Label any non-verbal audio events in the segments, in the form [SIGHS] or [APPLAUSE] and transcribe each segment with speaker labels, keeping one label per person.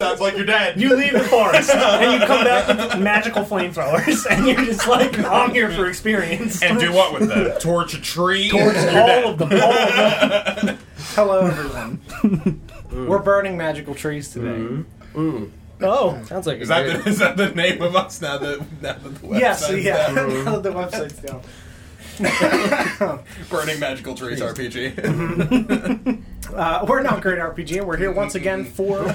Speaker 1: Sounds like you're dead.
Speaker 2: You leave the forest and you come back with magical flamethrowers, and you're just like, I'm here for experience.
Speaker 1: and do what with them? Torch a tree?
Speaker 2: all of them, all of them.
Speaker 3: Hello, everyone. [LAUGHS] We're burning magical trees today.
Speaker 4: Mm-hmm.
Speaker 2: Oh,
Speaker 4: Sounds like
Speaker 1: Is
Speaker 4: a
Speaker 1: that,
Speaker 4: good,
Speaker 1: the, is that the name of us now that, now that the website's
Speaker 3: Yes, yeah. [LAUGHS]
Speaker 1: down?
Speaker 3: now that the website's down.
Speaker 1: Burning Magical Trees RPG. [LAUGHS]
Speaker 3: Uh, we're not great RPG. We're here once again
Speaker 4: [LAUGHS]
Speaker 3: for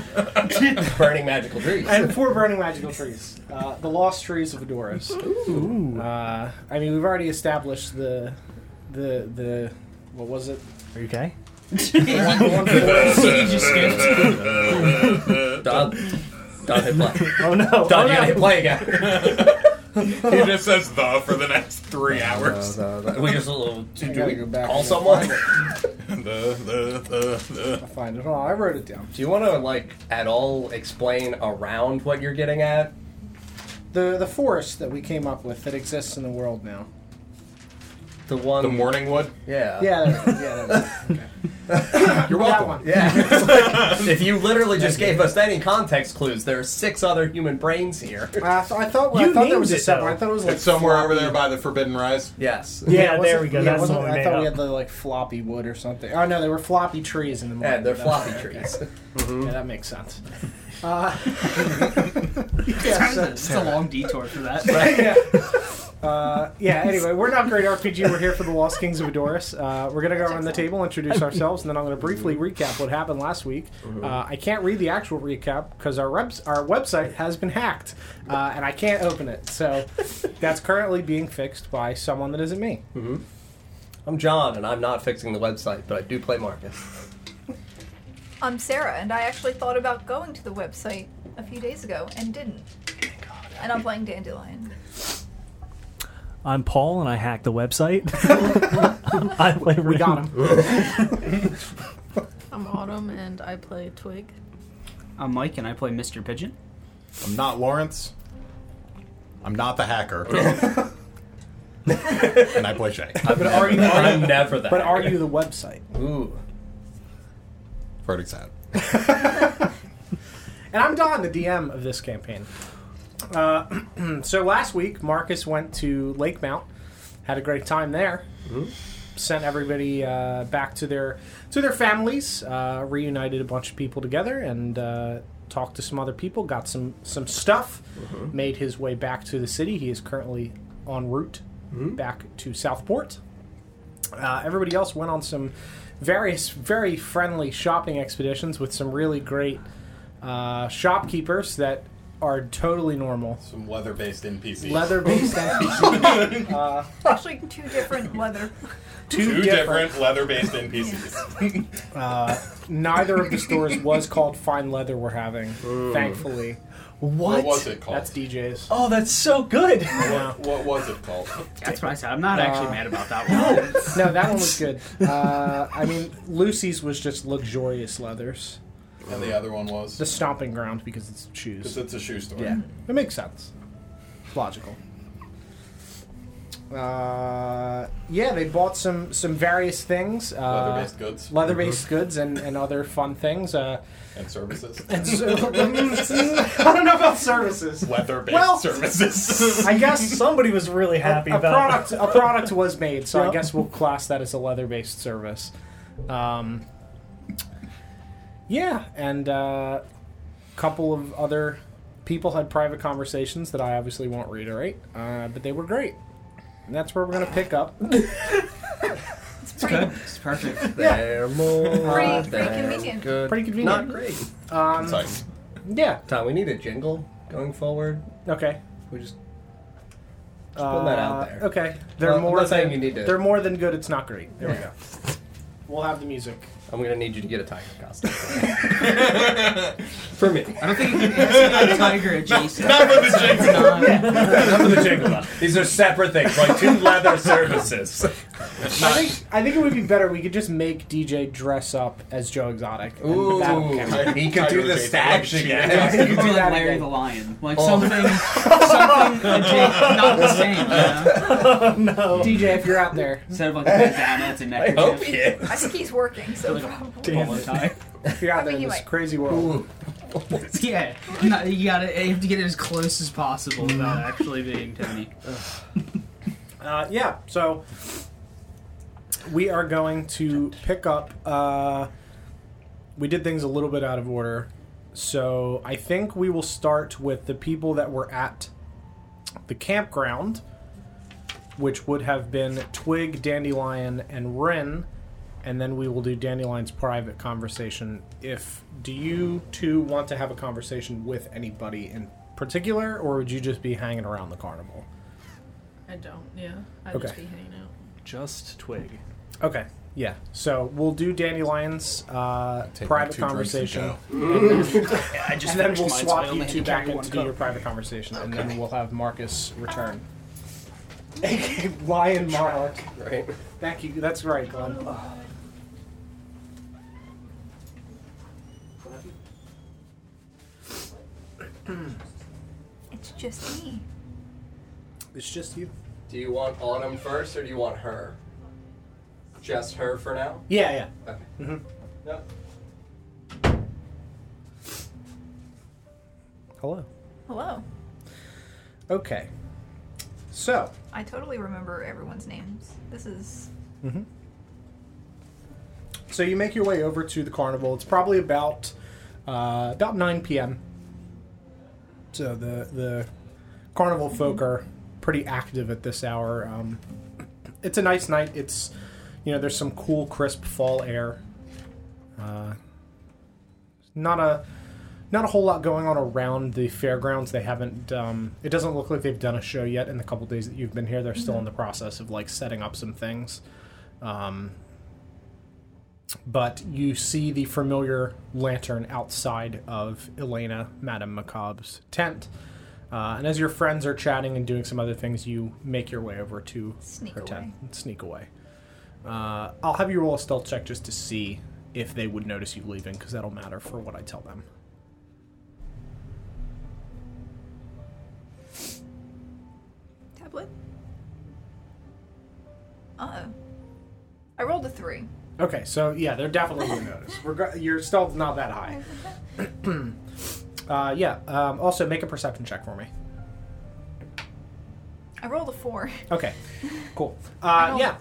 Speaker 4: burning magical [LAUGHS] trees.
Speaker 3: and for burning magical trees, uh, the lost trees of Adoris. Uh, I mean, we've already established the the the what was it?
Speaker 2: are you
Speaker 3: [LAUGHS]
Speaker 2: okay?
Speaker 3: One, one forest.
Speaker 4: Don, Don hit [LAUGHS] play.
Speaker 2: Oh no!
Speaker 4: Don, you
Speaker 2: oh,
Speaker 4: gotta hit
Speaker 2: no.
Speaker 4: play again.
Speaker 1: he just says the for the next three hours.
Speaker 4: [LAUGHS] we just a little.
Speaker 3: I
Speaker 4: Do
Speaker 3: gotta
Speaker 4: we
Speaker 3: go back
Speaker 4: call
Speaker 3: and
Speaker 4: someone? [LAUGHS]
Speaker 3: find it.
Speaker 1: [LAUGHS] The, the, the, the.
Speaker 3: Find it. Oh, I wrote it down.
Speaker 4: Do you want to like at all explain around what you're getting at?
Speaker 3: The the forest that we came up with that exists in the world now.
Speaker 4: The one.
Speaker 1: The morning wood?
Speaker 4: Yeah.
Speaker 3: Yeah, there it is. yeah, there it is. that
Speaker 4: You're welcome.
Speaker 3: one.
Speaker 4: Yeah. It's like, [LAUGHS] if you literally just gave us any context clues, there are six other human brains here. [LAUGHS]
Speaker 3: Uh, so I thought well,
Speaker 2: You
Speaker 3: I thought there
Speaker 2: named
Speaker 3: was a
Speaker 2: it,
Speaker 3: separate.
Speaker 2: though.
Speaker 3: I thought it was like
Speaker 1: It's somewhere
Speaker 3: floppy.
Speaker 1: over there by the Forbidden Rise.
Speaker 4: Yes.
Speaker 2: Yeah,
Speaker 3: it
Speaker 2: there
Speaker 3: wasn't-
Speaker 2: we go.
Speaker 3: it
Speaker 2: That's
Speaker 3: wasn't-
Speaker 2: what we
Speaker 3: I
Speaker 2: made
Speaker 3: thought
Speaker 2: up.
Speaker 3: we had the like floppy wood or something. Oh no, they were floppy trees in the morning.
Speaker 4: Yeah, they're
Speaker 3: That's-
Speaker 4: floppy trees.
Speaker 3: [LAUGHS]
Speaker 4: [LAUGHS]
Speaker 3: Yeah, that
Speaker 2: [LAUGHS]
Speaker 3: makes sense. Uh, [LAUGHS] yeah, so-
Speaker 5: It's a long detour for that.
Speaker 3: yeah. Uh, yeah, anyway, we're not great RPG. We're here for the Lost Kings of Adoris. Uh, we're going to go around the table, introduce ourselves, and then I'm going to briefly recap what happened last week. Uh, I can't read the actual recap because our, reps- our website has been hacked, uh, and I can't open it. So that's currently being fixed by someone that isn't me.
Speaker 4: I'm John, and I'm not fixing the website, but I do play Marcus.
Speaker 6: I'm Sarah, and I actually thought about going to the website a few days ago and didn't. And I'm playing Dandelion.
Speaker 2: I'm Paul, and I hacked the
Speaker 3: [LAUGHS]
Speaker 2: website. I play
Speaker 3: We
Speaker 2: [LAUGHS]
Speaker 3: got him.
Speaker 7: I'm Autumn and I play Twig.
Speaker 5: I'm Mike, and I play Mr. Pigeon.
Speaker 1: I'm not Lawrence. I'm not the [LAUGHS] hacker. and I play Shay.
Speaker 4: I'm but never, [LAUGHS] are you, I'm never that.
Speaker 3: But are you the website?
Speaker 4: Ooh.
Speaker 1: Verdict's out.
Speaker 3: And I'm Don, the DM of this campaign. Uh, [CLEARS THROAT] so last week, Marcus went to Lake Mount, had a great time there. Sent everybody uh, back to their to their families. Uh, reunited a bunch of people together and uh, talked to some other people. Got some some stuff. Made his way back to the city. He is currently en route back to Southport. Uh, everybody else went on some various very friendly shopping expeditions with some really great uh, shopkeepers that are totally normal.
Speaker 1: Some leather based NPCs.
Speaker 3: Leather based
Speaker 6: Actually, two
Speaker 3: [LAUGHS]
Speaker 6: different leather.
Speaker 3: two, different. Uh,
Speaker 1: leather
Speaker 3: [LAUGHS]
Speaker 1: based NPCs.
Speaker 3: Neither of the stores was called Fine Leather we're having, thankfully.
Speaker 1: What was it called?
Speaker 3: That's DJ's.
Speaker 2: Oh, that's so good.
Speaker 3: Yeah.
Speaker 1: What was it called?
Speaker 5: That's what I said. I'm not actually mad about that one.
Speaker 3: No, that one was good. Uh, I mean, Lucy's was just luxurious leathers.
Speaker 1: And the other one was?
Speaker 3: The stomping ground because it's shoes.
Speaker 1: Because it's a shoe store.
Speaker 3: Yeah, it makes sense. Logical. Uh, yeah, they bought some some various things. Uh,
Speaker 1: Leather based goods
Speaker 3: leather-based goods and, and other fun things. Uh,
Speaker 1: and services.
Speaker 3: so- [LAUGHS] I don't know about services.
Speaker 1: leather based
Speaker 3: Well-
Speaker 1: services.
Speaker 3: I guess
Speaker 2: Somebody was really happy
Speaker 3: a
Speaker 2: about
Speaker 3: product a product was made, so
Speaker 2: Yeah.
Speaker 3: I guess we'll class that as a leather-based service. Um, yeah, and a uh, couple of other people had private conversations that I obviously won't reiterate, uh, but they were great. And that's where we're gonna pick
Speaker 1: [LAUGHS]
Speaker 3: up.
Speaker 5: It's good. It's perfect.
Speaker 4: They're more
Speaker 6: Pretty-
Speaker 4: than
Speaker 6: pretty convenient.
Speaker 4: good.
Speaker 3: Pretty
Speaker 4: Not
Speaker 3: convenient.
Speaker 4: great.
Speaker 1: [LAUGHS] Sorry.
Speaker 3: Um, yeah.
Speaker 4: Tom, we need a jingle going forward.
Speaker 3: Okay.
Speaker 4: We just putting that out
Speaker 3: Uh,
Speaker 4: there.
Speaker 3: Okay. They're
Speaker 4: Well, I'm
Speaker 3: more
Speaker 4: not saying
Speaker 3: than,
Speaker 4: you need to-
Speaker 3: They're more than good. It's not great. There
Speaker 4: Yeah.
Speaker 3: we go. [LAUGHS] We'll have the music.
Speaker 4: I'm gonna need you to get a tiger [LAUGHS] costume for me.
Speaker 5: I don't think you can ask about Tiger adjacent.
Speaker 1: Not for the jingle.
Speaker 4: Not for the jingle. though. These are separate things, like [LAUGHS] two leather services.
Speaker 3: I think I think it would be better. We could just make DJ dress up as Joe Exotic. and
Speaker 4: Ooh,
Speaker 3: that'll count. [LAUGHS]
Speaker 4: he could do the stash again.
Speaker 5: You could do
Speaker 3: that
Speaker 5: like Larry
Speaker 3: again.
Speaker 5: the Lion. Like
Speaker 4: Oh.
Speaker 5: something, something adjacent, not the same. You know?
Speaker 3: DJ, if you're out there,
Speaker 5: Instead of like a bandana, it's a
Speaker 4: I hope
Speaker 5: neckerchief.
Speaker 4: he is.
Speaker 6: I think he's working, so
Speaker 5: Like a
Speaker 6: probably.
Speaker 5: polo tie.
Speaker 3: if you're out
Speaker 6: I
Speaker 3: there
Speaker 6: think
Speaker 3: in
Speaker 6: you
Speaker 3: this
Speaker 6: might.
Speaker 3: crazy world,
Speaker 5: [LAUGHS] Yeah, no, you gotta you have to get it as close as possible without actually being tiny.
Speaker 3: Uh, yeah, so we are going to pick up. Uh, we did things a little bit out of order. So I think we will start with the people that were at the campground, which would have been Twig, Dandelion, and Wren. And then we will do Dandelion's private conversation. If do you two want to have a conversation with anybody in particular, or would you just be hanging around the carnival?
Speaker 7: I don't. Yeah, I'd
Speaker 3: Okay.
Speaker 7: just be hanging out.
Speaker 8: Just twig.
Speaker 3: Okay. Yeah. So we'll do Dandelion's uh,
Speaker 1: Take my
Speaker 3: private
Speaker 1: two drinks and
Speaker 3: conversation,
Speaker 1: go.
Speaker 5: [LAUGHS] I just
Speaker 3: and then
Speaker 5: finished
Speaker 3: we'll
Speaker 5: mine, so I
Speaker 3: swap
Speaker 5: only
Speaker 3: you
Speaker 5: had
Speaker 3: two
Speaker 5: to
Speaker 3: back
Speaker 5: carry one
Speaker 3: into
Speaker 5: cup.
Speaker 3: your private conversation, and then we'll have Marcus return. AKA Lion Monarch.
Speaker 4: Right.
Speaker 3: Thank you. That's right, Glenn.
Speaker 6: It's just me.
Speaker 3: It's just you.
Speaker 4: Do you want Autumn first, or do you want her? Just her for now.
Speaker 3: Yeah. Yeah.
Speaker 4: Okay.
Speaker 3: Mhm.
Speaker 4: Yep.
Speaker 3: Hello.
Speaker 6: Hello.
Speaker 3: Okay. So.
Speaker 6: I totally remember everyone's names. This is
Speaker 3: So you make your way over to the carnival. It's probably about uh, about 9 p.m. So the the carnival folk are pretty active at this hour. Um, it's a nice night. It's you know there's some cool, crisp fall air. Uh, not a not a whole lot going on around the fairgrounds. They haven't. Um, it doesn't look like they've done a show yet. In the couple days that you've been here, they're
Speaker 6: Mm-hmm.
Speaker 3: still in the process of like setting up some things. Um, but you see the familiar lantern outside of Elena, Madame Macabre's tent. Uh, and as your friends are chatting and doing some other things, you make your way over to
Speaker 6: Sneak
Speaker 3: her
Speaker 6: away.
Speaker 3: tent and sneak away. Uh, I'll have you roll a stealth check just to see if they would notice you leaving, because that'll matter for what I tell them.
Speaker 6: tablet. Uh I rolled a three.
Speaker 3: Okay, so yeah, they're definitely going to notice. Reg- your stealth's not that high. Uh, yeah. Um, also, make a perception check for me.
Speaker 6: I rolled a four. [LAUGHS]
Speaker 3: Okay. Cool.
Speaker 6: I
Speaker 3: Uh,
Speaker 6: don't-
Speaker 3: yeah.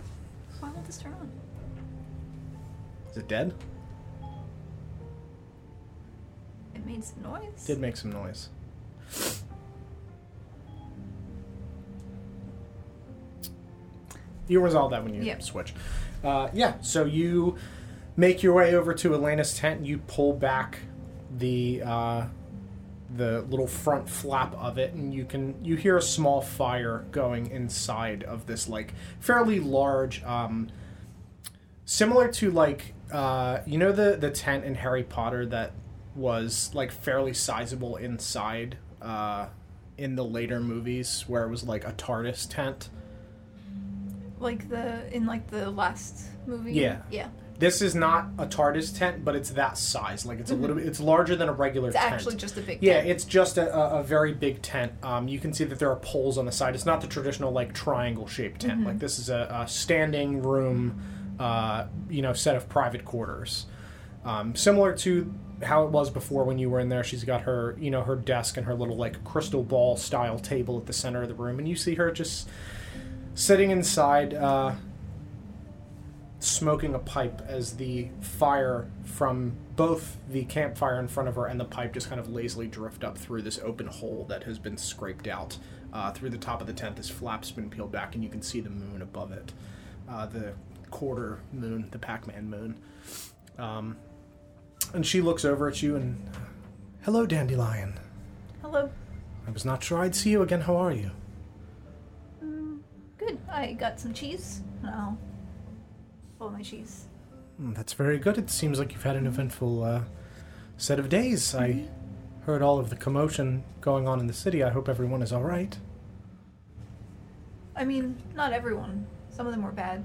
Speaker 6: Why won't this turn on?
Speaker 3: Is it dead?
Speaker 6: It made some noise.
Speaker 3: Did make some noise. You resolve that when you
Speaker 6: Yep.
Speaker 3: switch. Uh, yeah, so you make your way over to Elena's tent. You pull back the uh, the little front flap of it, and you can you hear a small fire going inside of this like fairly large, um, similar to like uh, you know the the tent in Harry Potter that was like fairly sizable inside uh, in the later movies where it was like a TARDIS tent.
Speaker 6: Like the in like the last movie.
Speaker 3: Yeah.
Speaker 6: Yeah.
Speaker 3: This is not a TARDIS tent, but it's that size. Like it's a little bit, it's larger than a regular
Speaker 6: Mm-hmm. It's
Speaker 3: tent.
Speaker 6: actually just a big
Speaker 3: yeah,
Speaker 6: tent.
Speaker 3: it's just a, a, a very big tent. Um, you can see that there are poles on the side. It's not the traditional like triangle shaped tent.
Speaker 6: Mm-hmm.
Speaker 3: Like this is a, a standing room, uh, you know, set of private quarters, um, similar to how it was before when you were in there. She's got her, you know, her desk and her little like crystal ball style table at the center of the room, and you see her just sitting inside. Uh, smoking a pipe as the fire from both the campfire in front of her and the pipe just kind of lazily drift up through this open hole that has been scraped out uh, through the top of the tent. This flap's been peeled back, and you can see the moon above it, uh, the quarter moon, the Pac-Man moon. Um, and she looks over at you and, hello, dandelion.
Speaker 6: Hello.
Speaker 3: I was not sure I'd see you again. How are you?
Speaker 6: Good. I got some cheese. and I'll pull my cheese.
Speaker 3: Mm, That's very good. It seems like you've had an eventful uh, set of days.
Speaker 6: Mm-hmm.
Speaker 3: I heard all of the commotion going on in the city. I hope everyone is all right.
Speaker 6: I mean, not everyone. Some of them were bad.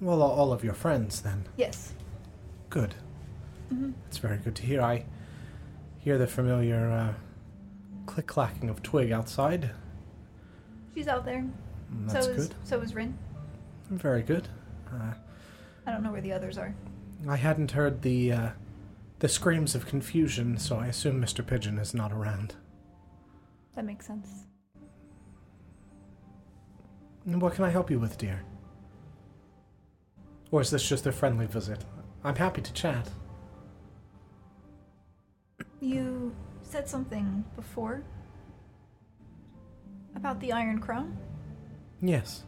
Speaker 3: Well, all- all of your friends, then.
Speaker 6: Yes.
Speaker 3: Good.
Speaker 6: Mm-hmm.
Speaker 3: That's very good to hear. I hear the familiar uh, click clacking of twig outside.
Speaker 6: She's out there.
Speaker 3: Mm, That's
Speaker 6: so is
Speaker 3: good.
Speaker 6: so is Rin.
Speaker 3: Very good. Uh,
Speaker 6: I don't know where the others are.
Speaker 3: I hadn't heard the uh, the screams of confusion, so I assume Mr. Pigeon is not around.
Speaker 6: That makes sense.
Speaker 3: And What can I help you with, dear? Or is this just a friendly visit? I'm happy to chat.
Speaker 6: You said something before about the Iron Crown.
Speaker 3: Yes.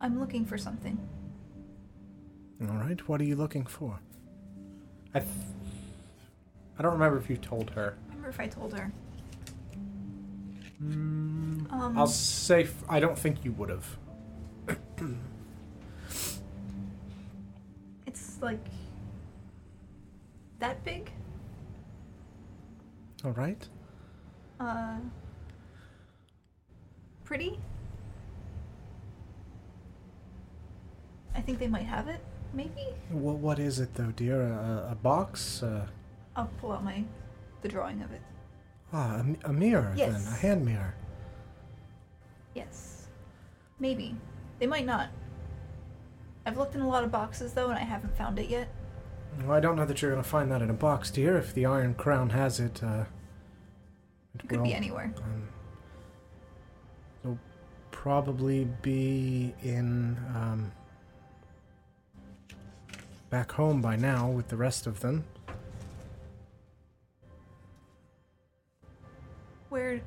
Speaker 6: I'm looking for something.
Speaker 3: All right. What are you looking for? I. Th- I don't remember if you told her.
Speaker 6: I remember if I told her. Um,
Speaker 3: Mm, I'll say f- I don't think you would have.
Speaker 6: It's like that big.
Speaker 3: All right.
Speaker 6: Uh, pretty. I think they might have it. Maybe
Speaker 3: What what is it though, dear? A, a box? Uh,
Speaker 6: I'll pull out my the drawing of it.
Speaker 3: ah, a, m- a mirror
Speaker 6: Yes.
Speaker 3: then, a hand mirror.
Speaker 6: Yes, maybe they might not. I've looked in a lot of boxes though, and I haven't found it yet.
Speaker 3: Well, I don't know that you're going to find that in a box, dear. If the Iron Crown has it, uh, it
Speaker 6: It could be
Speaker 3: will
Speaker 6: anywhere.
Speaker 3: probably be in um, back home by now with the rest of them.
Speaker 6: Where?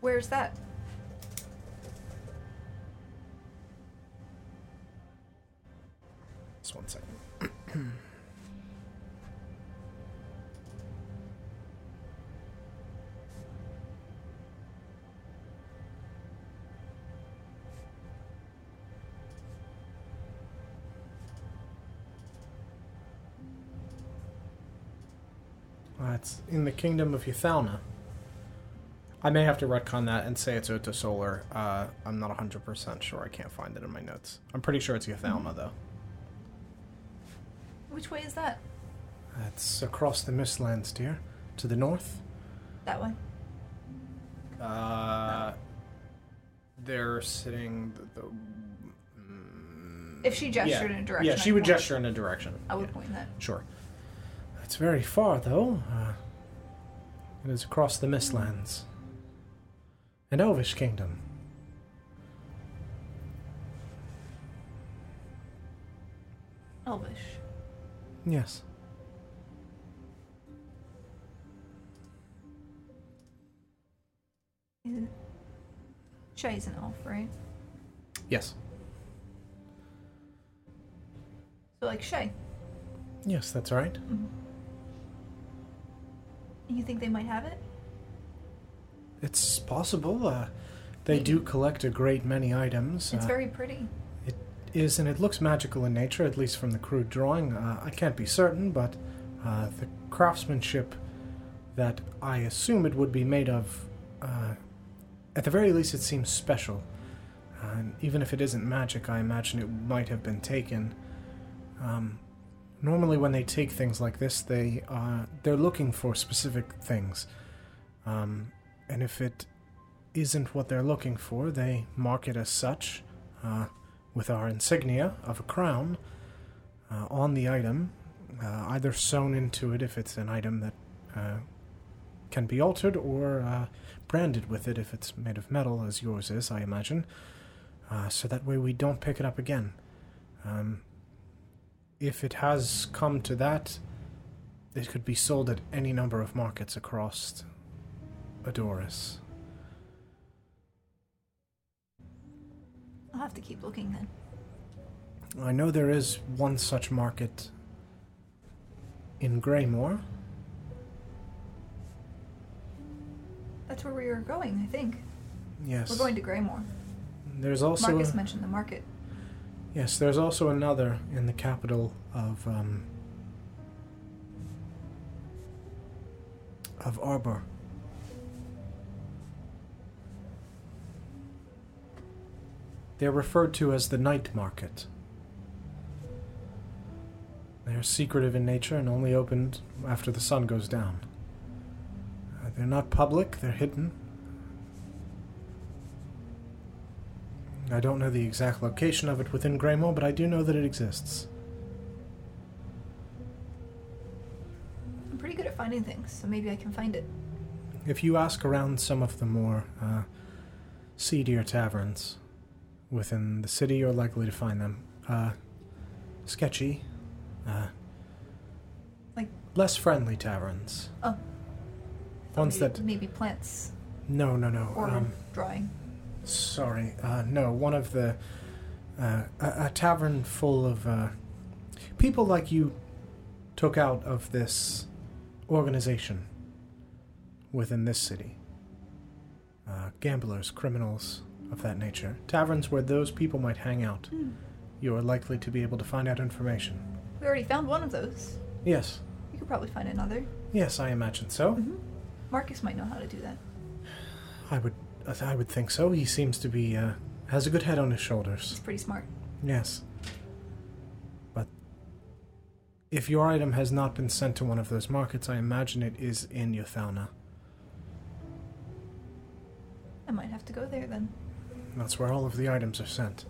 Speaker 6: Where's that?
Speaker 3: Just one second. Uh, it's in the kingdom of Uthalna. I may have to retcon that and say it's Oto Solar. Uh, I'm not 100% sure. I can't find it in my notes. I'm pretty sure it's Uthalna, though.
Speaker 6: Which way is that?
Speaker 3: That's across the Mistlands, dear. To the north?
Speaker 6: That way.
Speaker 3: Uh, they're sitting. The, the,
Speaker 6: If she gestured in a direction,
Speaker 3: Yeah, she
Speaker 6: I'd
Speaker 3: would
Speaker 6: point.
Speaker 3: gesture in a direction.
Speaker 6: I would point that.
Speaker 3: Sure. It's very far, though. Uh, it is across the Mistlands. An Elvish kingdom.
Speaker 6: Elvish.
Speaker 3: Yes.
Speaker 6: Is it- Shai's an elf, right?
Speaker 3: Yes.
Speaker 6: So like Shay.
Speaker 3: Yes, that's right.
Speaker 6: Mm-hmm. And you think they might have it?
Speaker 3: It's possible. Uh, they do collect a great many items.
Speaker 6: It's
Speaker 3: uh,
Speaker 6: very pretty.
Speaker 3: It is, and it looks magical in nature, at least from the crude drawing. Uh, I can't be certain, but uh, the craftsmanship that I assume it would be made of, uh, at the very least, it seems special. Uh, and even if it isn't magic, I imagine it might have been taken. Um, normally, when they take things like this, they uh, they're looking for specific things, um, and if it isn't what they're looking for, they mark it as such. Uh, with our insignia of a crown uh, on the item, uh, either sewn into it if it's an item that uh, can be altered, or uh, branded with it if it's made of metal, as yours is, I imagine. Uh, so that way we don't pick it up again. Um, if it has come to that, it could be sold at any number of markets across Adoris.
Speaker 6: I'll have to keep looking then.
Speaker 3: I know there is one such market in Greymore.
Speaker 6: That's where we were going, I think.
Speaker 3: Yes.
Speaker 6: We're going to Greymore.
Speaker 3: There's also
Speaker 6: Marcus
Speaker 3: a-
Speaker 6: mentioned the market.
Speaker 3: yes. There's also another in the capital of um, of Arbor. They're referred to as the night market. They are secretive in nature and only opened after the sun goes down. Uh, they're not public. They're hidden. I don't know the exact location of it within Greymore, but I do know that it exists.
Speaker 6: I'm pretty good at finding things, so maybe I can find it.
Speaker 3: If you ask around some of the more uh, seedier taverns within the city, you're likely to find them. Uh, sketchy, uh,
Speaker 6: Like-
Speaker 3: less friendly taverns.
Speaker 6: Oh.
Speaker 3: Ones
Speaker 6: maybe,
Speaker 3: that
Speaker 6: maybe plants
Speaker 3: no, no, no.
Speaker 6: or
Speaker 3: um,
Speaker 6: drawing.
Speaker 3: Sorry, uh, no. One of the uh, a, a tavern full of uh, people like you took out of this organization within this city. Uh, gamblers, criminals of that nature. Taverns where those people might hang out. You are likely to be able to find out information.
Speaker 6: We already found one of those.
Speaker 3: Yes,
Speaker 6: You could probably find another.
Speaker 3: yes, I imagine so.
Speaker 6: Marcus might know how to do that.
Speaker 3: I would, I would think so. He seems to be uh, has a good head on his shoulders.
Speaker 6: He's pretty smart.
Speaker 3: Yes. But if your item has not been sent to one of those markets, I imagine it is in Yothauna.
Speaker 6: I might have to go there then.
Speaker 3: That's where all of the items are sent.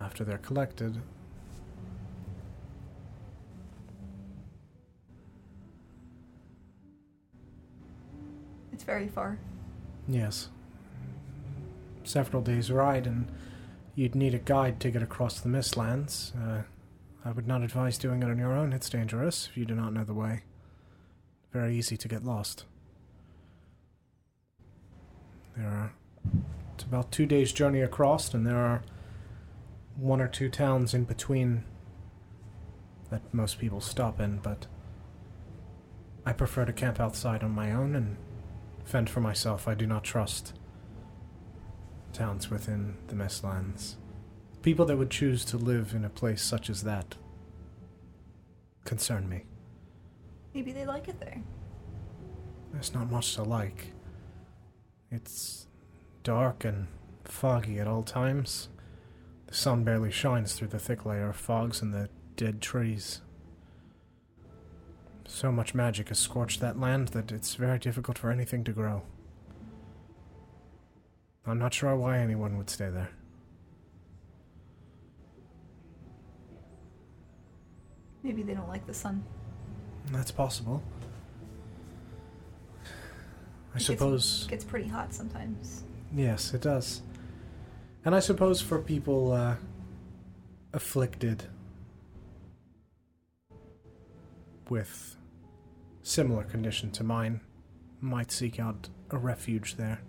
Speaker 3: After they're collected.
Speaker 6: It's very far.
Speaker 3: Yes. Several days' ride, and you'd need a guide to get across the Mistlands. Uh, I would not advise doing it on your own, it's dangerous if you do not know the way. Very easy to get lost. There are. It's about two days' journey across, and there are one or two towns in between that most people stop in, but I prefer to camp outside on my own and fend for myself. I do not trust towns within the Messlands. People that would choose to live in a place such as that concern me.
Speaker 6: Maybe they like it there.
Speaker 3: There's not much to like. It's dark and foggy at all times. The sun barely shines through the thick layer of fogs and the dead trees. So much magic has scorched that land that it's very difficult for anything to grow. I'm not sure why anyone would stay there.
Speaker 6: Maybe they don't like the sun.
Speaker 3: That's possible. I
Speaker 6: It gets-
Speaker 3: suppose.
Speaker 6: It gets pretty hot sometimes.
Speaker 3: Yes, it does. And I suppose for people uh, afflicted with similar condition to mine, might seek out a refuge there.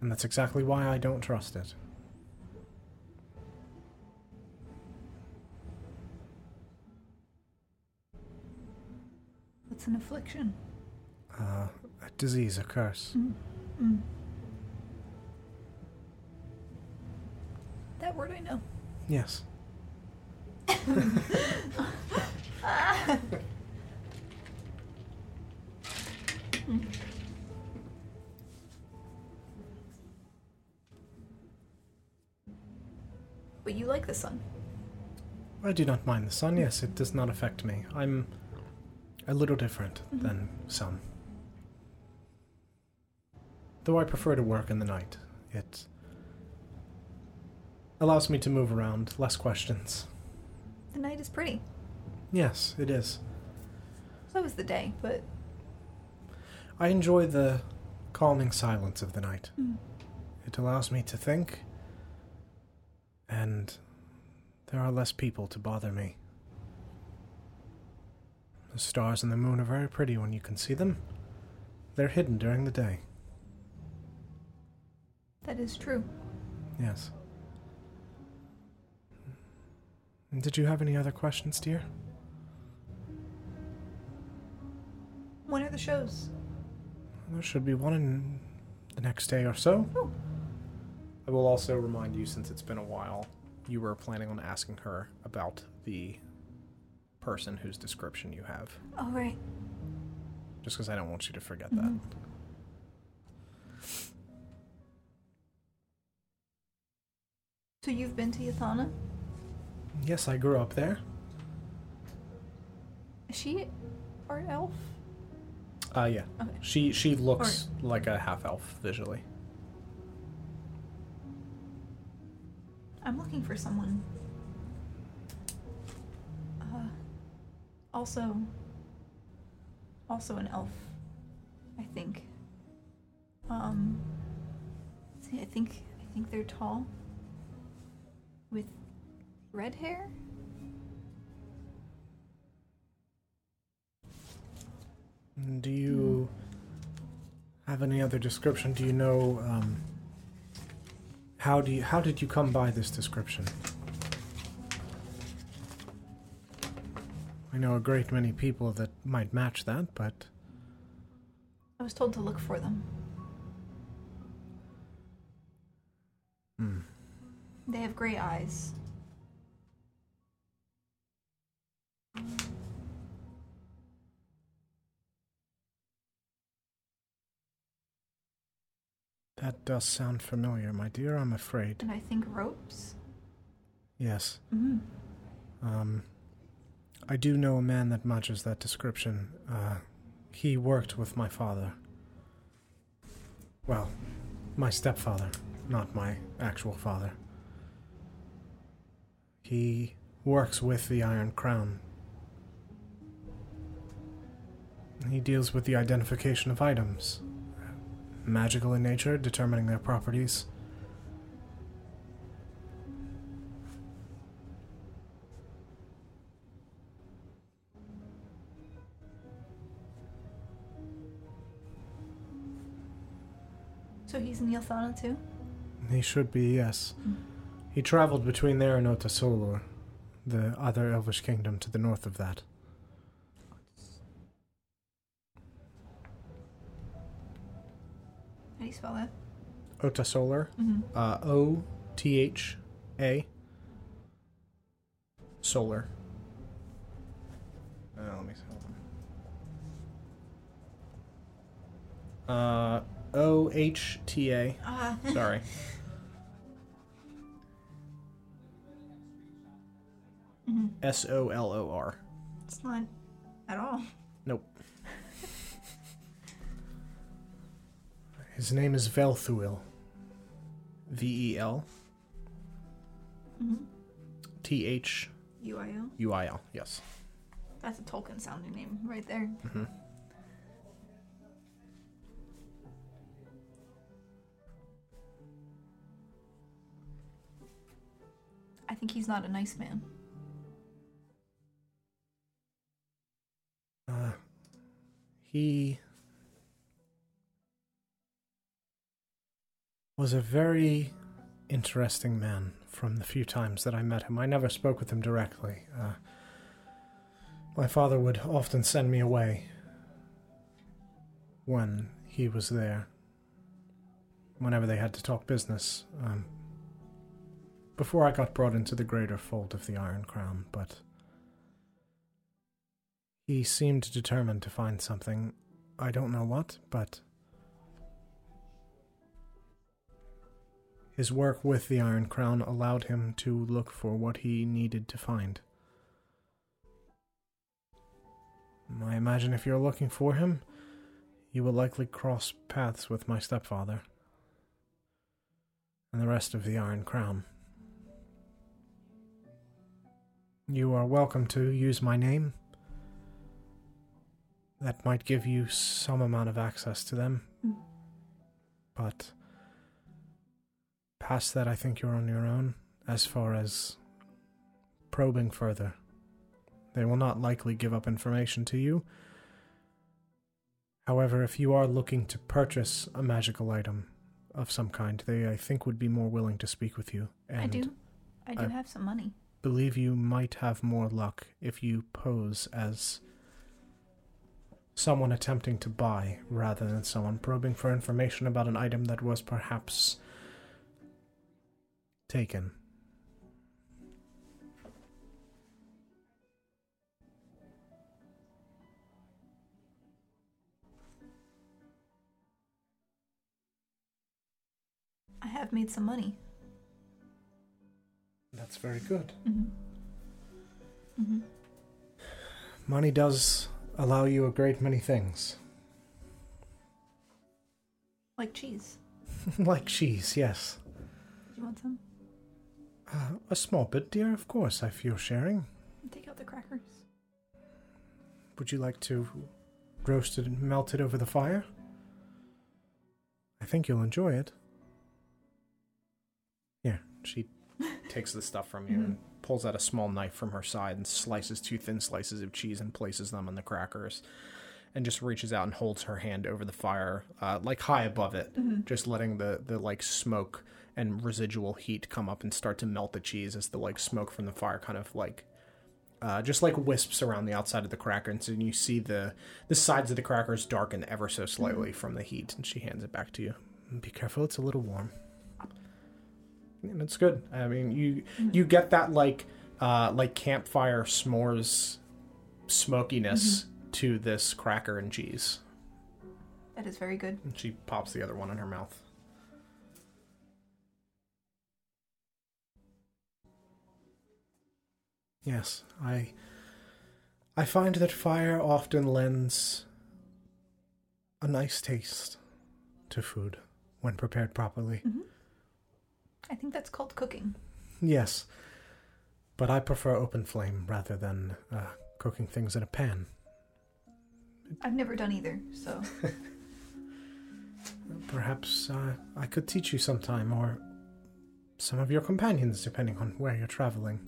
Speaker 3: And that's exactly why I don't trust it.
Speaker 6: It's an affliction.
Speaker 3: Uh, a disease, a curse.
Speaker 6: That word I know.
Speaker 3: Yes.
Speaker 6: But you like the sun.
Speaker 3: I do not mind the sun. Yes, it does not affect me. I'm a little different than some. Though I prefer to work in the night. It allows me to move around, less questions.
Speaker 6: The night is pretty.
Speaker 3: Yes, it is.
Speaker 6: So is the day, but
Speaker 3: I enjoy the calming silence of the night. It allows me to think, and there are less people to bother me. The stars and the moon are very pretty when you can see them. They're hidden during the day,
Speaker 6: that is true.
Speaker 3: yes. Did you have any other questions, dear?
Speaker 6: When are the shows?
Speaker 3: There should be one in the next day or so. I will also remind you, since it's been a while, you were planning on asking her about the person whose description you have,
Speaker 6: All right.
Speaker 3: just because I don't want you to forget that.
Speaker 6: So you've been to Yathana?
Speaker 3: Yes, I grew up there.
Speaker 6: Is she part elf?
Speaker 3: Uh, yeah.
Speaker 6: Okay.
Speaker 3: She she looks like a half elf visually.
Speaker 6: I'm looking for someone. Uh, also, also an elf, I think. Um, I think I think they're tall, with red hair.
Speaker 3: Do you have any other description? Do you know um, how do you, how did you come by this description? I know a great many people that might match that, but
Speaker 6: I was told to look for them. Hmm. They have gray eyes.
Speaker 3: that does sound familiar, my dear. I'm afraid.
Speaker 6: and I think ropes.
Speaker 3: Yes.
Speaker 6: Mm-hmm.
Speaker 3: Um, I do know a man that matches that description. Uh, he worked with my father. Well, my stepfather, not my actual father. He works with the Iron Crown. He deals with the identification of items, magical in nature, determining their properties.
Speaker 6: So he's in Yelthana too.
Speaker 3: He should be, yes. He traveled between there and Otasolor, the other elvish kingdom to the north of that.
Speaker 6: How do you spell that?
Speaker 3: Otasolor, uh, O T H A, solar. Uh, let me see. hold on. Uh, O H T A.
Speaker 6: Ah,
Speaker 3: Sorry. S O L O R.
Speaker 6: it's not at all.
Speaker 3: Nope. His name is Velthuil. V E L T H
Speaker 6: UIO.
Speaker 3: U I L. Yes.
Speaker 6: That's a Tolkien sounding name right there. I think he's not a nice man.
Speaker 3: Uh, he was a very interesting man from the few times that I met him. I never spoke with him directly. Uh, my father would often send me away when he was there, whenever they had to talk business, um, before I got brought into the greater fold of the Iron Crown, but. He seemed determined to find something. I don't know what, but. His work with the Iron Crown allowed him to look for what he needed to find. I imagine if you're looking for him, you will likely cross paths with my stepfather and the rest of the Iron Crown. You are welcome to use my name that might give you some amount of access to them.
Speaker 6: Mm.
Speaker 3: But past that, I think you're on your own as far as probing further. They will not likely give up information to you. However, if you are looking to purchase a magical item of some kind, they, I think, would be more willing to speak with you. And
Speaker 6: I do. I do
Speaker 3: I-
Speaker 6: have some money.
Speaker 3: believe you might have more luck if you pose as someone attempting to buy rather than someone probing for information about an item that was perhaps taken.
Speaker 6: I have made some money.
Speaker 3: That's very good.
Speaker 6: hmm hmm
Speaker 3: Money does allow you a great many things. [LAUGHS]
Speaker 6: Like cheese.
Speaker 3: like cheese, yes.
Speaker 6: Do you want some?
Speaker 3: A small bit, dear, of course, I feel sharing.
Speaker 6: Take out the crackers.
Speaker 3: Would you like to roast it and melt it over the fire? I think you'll enjoy it. Here,
Speaker 9: She takes the stuff from you and pulls out a small knife from her side and slices two thin slices of cheese and places them on the crackers and just reaches out and holds her hand over the fire, uh, like high above it, just letting the, the like smoke and residual heat come up and start to melt the cheese as the like smoke from the fire kind of like uh, just like wisps around the outside of the crackers, and you see the the sides of the crackers darken ever so slightly from the heat. And she hands it back to you.
Speaker 3: be careful, it's a little warm.
Speaker 9: and it's good. I mean, you you get that like uh, like campfire s'mores smokiness to this cracker and cheese.
Speaker 6: That is very good.
Speaker 9: And she pops the other one in her mouth.
Speaker 3: Yes, I I find that fire often lends a nice taste to food when prepared properly.
Speaker 6: I think that's called cooking.
Speaker 3: Yes, but I prefer open flame rather than uh, cooking things in a pan.
Speaker 6: I've never done either, so
Speaker 3: Perhaps uh, I could teach you sometime, or some of your companions, depending on where you're traveling.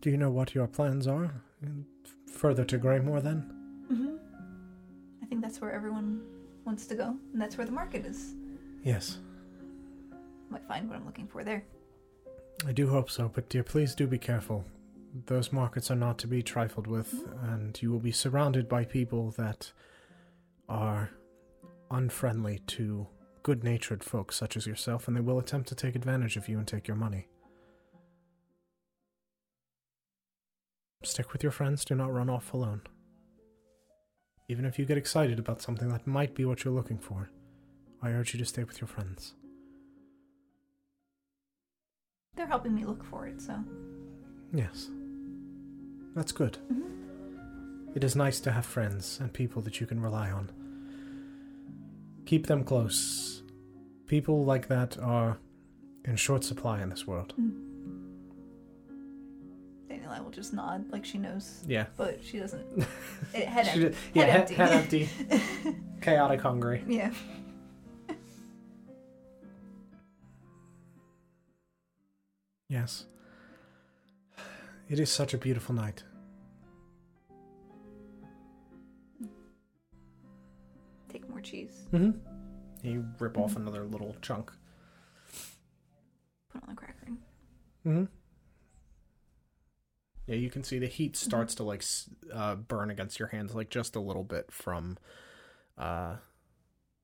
Speaker 3: Do you know what your plans are? F- Further to Greymore, then?
Speaker 6: Mm-hmm. I think that's where everyone wants to go, and that's where the market is.
Speaker 3: Yes,
Speaker 6: Might find what I'm looking for there.
Speaker 3: I do hope so, but dear, please do be careful. Those markets are not to be trifled with, and you will be surrounded by people that are unfriendly to good natured folks such as yourself, and they will attempt to take advantage of you and take your money. Stick with your friends, do not run off alone. Even if you get excited about something that might be what you're looking for, I urge you to stay with your friends.
Speaker 6: They're helping me look for it, so
Speaker 3: Yes. That's good.
Speaker 9: Mm-hmm.
Speaker 3: It is nice to have friends and people that you can rely on. Keep them close. People like that are in short supply in this world.
Speaker 6: Daniela will just nod like she knows.
Speaker 9: Yeah.
Speaker 6: But
Speaker 9: [LAUGHS]
Speaker 6: she doesn't. It, head
Speaker 9: She
Speaker 6: em-
Speaker 9: did- yeah,
Speaker 6: head
Speaker 9: head
Speaker 6: empty.
Speaker 9: empty. [LAUGHS] Chaotic hungry.
Speaker 6: yeah.
Speaker 3: Yes. It is such a beautiful night.
Speaker 6: Take more cheese.
Speaker 9: You rip off another little chunk.
Speaker 6: Put on the cracker. And
Speaker 3: hmm
Speaker 9: Yeah, you can see the heat
Speaker 3: Mm-hmm.
Speaker 9: starts to like s- uh, burn against your hands like just a little bit from uh,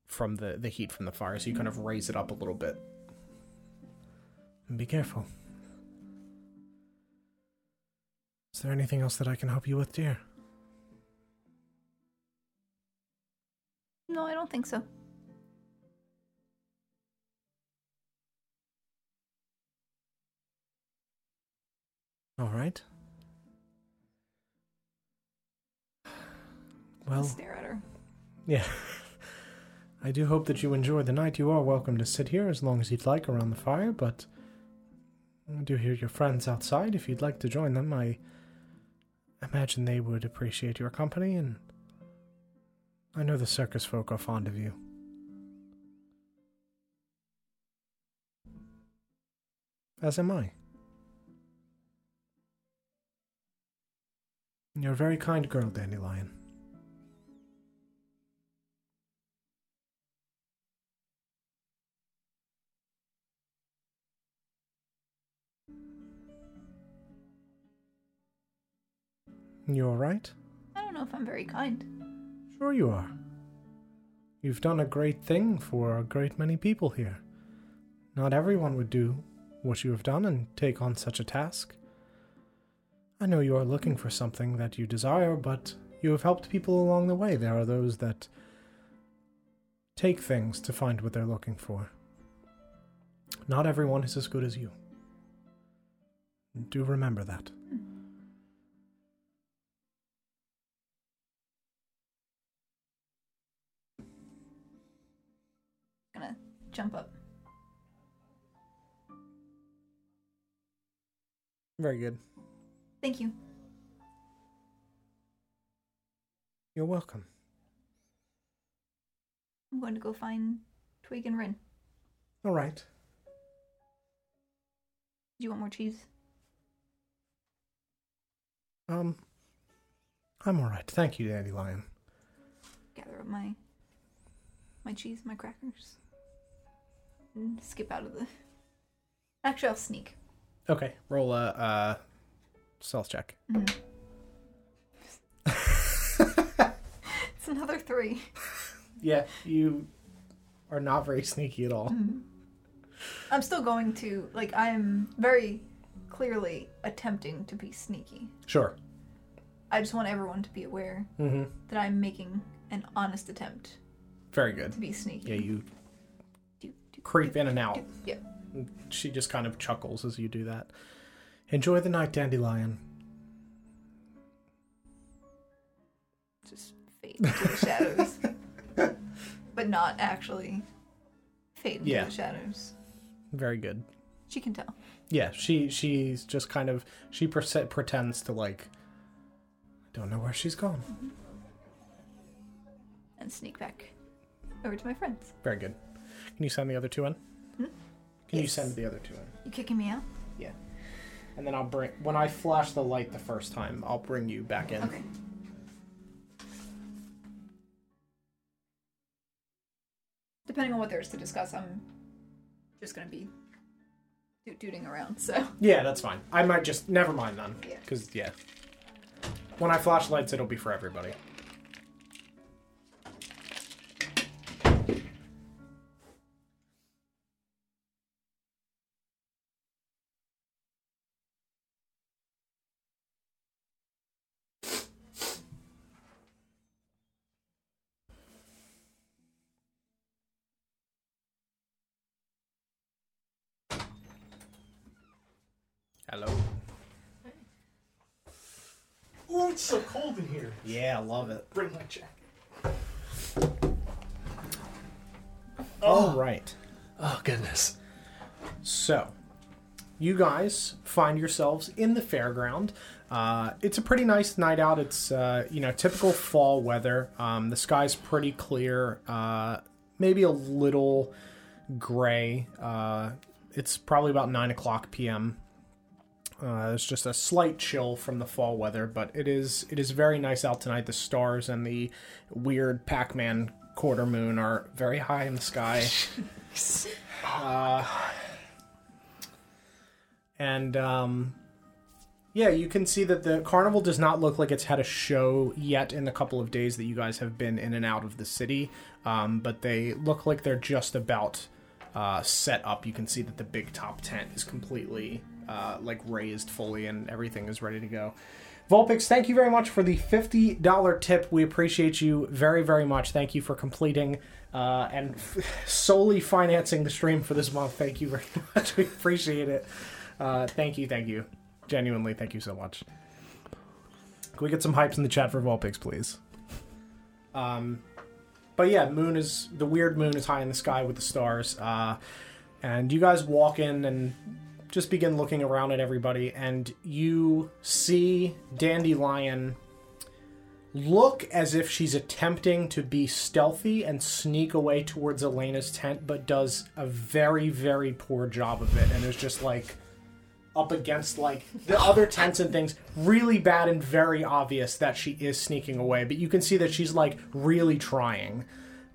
Speaker 9: from the the heat from the fire. So you kind of raise it up a little bit.
Speaker 3: Be careful. Is there anything else that I can help you with, dear?
Speaker 6: no, I don't think so.
Speaker 3: All right. [SIGHS]
Speaker 9: Oh.
Speaker 3: Well,
Speaker 6: Stare at her.
Speaker 3: Yeah. I do hope that you enjoy the night. You are welcome to sit here as long as you'd like around the fire, but I do hear your friends outside. If you'd like to join them, I imagine they would appreciate your company, and I know the circus folk are fond of you. As am I. You're a very kind girl, Dandelion. You all right?
Speaker 6: I don't know if I'm very kind.
Speaker 3: Sure you are. You've done a great thing for a great many people here. Not everyone would do what you have done and take on such a task. I know you are looking for something that you desire, but you have helped people along the way. There are those that take things to find what they're looking for. Not everyone is as good as you. Do remember that.
Speaker 6: gonna jump up.
Speaker 3: Very good.
Speaker 6: Thank you.
Speaker 3: You're welcome.
Speaker 6: I'm going to go find Twig and Rin.
Speaker 3: All right.
Speaker 6: Do you want more cheese?
Speaker 3: Um, I'm all right. Thank you, Dandelion.
Speaker 6: Gather up my my cheese, my crackers, and skip out of the. Actually, I'll sneak.
Speaker 3: Okay, roll a uh, stealth check.
Speaker 6: Mhm. it's another three.
Speaker 10: Yeah, you.
Speaker 3: Are not very sneaky at all.
Speaker 6: I'm still going to like. I'm very clearly attempting to be sneaky.
Speaker 3: Sure.
Speaker 6: I just want everyone to be aware
Speaker 3: Mm-hmm.
Speaker 6: that I'm making an honest attempt
Speaker 3: Very good.
Speaker 6: to be sneaky.
Speaker 3: Yeah, you
Speaker 6: Do- do-
Speaker 3: creep in and out.
Speaker 6: do- Yeah.
Speaker 3: She just kind of chuckles as you do that. Enjoy the night, Dandelion.
Speaker 6: just fade into the
Speaker 3: [LAUGHS]
Speaker 6: shadows. but not actually fade into
Speaker 3: Yeah.
Speaker 6: the shadows.
Speaker 3: Very good.
Speaker 6: She can tell.
Speaker 3: Yeah, she she's just kind of she perse- pretends to like. I don't know where she's gone.
Speaker 6: And sneak back over to my friends.
Speaker 3: Very good. Can you send the other two in? Can you
Speaker 6: Yes.
Speaker 3: send the other two in?
Speaker 6: You kicking me out?
Speaker 3: And then I'll bring when I flash the light the first time, I'll bring you back in.
Speaker 6: Okay. Depending on what there is to discuss, I'm just gonna be doot dooting around, so.
Speaker 3: Yeah, that's fine. I might just never mind then,
Speaker 6: Yeah.
Speaker 3: because yeah. When I flash lights, it'll be for everybody. Hello.
Speaker 2: Ooh, it's so cold in here.
Speaker 3: Yeah, I love it.
Speaker 2: Bring my jacket.
Speaker 3: All right.
Speaker 2: Oh goodness.
Speaker 3: So, you guys find yourselves in the fairground. Uh, it's a pretty nice night out. It's uh, you know typical fall weather. Um, the sky's pretty clear, uh, maybe a little gray. Uh, it's probably about nine o'clock p.m. Uh, there's just a slight chill from the fall weather, but it is it is very nice out tonight. The stars and the weird Pac-Man quarter moon are very high in the sky. and um, yeah, you can see that the carnival does not look like it's had a show yet in the couple of days that you guys have been in and out of the city. Um, but they look like they're just about uh, set up. You can see that the big top tent is completely uh, like raised fully, and everything is ready to go. Vulpix, thank you very much for the $50 tip. We appreciate you very, very much. Thank you for completing uh, and f- solely financing the stream for this month. Thank you very [LAUGHS] much. We appreciate it. Uh, thank you, thank you. Genuinely, thank you so much. Can we get some hypes in the chat for Vulpix, please? Um, but yeah, moon is the weird moon is high in the sky with the stars. Uh, and you guys walk in and just begin looking around at everybody, and you see Dandelion look as if she's attempting to be stealthy and sneak away towards Elena's tent, but does a very, very poor job of it, and is just like up against like the other tents and things really bad and very obvious that she is sneaking away but you can see that she's like really trying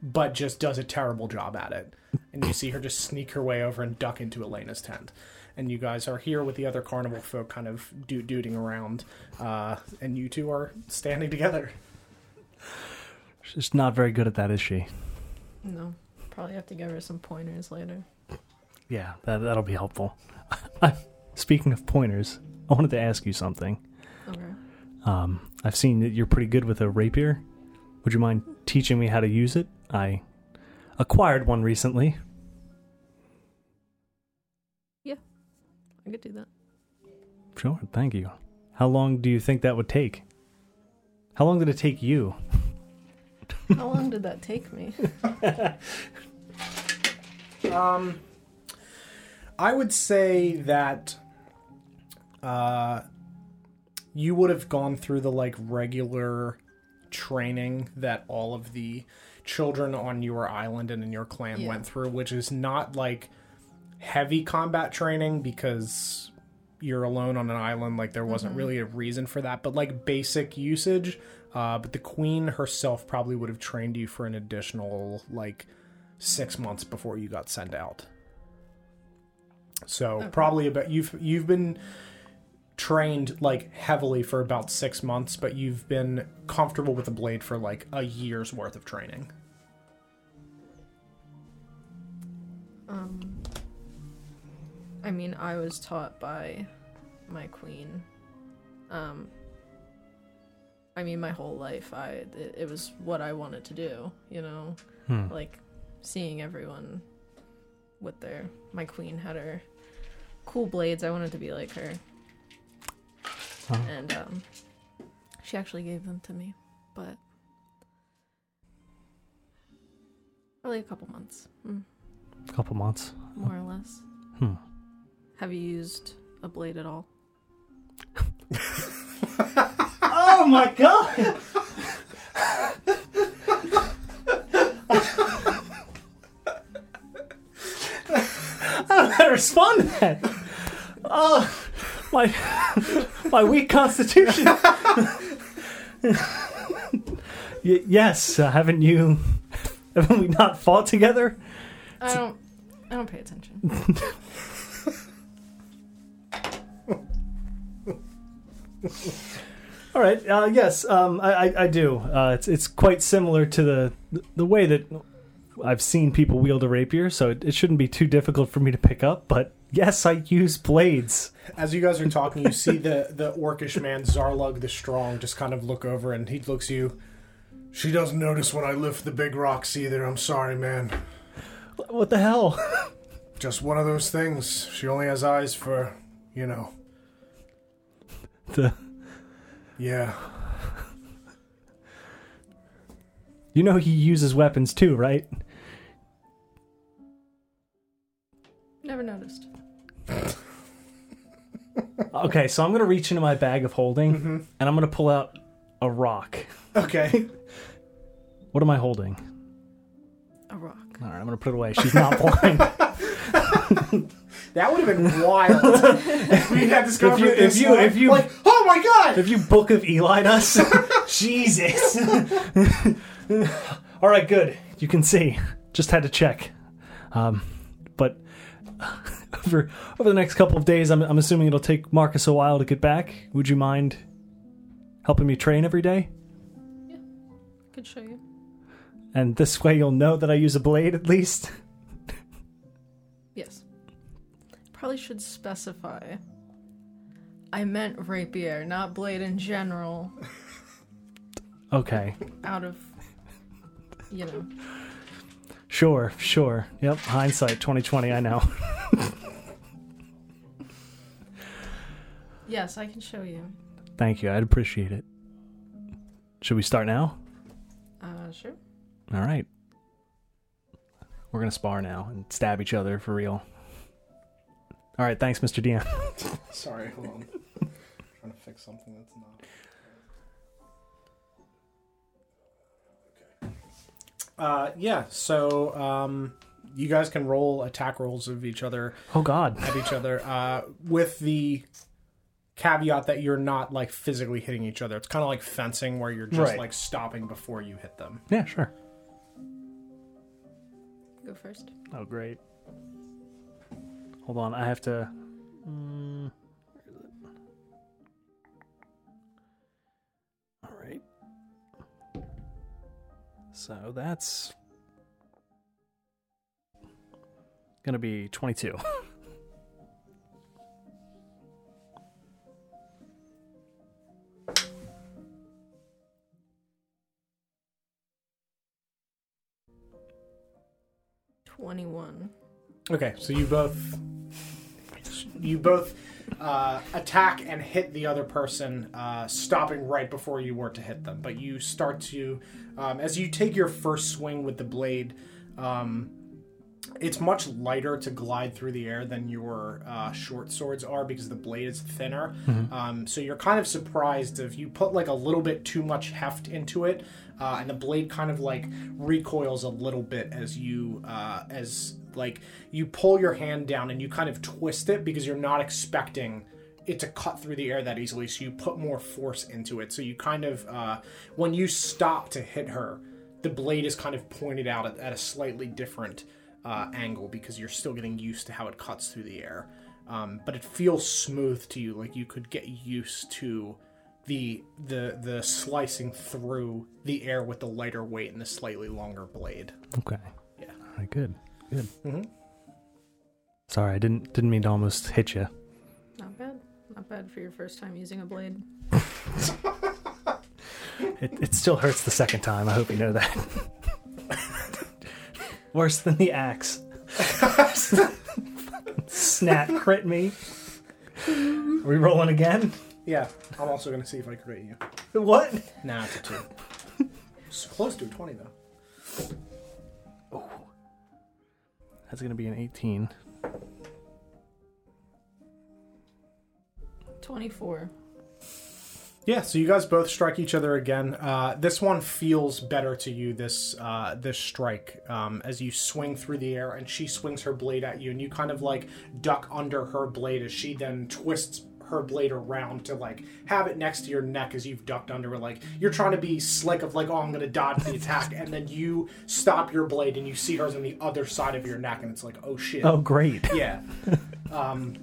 Speaker 3: but just does a terrible job at it and you see her just sneak her way over and duck into elena's tent and you guys are here with the other carnival folk kind of do dooting around uh, and you two are standing together
Speaker 4: She's not very good at that, is she?
Speaker 7: No. Probably have to give her some pointers later.
Speaker 4: Yeah, that, that'll be helpful. [LAUGHS] Speaking of pointers, I wanted to ask you something.
Speaker 7: Okay.
Speaker 4: Um, I've seen that you're pretty good with a rapier. Would you mind teaching me how to use it? I acquired one recently.
Speaker 7: I could do that.
Speaker 4: Sure, thank you. How long do you think that would take? How long did it take you?
Speaker 7: How long did that take me?
Speaker 3: Um, I would say that uh, you would have gone through the like regular training that all of the children on your island and in your clan
Speaker 11: Yeah.
Speaker 3: went through, which is not like heavy combat training because you're alone on an island. Like there wasn't really a reason for that, but like basic usage. Uh, but the queen herself probably would have trained you for an additional like six months before you got sent out. So probably about you've you've been trained like heavily for about six months, but you've been comfortable with the blade for like a year's worth of training.
Speaker 7: Um, I mean, I was taught by my queen. Um, I mean, my whole life, I it, it was what I wanted to do. You know,
Speaker 2: Hmm.
Speaker 7: like seeing everyone with their. My queen had her cool blades. I wanted to be like her,
Speaker 2: Huh.
Speaker 7: and um, she actually gave them to me, but probably a couple months. Mm
Speaker 2: A couple months.
Speaker 7: more or less.
Speaker 2: Hmm.
Speaker 7: Have you used a blade at all?
Speaker 12: Oh my god!
Speaker 2: How did I respond to that? Oh, my, my weak constitution. y- yes, uh, haven't you? Haven't we not fought together?
Speaker 7: I don't. I don't pay attention.
Speaker 2: All right. Uh, yes, um, I, I, I do. Uh, it's it's quite similar to the the way that I've seen people wield a rapier, so it, it shouldn't be too difficult for me to pick up. But yes, I use blades.
Speaker 3: As you guys are talking, you see the the orcish man Zarlug the Strong just kind of look over and he looks at you. She doesn't notice when I lift the big rocks either. I'm sorry, man.
Speaker 2: What the hell? [LAUGHS]
Speaker 3: Just one of those things. She only has eyes for, you know.
Speaker 2: The-
Speaker 3: Yeah.
Speaker 2: You know he uses weapons too, right?
Speaker 7: Never noticed.
Speaker 2: Okay, so I'm gonna reach into my bag of holding and I'm gonna pull out a rock.
Speaker 3: Okay.
Speaker 2: [LAUGHS] What am I holding?
Speaker 7: A rock.
Speaker 2: All right, I'm gonna put it away. She's not blind.
Speaker 3: That would have been wild. [LAUGHS] we had this
Speaker 2: if you,
Speaker 3: conversation.
Speaker 2: if you, if you,
Speaker 3: like, oh my god!
Speaker 2: if you book of Eli us, [LAUGHS] Jesus. [LAUGHS] All right, good. You can see. Just had to check. Um, but [LAUGHS] over over the next couple of days, I'm, I'm assuming it'll take Marcus a while to get back. Would you mind helping me train every day?
Speaker 7: Could show you.
Speaker 2: And this way, you'll know that I use a blade at least.
Speaker 7: Yes. Probably should specify. I meant rapier, not blade in general.
Speaker 2: Okay.
Speaker 7: Out of, you know.
Speaker 2: Sure, sure. Yep, hindsight 2020, I know.
Speaker 7: Yes, I can show you.
Speaker 2: Thank you. I'd appreciate it. Should we start now?
Speaker 7: Uh, sure.
Speaker 2: All right. We're going to spar now and stab each other for real. All right, thanks Mr. DM.
Speaker 13: Sorry, hold on. trying to fix something that's not.
Speaker 3: Uh, yeah. So, um, you guys can roll attack rolls of each other
Speaker 2: Oh god.
Speaker 3: at each other, uh, with the caveat that you're not like physically hitting each other. It's kind of like fencing, where you're just
Speaker 2: Right.
Speaker 3: like stopping before you hit them.
Speaker 2: Yeah, sure.
Speaker 7: Go first.
Speaker 2: Oh great. Hold on, I have to mm, where is it? All right. So that's going to be 22.
Speaker 7: Twenty-one.
Speaker 3: Okay, so you both you both uh, attack and hit the other person, uh, stopping right before you were to hit them. But you start to, um, as you take your first swing with the blade, um, It's much lighter to glide through the air than your uh, short swords are because the blade is thinner. Um, so you're kind of surprised if you put like a little bit too much heft into it, uh, and the blade kind of like recoils a little bit as you uh, as like you pull your hand down and you kind of twist it because you're not expecting it to cut through the air that easily. So you put more force into it. So you kind of uh, when you stop to hit her, the blade is kind of pointed out at, at a slightly different uh, angle because you're still getting used to how it cuts through the air. Um, but it feels smooth to you, like you could get used to the the the slicing through the air with the lighter weight and the slightly longer blade.
Speaker 14: [LAUGHS] Okay. Yeah. All right. Good. Good.
Speaker 1: Mm-hmm.
Speaker 14: Sorry, I didn't didn't mean to almost hit you.
Speaker 7: Not bad. Not bad for your first time using a blade.
Speaker 14: It, it still hurts the second time. I hope you know that. [LAUGHS] Worse than the axe. [LAUGHS] Snap crit me. Are we rolling again?
Speaker 3: Yeah, I'm also gonna see if I can rate you.
Speaker 14: What?
Speaker 3: Nah, it's a two. it's close to a twenty though.
Speaker 14: That's gonna be an 18.
Speaker 7: 24.
Speaker 3: Yeah, so you guys both strike each other again. Uh, this one feels better to you. This uh, this strike um, as you swing through the air, and she swings her blade at you, and you kind of like duck under her blade as she then twists her blade around to like have it next to your neck as you've ducked under it. Like you're trying to be slick of like, oh, I'm gonna dodge the attack, and then you stop your blade and you see hers on the other side of your neck, and it's like, oh shit.
Speaker 14: Oh, great. [LAUGHS]
Speaker 3: Yeah. um,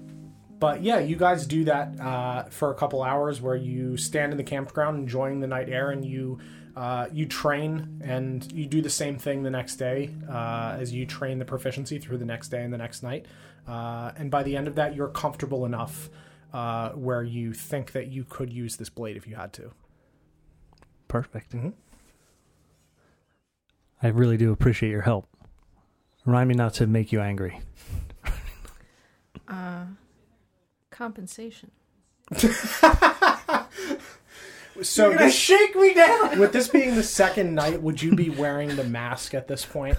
Speaker 3: but yeah, you guys do that uh, for a couple hours where you stand in the campground enjoying the night air and you. Uh, you train and you do the same thing the next day uh, as you train the proficiency through the next day and the next night. Uh, and by the end of that, you're comfortable enough uh, where you think that you could use this blade if you had to. Mm-hmm.
Speaker 14: Perfect. I really do appreciate your help. Remind me not to make you angry.
Speaker 7: Compensation.
Speaker 3: So
Speaker 15: You're gonna
Speaker 3: this-
Speaker 15: shake me down.
Speaker 3: [LAUGHS] With this being the second night, would you be wearing the mask at this point?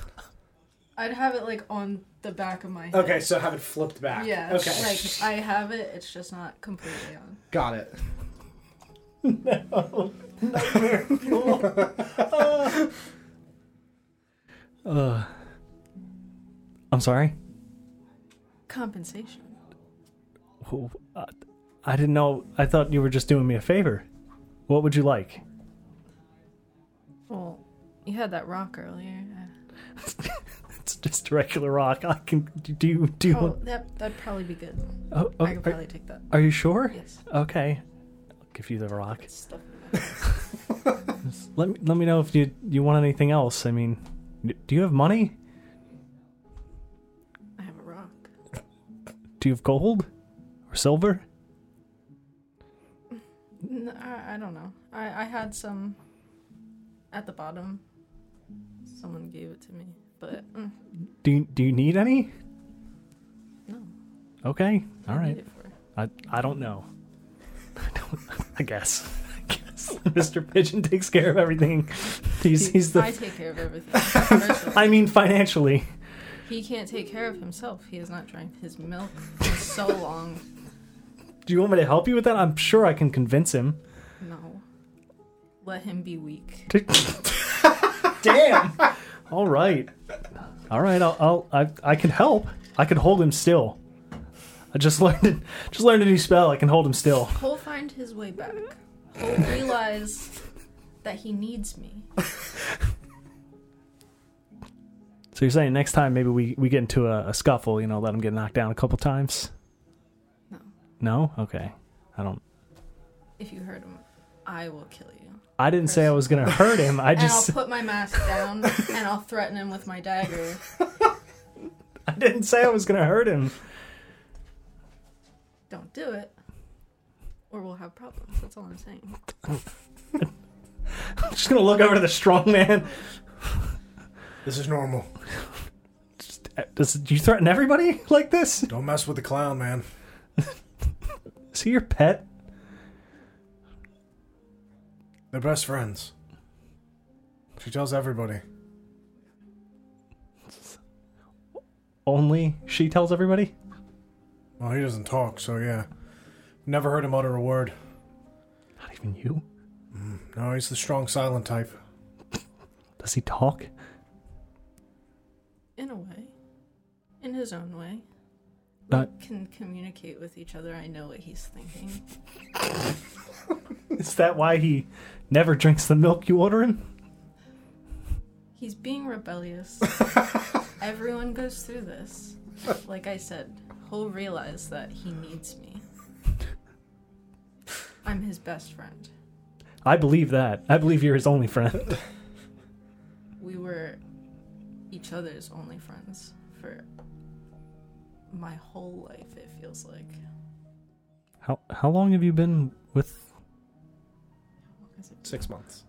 Speaker 7: I'd have it like on the back of
Speaker 14: Oh,
Speaker 7: my head.
Speaker 3: Okay, so have it flipped back.
Speaker 7: Yeah.
Speaker 3: Okay.
Speaker 7: Like I have it, it's just not completely on.
Speaker 3: Got it.
Speaker 14: I'm sorry?
Speaker 7: Compensation.
Speaker 14: Who- uh, I didn't know. I thought you were just doing me a favor. What would you like?
Speaker 7: Well, you had that rock earlier.
Speaker 14: It's just a regular rock. I can do. you- Do you
Speaker 7: Oh,
Speaker 14: want?
Speaker 7: that that'd probably be good.
Speaker 14: Oh, oh,
Speaker 7: I could
Speaker 14: are,
Speaker 7: probably take that.
Speaker 14: are you sure?
Speaker 7: Yes.
Speaker 14: Okay. I'll give you the rock.
Speaker 7: Stuff.
Speaker 14: [LAUGHS] Let me let me know if you you want anything else. I mean, do you have money?
Speaker 7: I have a rock.
Speaker 14: Do you have gold or silver?
Speaker 7: N- I, I don't know. I, I had some at the bottom. Someone gave it to me, but mm,
Speaker 14: Do you, do you need any?
Speaker 7: no.
Speaker 14: Okay.
Speaker 7: I
Speaker 14: All
Speaker 7: need
Speaker 14: right.
Speaker 7: it for-
Speaker 14: I I don't know. I don't. I guess. [LAUGHS] I guess Mr. Pigeon takes care of everything. He's he's
Speaker 7: I
Speaker 14: the.
Speaker 7: take care of
Speaker 14: [LAUGHS]
Speaker 7: everything. Commercial.
Speaker 14: I mean, financially.
Speaker 7: he can't take care of himself. He has not drank his milk for so long.
Speaker 14: Do you want me to help you with that? I'm sure I can convince him.
Speaker 7: No. Let him be weak.
Speaker 14: Damn. All right. All right. I'll, I'll I I can help. I can hold him still. I just [LAUGHS] learned just learned a new spell. I can hold him still.
Speaker 7: Cole find his way back. Cole realize that he needs me.
Speaker 14: So you're saying next time maybe we, we get into a, a scuffle, you know, let him get knocked down a couple times?
Speaker 7: No.
Speaker 14: No? Okay. I don't.
Speaker 7: If you hurt him, I will kill you.
Speaker 14: I didn't say I was gonna hurt him. I
Speaker 7: And
Speaker 14: just
Speaker 7: I'll put my mask down and I'll threaten him with my dagger.
Speaker 14: I didn't say I was gonna hurt him.
Speaker 7: Don't do it. Or we'll have problems. That's all I'm saying.
Speaker 14: I'm just gonna look over to the strong man.
Speaker 2: This is normal.
Speaker 14: Does do you threaten everybody [LAUGHS] like this?
Speaker 2: Don't mess with the clown, man.
Speaker 14: Is he your pet?
Speaker 2: They're best friends. She tells everybody.
Speaker 14: only she tells everybody?
Speaker 2: Well, he doesn't talk, so yeah. Never heard him utter a word.
Speaker 14: Not even you?
Speaker 2: No, he's the strong, silent type.
Speaker 14: Does he talk?
Speaker 7: In a way. In his own way.
Speaker 14: Uh,
Speaker 7: Can communicate with each other. I know what he's thinking.
Speaker 14: is that why he never drinks the milk you order him?
Speaker 7: He's being
Speaker 14: [LAUGHS]
Speaker 7: rebellious. Everyone goes through this. Like I said, he'll realize that he needs me. I'm his best friend.
Speaker 14: I believe that. I believe you're his only friend.
Speaker 7: We were each other's only friends for my whole life, it feels like.
Speaker 14: How how long have you been with
Speaker 7: Is it
Speaker 16: Six months.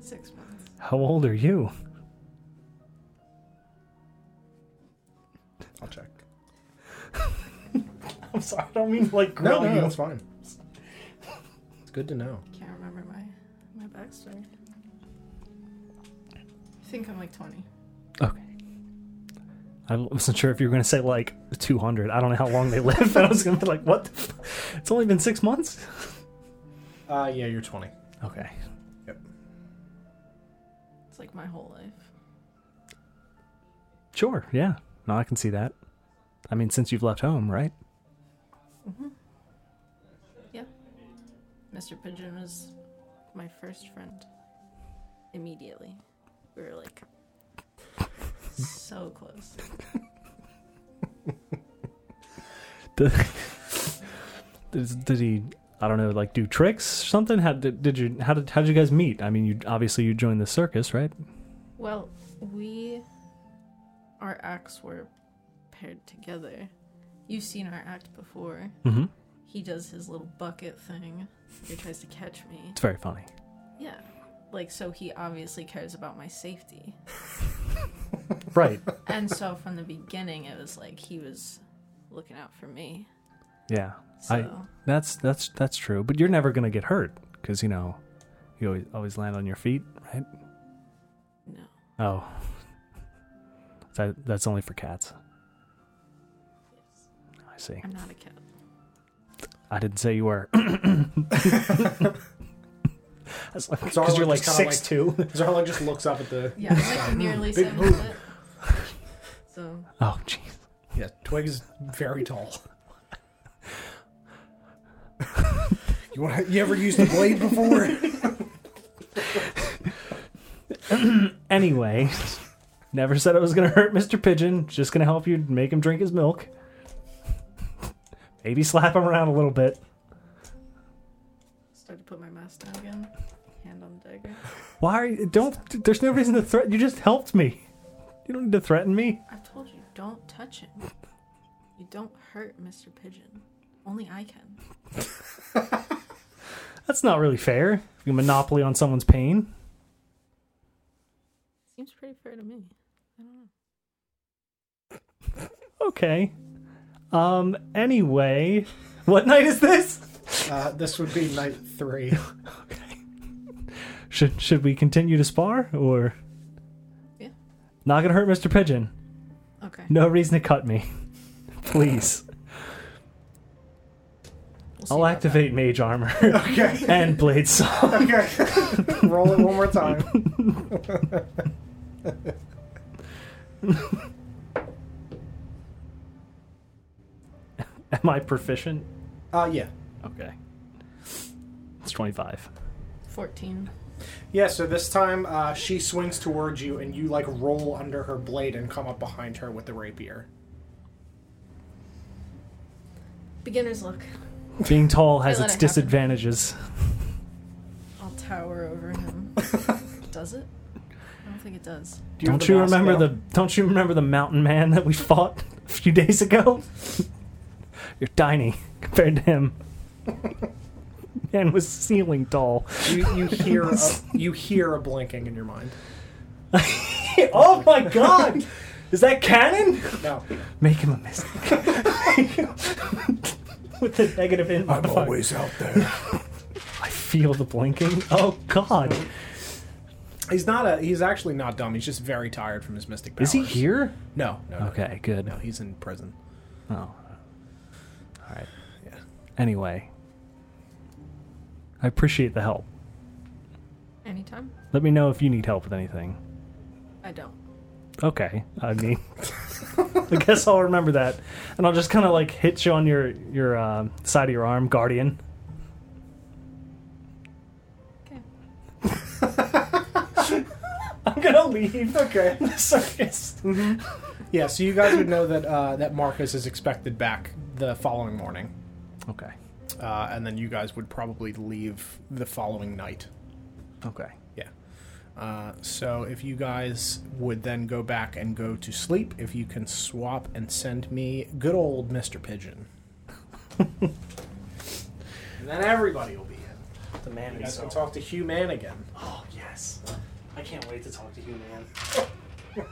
Speaker 7: six months?
Speaker 14: how old are you?
Speaker 1: I'll check.
Speaker 14: I'm sorry, I don't mean like
Speaker 1: No, no, that's fine.
Speaker 16: It's good to know.
Speaker 7: Can't remember my, my backstory. I think I'm like 20.
Speaker 14: Okay. I wasn't sure if you were going to say like 200. I don't know how long they [LAUGHS] live. I was going to be like, what? The f-? It's only been six months?
Speaker 16: Uh, yeah, you're 20.
Speaker 14: Okay.
Speaker 7: It's like my whole life.
Speaker 14: Sure. Yeah. No, I can see that. I mean, since you've left home, right?
Speaker 7: Mr. Pigeon was my first friend. Immediately. We were like [LAUGHS] so close.
Speaker 14: Did, did he? I don't know, like do tricks or something? How did, did you? How did how did you guys meet? I mean, you obviously you joined the circus, right?
Speaker 7: Well, we our acts were paired together. You've seen our act before.
Speaker 14: Mm-hmm.
Speaker 7: He does his little bucket thing. He tries to catch me.
Speaker 14: It's very funny.
Speaker 7: Yeah. Like so he obviously cares about
Speaker 16: [LAUGHS]
Speaker 7: my safety.
Speaker 14: Right.
Speaker 7: And so from the beginning it was like he was looking out for me.
Speaker 14: Yeah.
Speaker 7: So
Speaker 14: That's that's that's true. But you're never gonna get hurt because you know, you always always land on your feet, right?
Speaker 7: no.
Speaker 14: Oh. That that's only for cats. I see.
Speaker 7: I'm not
Speaker 16: [LAUGHS]
Speaker 7: a cat.
Speaker 14: I didn't say you were.
Speaker 16: Zarlin
Speaker 14: Because you're like
Speaker 16: just kinda like-
Speaker 14: six two. [LAUGHS]
Speaker 16: Zarlon just looks up at the.
Speaker 7: Yeah, I'm like nearly
Speaker 16: Big
Speaker 7: seven
Speaker 16: move.
Speaker 7: foot. So
Speaker 14: Oh jeez.
Speaker 16: Yeah, Twig is very tall.
Speaker 1: You want? You ever used a blade before?
Speaker 14: Anyway, never said I was gonna hurt Mr. Pigeon. Just gonna help you make him drink his milk. Maybe slap him around a little bit.
Speaker 7: start to put my mask down again. Hand on the dagger.
Speaker 14: Why are you? Don't. There's no reason to threaten. You just helped me. You don't need to threaten me.
Speaker 7: I told you don't touch him. You don't hurt Mr. Pigeon. Only I can.
Speaker 14: [LAUGHS] That's not really fair. You monopoly on someone's pain.
Speaker 7: Seems pretty fair to me. I don't know.
Speaker 14: Okay. Um. Anyway, what night is this?
Speaker 16: [LAUGHS] Uh, this would be night three.
Speaker 14: Should should we continue to spar or?
Speaker 7: Yeah.
Speaker 14: Not gonna hurt Mr. Pigeon.
Speaker 7: Okay.
Speaker 14: No reason to cut me. Please.
Speaker 7: We'll see
Speaker 14: I'll
Speaker 7: about
Speaker 14: activate mage [LAUGHS] armor. and blade saw.
Speaker 16: okay. Roll it one more time.
Speaker 14: [LAUGHS] Am I proficient?
Speaker 16: Uh, yeah.
Speaker 14: Okay. It's twenty five.
Speaker 7: that. Fourteen.
Speaker 16: Yeah, so this time uh, she swings towards you and you like roll under her blade and come up behind her with the rapier.
Speaker 7: Beginner's luck.
Speaker 14: Being tall has
Speaker 7: I let it
Speaker 14: its
Speaker 7: happen.
Speaker 14: disadvantages.
Speaker 7: I'll tower over
Speaker 14: [LAUGHS]
Speaker 7: him. does it? I don't think it does.
Speaker 16: Do
Speaker 14: don't you remember the Don't you remember the mountain man that we fought a few days ago? [LAUGHS] You're tiny compared to him. [LAUGHS] man was ceiling tall.
Speaker 16: the? You, you hear a, you hear a blinking in your mind.
Speaker 14: [LAUGHS] oh my god! Is that cannon?
Speaker 16: No,
Speaker 14: Make him a [LAUGHS] mystic. With the [LAUGHS] negative in
Speaker 16: Uh,
Speaker 2: I'm
Speaker 14: modifier.
Speaker 2: always out there.
Speaker 14: I feel the blinking. Oh god.
Speaker 3: He's not a. He's actually not dumb. He's just very tired from his mystic powers.
Speaker 14: Is he here?
Speaker 3: No. No. no,
Speaker 14: Okay, good.
Speaker 3: No, he's in prison.
Speaker 14: Oh. All right. Anyway, I appreciate the help.
Speaker 7: Anytime.
Speaker 14: Let me know if you need help with anything.
Speaker 7: I don't.
Speaker 14: Okay. I mean, [LAUGHS] I guess I'll remember that, and I'll just kind of like hit you on your your um, side of your arm, guardian.
Speaker 7: Okay.
Speaker 14: I'm
Speaker 3: [LAUGHS]
Speaker 14: gonna leave. Okay. The circus. Mm-hmm.
Speaker 3: Yeah. So you guys would know that uh, that Marcus is expected back the following morning,
Speaker 14: Okay.
Speaker 3: uh, and then you guys would probably leave the following night.
Speaker 14: Okay.
Speaker 3: Yeah. Uh, so if you guys would then go back and go to sleep, if you can swap and send me good old Mr. [LAUGHS] Pigeon. and then everybody will be in.
Speaker 17: The man
Speaker 3: You guys
Speaker 17: himself.
Speaker 3: can talk to Hugh Man again.
Speaker 17: Oh yes, I can't wait to talk to you, man.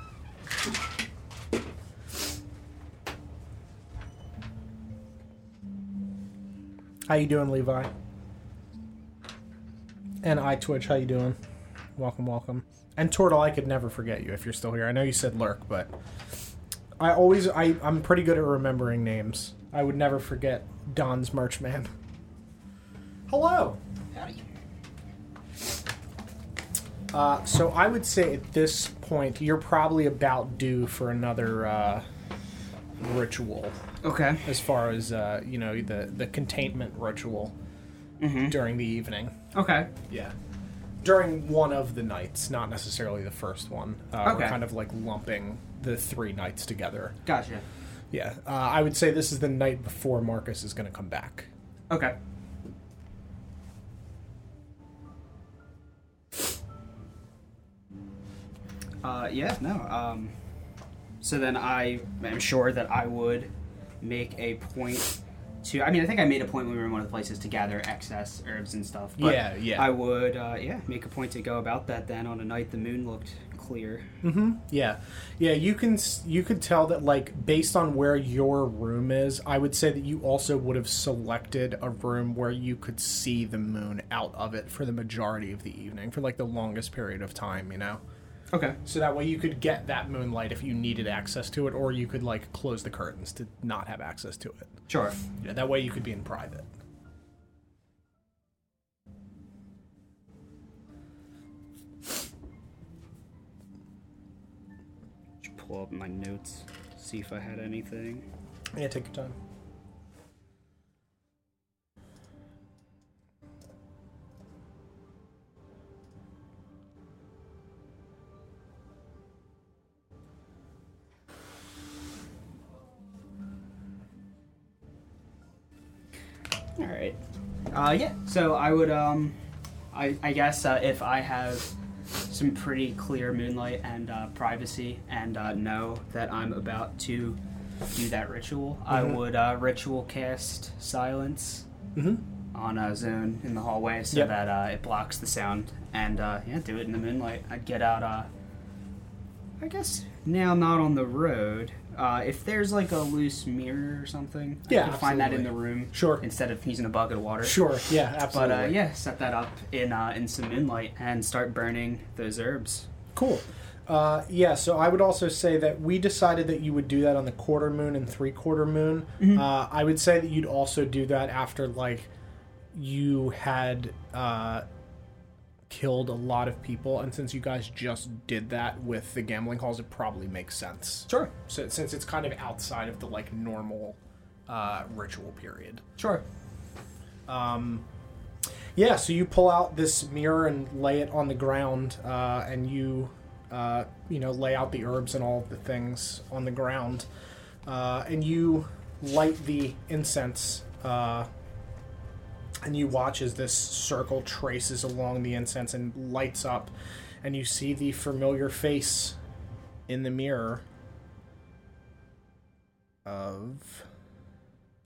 Speaker 3: How you doing, Levi? And I Twitch, how you doing? Welcome, welcome. And Tortle, I could never forget you if you're still here. I know you said lurk, but I always I, I'm pretty good at remembering names. I would never forget Don's Marchman. Hello. Uh, so I would say at this point you're probably about due for another uh, ritual
Speaker 5: Okay.
Speaker 3: as far as uh, you know the the containment ritual during the evening.
Speaker 5: Okay.
Speaker 3: Yeah, during one of the nights, not necessarily the first one. Uh, We're
Speaker 5: Okay.
Speaker 3: kind of like lumping the three nights together.
Speaker 5: Gotcha.
Speaker 3: Yeah, uh, I would say this is the night before Marcus is going to come back.
Speaker 5: Okay. Uh, yeah, no. Um, so then I am sure that I would make a point to. I mean, I think I made a point when we were in one of the places to gather excess herbs and stuff. But
Speaker 3: Yeah, yeah.
Speaker 5: I would, uh, yeah, make a point to go about that then on a night the moon looked clear.
Speaker 3: Hmm. Yeah, yeah. You can s- you could tell that like based on where your room is, I would say that you also would have selected a room where you could see the moon out of it for the majority of the evening, for like the longest period of time. You know,
Speaker 5: Okay.
Speaker 3: so that way you could get that moonlight if you needed access to it, or you could like close the curtains to not have access to it.
Speaker 5: Sure.
Speaker 3: Yeah, that way you could be in private.
Speaker 5: Just pull up my notes, see if I had anything.
Speaker 3: Yeah, take your time.
Speaker 5: All right. Uh, yeah. So I would, um, I, I guess uh, if I have some pretty clear moonlight and uh, privacy, and uh, know that I'm about to do that ritual, I
Speaker 3: Mm-hmm.
Speaker 5: would uh, ritual cast silence on a zone in the hallway
Speaker 3: Mm-hmm.
Speaker 5: so
Speaker 3: Yep.
Speaker 5: that uh, it blocks the sound, and uh, yeah, do it in the moonlight. I'd get out. Uh, I guess now not on the road. Uh, if there's like a loose mirror or something,
Speaker 3: Yeah,
Speaker 5: I could find that in the
Speaker 3: absolutely.
Speaker 5: room.
Speaker 3: Sure.
Speaker 5: Instead of using a bucket of water.
Speaker 3: Sure. Yeah,
Speaker 5: But
Speaker 3: absolutely.
Speaker 5: uh, yeah, set that up in uh, in some moonlight and start burning those herbs.
Speaker 3: Cool. Uh, yeah, so I would also say that we decided that you would do that on the quarter moon and three quarter moon.
Speaker 5: Mm-hmm.
Speaker 3: Uh, I would say that you'd also do that after like you had uh, killed a lot of people, and since you guys just did that with the gambling halls, it probably makes sense.
Speaker 5: Sure.
Speaker 3: So since it's kind of outside of the like normal uh, ritual period.
Speaker 5: Sure.
Speaker 3: Yeah, so you pull out this mirror and lay it on the ground, uh, and you, uh, you know, lay out the herbs and all of the things on the ground, uh, and you light the incense, uh, and you watch as this circle traces along the incense and lights up, and you see the familiar face in the mirror of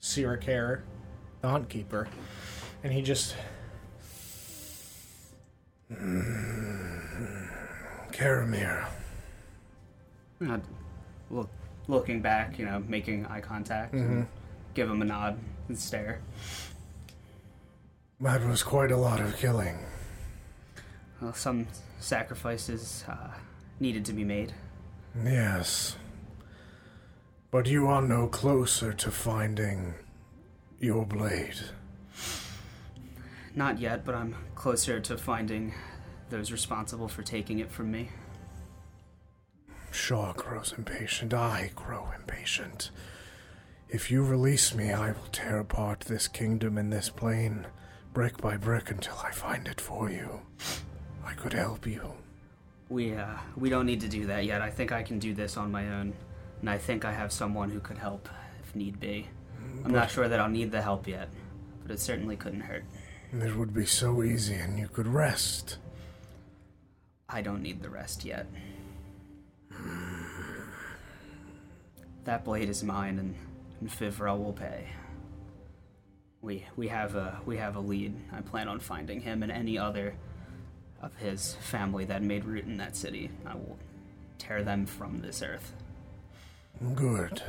Speaker 3: Siracare, the hunt keeper, and he just. Karamir.
Speaker 5: Uh, look, looking back, you know, making eye contact, and
Speaker 2: Mm-hmm.
Speaker 5: give him a nod and stare.
Speaker 18: That was quite a lot of killing.
Speaker 5: Well, some sacrifices uh, needed to be made.
Speaker 2: Yes. But you are no closer to finding your blade.
Speaker 5: Not yet, but I'm closer to finding those responsible for taking it from me.
Speaker 2: Shaw grows impatient. I grow impatient. If you release me, I will tear apart this kingdom and this plane, brick by brick, until I find it for you. I could help you.
Speaker 5: We uh, we don't need to do that yet. I think I can do this on my own, and I think I have someone who could help if need be. I'm not sure that I'll need the help yet, but it certainly couldn't hurt.
Speaker 2: It would be so easy, and you could rest.
Speaker 5: I don't need the rest yet. That blade is mine, and, and Fivra will pay. We we have a we have a lead. I plan on finding him and any other of his family that made root in that city. I will tear them from this earth.
Speaker 2: Good.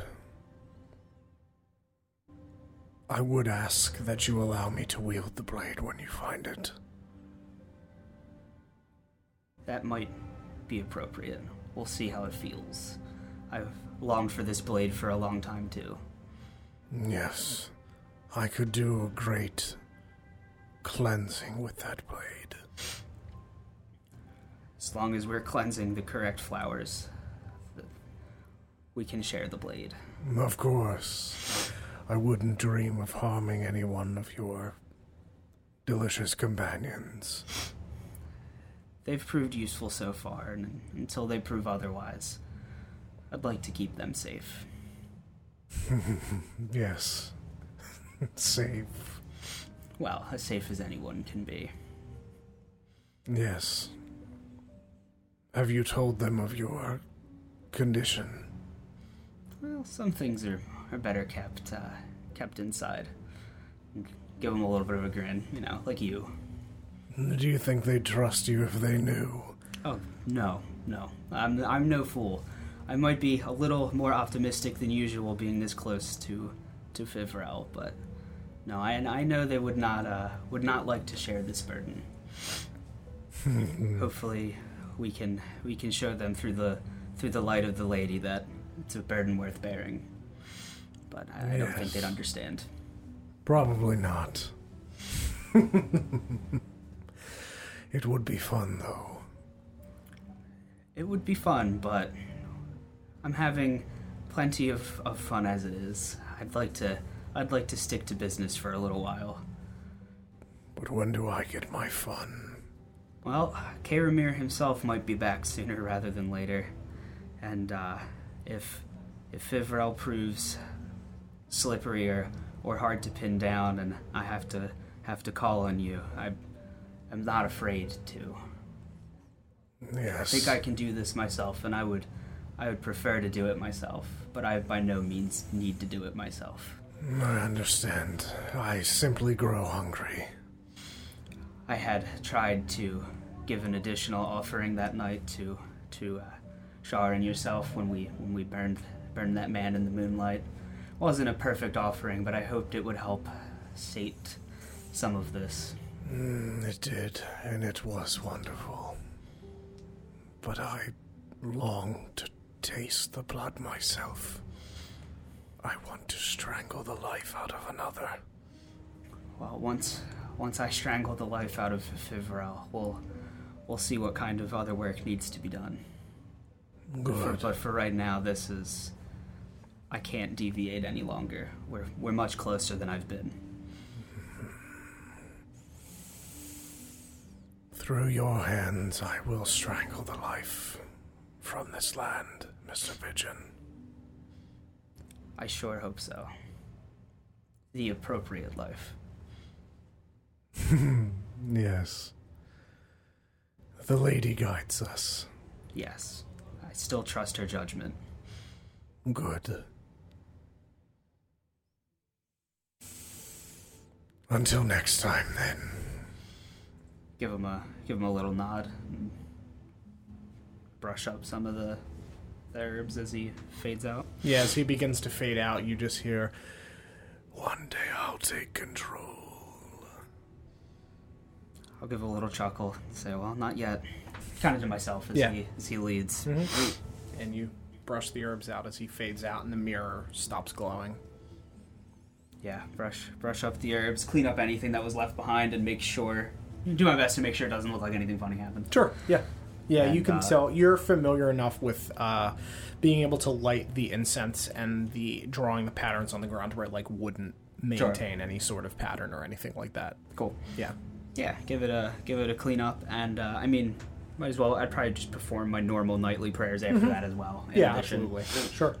Speaker 2: I would ask that you allow me to wield the blade when you find it.
Speaker 5: That might be appropriate. We'll see how it feels. I've longed for this blade for a long time too.
Speaker 2: Yes, I could do a great cleansing with that blade.
Speaker 5: As long as we're cleansing the correct flowers, th- we can share the blade.
Speaker 2: Of course, I wouldn't dream of harming any one of your delicious companions.
Speaker 5: They've proved useful so far, and until they prove otherwise, I'd like to keep them safe.
Speaker 2: [LAUGHS] Yes, [LAUGHS] safe.
Speaker 5: Well, as safe as anyone can be.
Speaker 2: Yes. Have you told them of your condition?
Speaker 5: Well, some things are, are better kept uh, kept inside. Give them a little bit of a grin, you know, like you.
Speaker 2: Do you think they'd trust you if they knew?
Speaker 5: Oh no, no, I'm I'm no fool. I might be a little more optimistic than usual, being this close to to Fivrel, but no, I I know they would not uh, would not like to share this burden. Hopefully, we can we can show them through the through the light of the lady that it's a burden worth bearing. But I, I don't
Speaker 2: Yes.
Speaker 5: think they'd understand.
Speaker 2: Probably not. it would be fun, though.
Speaker 5: It would be fun, but I'm having plenty of, of fun as it is. I'd like to I'd like to stick to business for a little while.
Speaker 2: But when do I get my fun?
Speaker 5: Well, Karamir himself might be back sooner rather than later, and uh, if if Fivrel proves slippery or, or hard to pin down, and I have to have to call on you, I I'm not afraid to. I
Speaker 2: Yes.
Speaker 5: think I can do this myself, and I would I would prefer to do it myself, but I by no means need to do it myself.
Speaker 2: I understand. I simply grow hungry.
Speaker 5: I had tried to give an additional offering that night to to uh, Shar and yourself when we when we burned burned that man in the moonlight. wasn't a perfect offering, but I hoped it would help sate some of this.
Speaker 2: Mm, it did, and it was wonderful. But I long to taste the blood myself. I want to strangle the life out of another.
Speaker 5: Well, once once I strangle the life out of Fivrel, we'll we'll see what kind of other work needs to be done. For-
Speaker 2: Good.
Speaker 5: but for right now, this is. I can't deviate any longer. We're we're much closer than I've been.
Speaker 2: Through your hands, I will strangle the life from this land, Mr. Pigeon.
Speaker 5: I sure hope so. The appropriate life.
Speaker 2: Yes. The lady guides us.
Speaker 5: Yes. I still trust her judgment.
Speaker 2: Good. Until next time, then.
Speaker 5: Give him a give him a little nod. And brush up some of the, the herbs as he fades out.
Speaker 16: Yeah, as he begins to fade out, you just hear
Speaker 2: One day I'll take control.
Speaker 5: I'll give a little chuckle and say, well, not yet. Kind of to myself as,
Speaker 3: Yeah.
Speaker 5: he, as he leads.
Speaker 2: Mm-hmm.
Speaker 3: and you brush the herbs out as he fades out, and the mirror stops glowing.
Speaker 5: Yeah, brush brush up the herbs, clean up anything that was left behind, and make sure. Do my best to make sure it doesn't look like anything funny happened.
Speaker 3: Sure. Yeah. Yeah, you
Speaker 5: And,
Speaker 3: can
Speaker 5: uh,
Speaker 3: tell. You're familiar enough with uh, being able to light the incense and the drawing the patterns on the ground where it like wouldn't maintain any sort of pattern or anything like that.
Speaker 5: Cool.
Speaker 3: Yeah.
Speaker 5: Yeah, give it a give it a clean up, and uh, I mean, might as well. I'd probably just perform my normal nightly prayers after that as well. in
Speaker 3: Mm-hmm. yeah,
Speaker 5: addition.
Speaker 3: absolutely. Sure.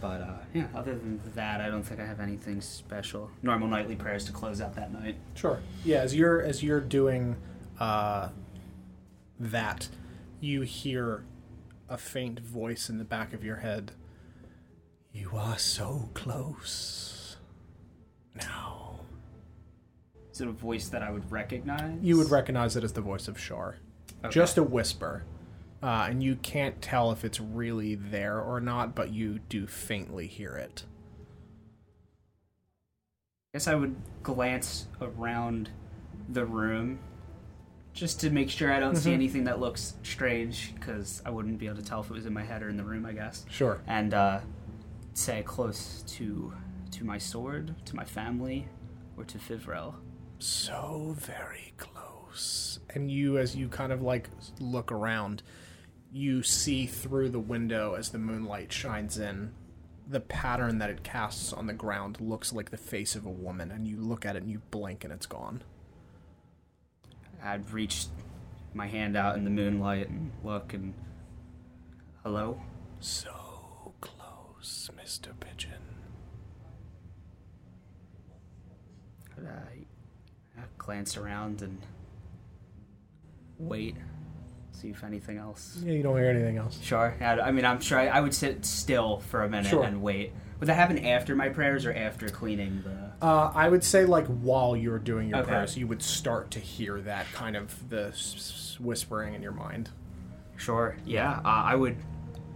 Speaker 5: But uh, yeah, other than that, I don't think I have anything special. Normal nightly prayers to close out that night.
Speaker 3: Sure. Yeah, as you're as you're doing uh, that, you hear a faint voice in the back of your head. You are so close. Now.
Speaker 5: Is it a voice that I would recognize?
Speaker 3: You would recognize it as the voice of Shar. Just a whisper. Uh, and you can't tell if it's really there or not, but you do faintly hear it.
Speaker 5: I guess I would glance around the room just to make sure I don't
Speaker 3: Mm-hmm.
Speaker 5: see anything that looks strange, because I wouldn't be able to tell if it was in my head or in the room. I guess.
Speaker 3: Sure.
Speaker 5: and uh, say close to to my sword, to my family, or to Fivrel.
Speaker 3: so very close. And you, as you kind of like look around, you see through the window as the moonlight shines in. The pattern that it casts on the ground looks like the face of a woman, and you look at it and you blink and it's gone.
Speaker 5: I'd reach my hand out in the moonlight and look and hello.
Speaker 3: So close, Mr. Pigeon.
Speaker 5: And I, I glanced around and wait, see if anything else.
Speaker 3: Yeah, you don't hear anything else.
Speaker 5: Sure. I, I mean, I'm sure I, I would sit still for a minute
Speaker 3: Sure.
Speaker 5: and wait. Would that happen after my prayers or after cleaning the?
Speaker 3: Uh, I would say, like, while you're doing your
Speaker 5: Okay.
Speaker 3: prayers, you would start to hear that kind of the s- s- whispering in your mind.
Speaker 5: Sure. Yeah. Uh, I would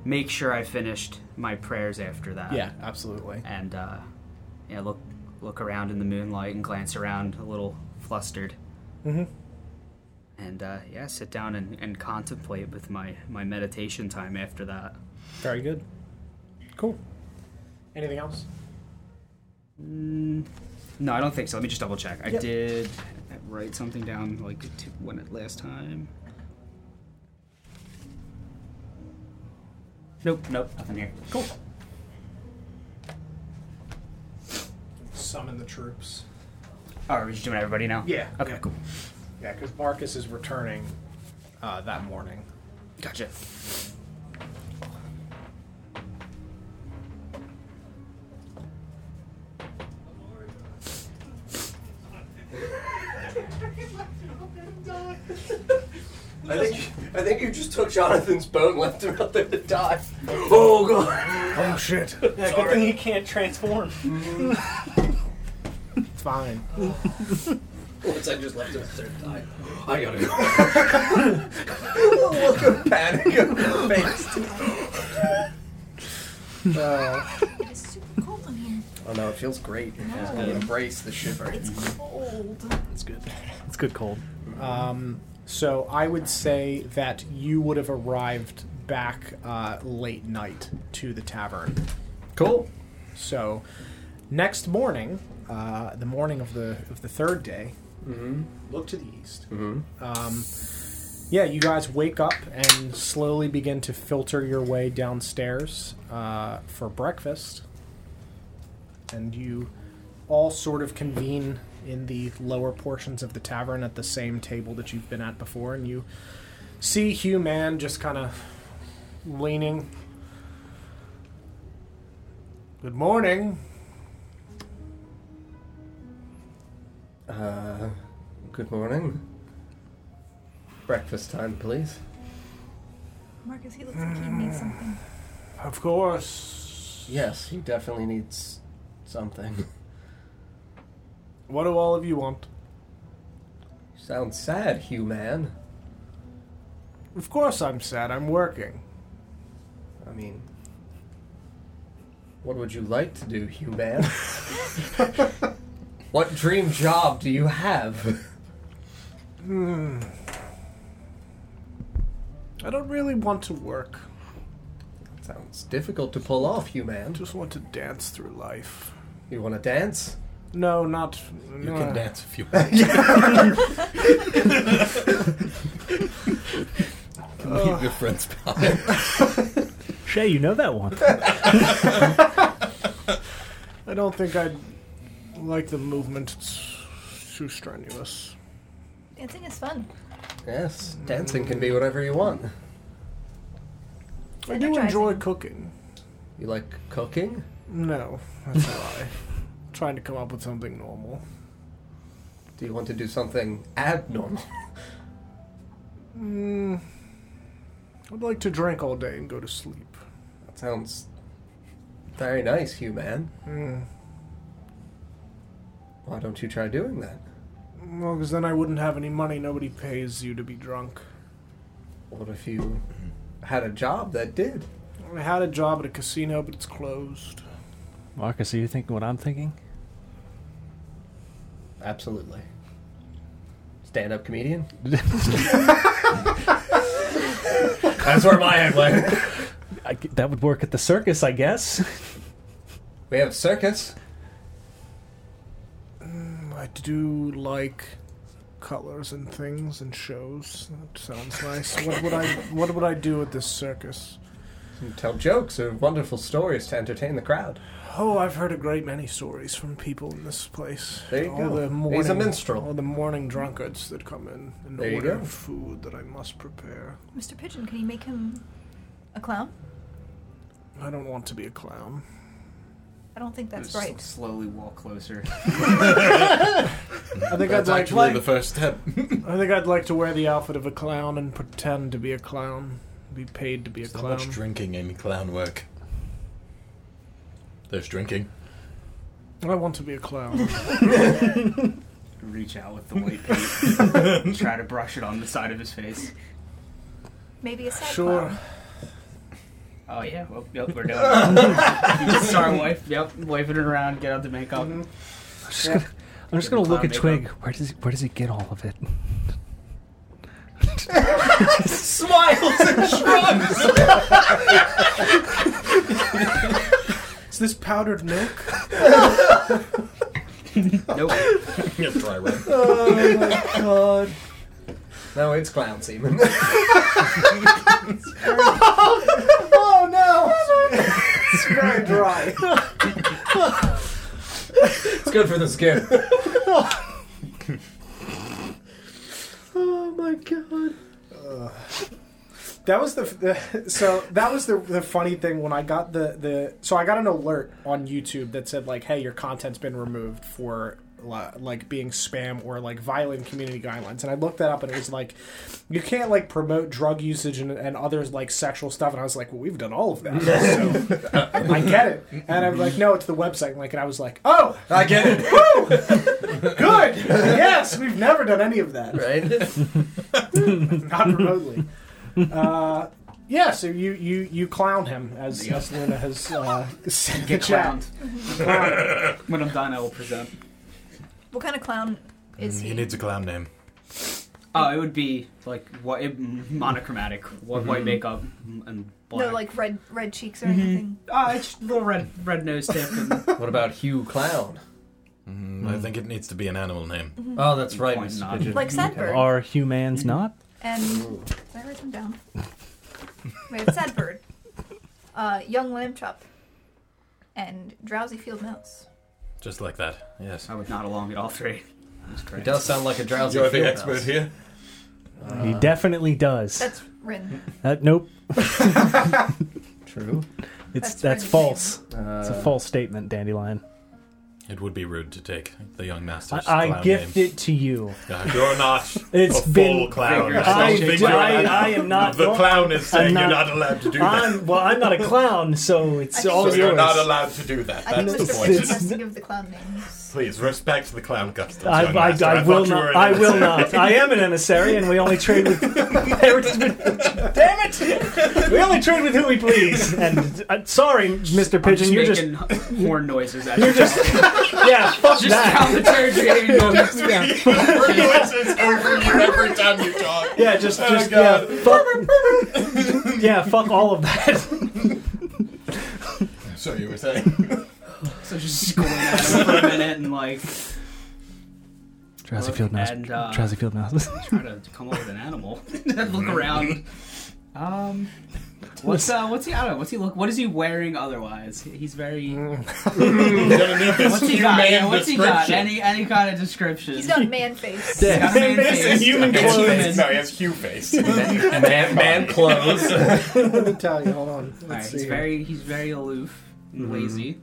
Speaker 5: make sure I finished my prayers after that.
Speaker 3: Um, absolutely.
Speaker 5: and uh, yeah, look look around in the moonlight and glance around a little flustered. Mm-hmm. And uh, yeah, sit down and, and contemplate with my, my meditation time after that.
Speaker 3: Very good. Cool. Anything else?
Speaker 5: No, I don't think so. Let me just double check. I
Speaker 3: Yep.
Speaker 5: did write something down like to when it last time. Nope, nope, nothing here. Cool.
Speaker 3: Summon the troops.
Speaker 5: Oh, are we just doing everybody now?
Speaker 3: Yeah.
Speaker 5: Okay,
Speaker 3: yeah.
Speaker 5: cool.
Speaker 3: Yeah, because Marcus is returning uh, that morning.
Speaker 5: Gotcha.
Speaker 4: I think you, I think you just took Jonathan's boat and left him out there to die. Oh god.
Speaker 3: Oh shit!
Speaker 19: Yeah, good thing he can't transform.
Speaker 3: It's [LAUGHS] fine.
Speaker 4: [LAUGHS] Once I just left him out there to die. I [LAUGHS] gotta go. A Look of panic on your face.
Speaker 3: Uh,
Speaker 6: It is super cold in here.
Speaker 4: Oh no, it feels great. It's gonna embrace the shiver.
Speaker 6: It's cold.
Speaker 4: It's good.
Speaker 14: It's good cold.
Speaker 3: So I would say that you would have arrived back uh, late night to the tavern.
Speaker 4: Cool.
Speaker 3: So next morning, uh, the morning of the of the third day, look to the east. Um, yeah, you guys wake up and slowly begin to filter your way downstairs uh, for breakfast, and you all sort of convene in the lower portions of the tavern at the same table that you've been at before, and you see Hugh Man just kind of leaning. Good morning.
Speaker 4: Uh, good morning. Breakfast time, please.
Speaker 6: Marcus, he looks like he needs something.
Speaker 3: Of course.
Speaker 4: Yes, he definitely needs something.
Speaker 3: What do all of you want?
Speaker 4: Sounds sad, Hugh man.
Speaker 3: Of course I'm sad. I'm working.
Speaker 4: I mean, what would you like to do, Hugh [LAUGHS] man? what dream job do you have?
Speaker 3: I don't really want to work.
Speaker 4: Sounds difficult to pull off, you man.
Speaker 3: Just want to dance through life.
Speaker 4: You want to dance?
Speaker 3: No, not.
Speaker 1: You
Speaker 3: uh,
Speaker 1: can dance
Speaker 2: [LAUGHS]
Speaker 1: if you want.
Speaker 4: Leave [LAUGHS] your friends behind.
Speaker 14: Shay, you know that one.
Speaker 3: I don't think I'd like the movement. It's too strenuous.
Speaker 6: Dancing is fun.
Speaker 4: yes, dancing can be whatever you want.
Speaker 3: I do enjoy cooking.
Speaker 4: You like cooking?
Speaker 3: No, that's a lie. [LAUGHS] Trying to come up with something normal.
Speaker 4: Do you want to do something abnormal?
Speaker 3: Mm, I'd like to drink all day and go to sleep.
Speaker 4: That sounds very nice, Hugh man.
Speaker 3: Mm.
Speaker 4: Why don't you try doing that?
Speaker 3: Well, because then I wouldn't have any money. Nobody pays you to be drunk.
Speaker 4: What if you had a job that did?
Speaker 3: I had a job at a casino, but it's closed.
Speaker 14: Marcus, are you thinking what I'm thinking? [LAUGHS]
Speaker 4: Absolutely. Stand up comedian? That's where my head went.
Speaker 14: I g that would work at the circus, I guess.
Speaker 4: We have circus.
Speaker 3: Mm, I do like colors and things and shows. That sounds nice. what would I What would I do at this circus?
Speaker 4: You tell jokes or wonderful stories to entertain the crowd.
Speaker 3: Oh, I've heard a great many stories from people in this place.
Speaker 4: There you
Speaker 3: all
Speaker 4: go.
Speaker 3: The
Speaker 4: He's a
Speaker 3: morning,
Speaker 4: minstrel.
Speaker 3: All the morning drunkards that come in and
Speaker 4: There you
Speaker 3: order
Speaker 4: go.
Speaker 3: food that I must prepare.
Speaker 6: Mr. Pigeon, can you make him a clown?
Speaker 3: I don't want to be a clown.
Speaker 6: I don't think that's
Speaker 5: Just
Speaker 6: right.
Speaker 5: Slowly walk closer.
Speaker 3: I think
Speaker 1: That's
Speaker 3: I'd like,
Speaker 1: actually the first [LAUGHS] step.
Speaker 3: I think I'd like to wear the outfit of a clown and pretend to be a clown. Be paid to be a
Speaker 1: There's not
Speaker 3: clown.
Speaker 1: much drinking in clown work. There's drinking.
Speaker 3: I want to be a clown.
Speaker 5: Reach out with the white paint. try to brush it on the side of his face.
Speaker 6: Maybe a sad
Speaker 3: sure.
Speaker 6: clown.
Speaker 5: Oh yeah, well, yep, we're doing it. Just [LAUGHS] start wipe, yep, waving it around, get out the makeup.
Speaker 14: I'm just gonna, I'm just gonna
Speaker 5: Clown
Speaker 14: look at
Speaker 5: makeup.
Speaker 14: Twig. Where does he, where does he get all of it?
Speaker 4: Smiles and shrugs!
Speaker 3: Is this [LAUGHS] powdered milk?
Speaker 5: Nope.
Speaker 1: Yeah, dry rub.
Speaker 3: God.
Speaker 4: No, it's clown semen. [LAUGHS]
Speaker 3: Oh no! [LAUGHS] it's very [LAUGHS] dry.
Speaker 4: It's good for the skin.
Speaker 3: Oh my god. That was the, the [LAUGHS] so that was the the funny thing when I got the the so I got an alert on YouTube that said like hey your content's been removed for li- like being spam or like violating community guidelines and I looked that up and it was like you can't like promote drug usage and, and others like sexual stuff and I was like well we've done all of that so I get it and I'm like no it's the website like and I was like oh
Speaker 4: I get
Speaker 3: [LAUGHS]
Speaker 4: it.
Speaker 3: good yes we've never done any of that
Speaker 4: Right?
Speaker 3: not remotely. Uh, yeah, so you you you clown him as, as Luna has uh, said. in
Speaker 5: [LAUGHS] Get
Speaker 3: the chat.
Speaker 5: clowned. when I'm done, I will present.
Speaker 6: What kind of clown is
Speaker 1: He
Speaker 6: he?
Speaker 1: needs a clown name.
Speaker 5: Oh, it would be like what it, monochromatic, what
Speaker 4: Mm-hmm.
Speaker 5: white makeup and black.
Speaker 6: No, like red red cheeks or anything.
Speaker 5: oh, it's little red red nose tip. And
Speaker 4: What about Hugh Clown?
Speaker 1: Mm, I think it needs to be an animal name.
Speaker 14: Mm-hmm.
Speaker 4: Oh, that's right,
Speaker 5: Why
Speaker 4: Mr.
Speaker 5: not?
Speaker 4: Pigeon.
Speaker 6: Like Sadbird.
Speaker 14: Are humans not?
Speaker 6: And did I write them down? we have sad bird, uh, young lamb chop, and drowsy field mouse.
Speaker 1: Just like that. Yes.
Speaker 5: I would not along at all three. That's
Speaker 4: It
Speaker 5: great.
Speaker 4: does sound like a drowsy
Speaker 1: You're
Speaker 4: field
Speaker 1: the expert
Speaker 4: mouse.
Speaker 1: here.
Speaker 14: he definitely does.
Speaker 6: That's Rin.
Speaker 14: [LAUGHS] Uh, nope.
Speaker 4: True.
Speaker 14: It's
Speaker 6: That's
Speaker 14: that's,
Speaker 6: right.
Speaker 14: false. It's a
Speaker 4: Uh,
Speaker 14: false statement, Dandelion.
Speaker 1: It would be rude to take the young master's
Speaker 14: I, I
Speaker 1: clown
Speaker 14: gift
Speaker 1: name.
Speaker 14: it to you.
Speaker 1: Uh, [LAUGHS] you're not
Speaker 14: It's
Speaker 1: a full
Speaker 14: been-
Speaker 1: clown.
Speaker 5: I-
Speaker 1: So
Speaker 14: I,
Speaker 1: figure it
Speaker 14: I-
Speaker 1: out.
Speaker 14: I am not.
Speaker 1: the clown is saying
Speaker 14: not-
Speaker 1: you're not allowed to do that.
Speaker 14: I'm, well, I'm not a clown, so it's
Speaker 6: I
Speaker 14: all
Speaker 1: So
Speaker 6: think-
Speaker 14: yours.
Speaker 1: you're not allowed to do that.
Speaker 6: I think
Speaker 1: That's the
Speaker 6: Mr.
Speaker 1: point.
Speaker 6: Pigeon
Speaker 14: Fitz-
Speaker 6: has to give the clown names.
Speaker 1: Please respect the clown customs.
Speaker 14: I,
Speaker 1: young
Speaker 14: I,
Speaker 1: master.
Speaker 14: I, will
Speaker 1: thought you were
Speaker 14: not.
Speaker 1: an
Speaker 14: I will
Speaker 1: innocent.
Speaker 14: not. I am an emissary, and we only trade with. Damn it! We only trade with who we please. And uh, sorry, Mr.
Speaker 5: I'm
Speaker 14: Pigeon, you're just
Speaker 5: making horn noises. At
Speaker 14: you're
Speaker 5: you.
Speaker 14: just
Speaker 20: yeah, fuck
Speaker 5: Just
Speaker 20: that.
Speaker 5: down the turd, you're getting going.
Speaker 1: It's over you every time you talk.
Speaker 20: Yeah, just,
Speaker 1: Oh,
Speaker 20: just
Speaker 1: God.
Speaker 20: yeah, fuck, yeah, fuck all of that.
Speaker 1: So you were saying?
Speaker 5: So just [LAUGHS] scoring at him for a minute and like
Speaker 20: Jurassic
Speaker 5: Look,
Speaker 20: Field mouse.
Speaker 5: and, uh,
Speaker 20: Jurassic Field mouse.
Speaker 5: [LAUGHS] try to come up with an animal. [LAUGHS] Look around. Um, what's uh, what's he? I don't know. What's he look? What is he wearing otherwise? He's
Speaker 20: [LAUGHS]
Speaker 5: very. what's he got? Yeah, what's he got? Any any kind of description?
Speaker 6: He's got man
Speaker 14: [LAUGHS]
Speaker 6: face.
Speaker 5: He's got a man face.
Speaker 20: human
Speaker 5: It's
Speaker 20: clothes.
Speaker 5: human.
Speaker 1: No, he has Hugh face. [LAUGHS]
Speaker 4: man, man clothes.
Speaker 3: Let me tell you. Hold on. Let's
Speaker 5: Alright,
Speaker 3: see.
Speaker 5: he's
Speaker 3: here.
Speaker 5: very he's very aloof and
Speaker 20: Mm-hmm.
Speaker 5: lazy.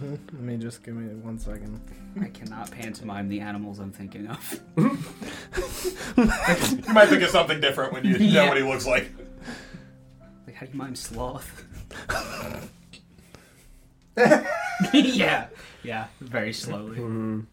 Speaker 3: Let me just give me one second.
Speaker 5: I cannot pantomime the animals I'm thinking of.
Speaker 1: You might think of something different when you know
Speaker 5: Yeah.
Speaker 1: what he looks like.
Speaker 5: Like how do you mime [LAUGHS] sloth? yeah, yeah, very slowly.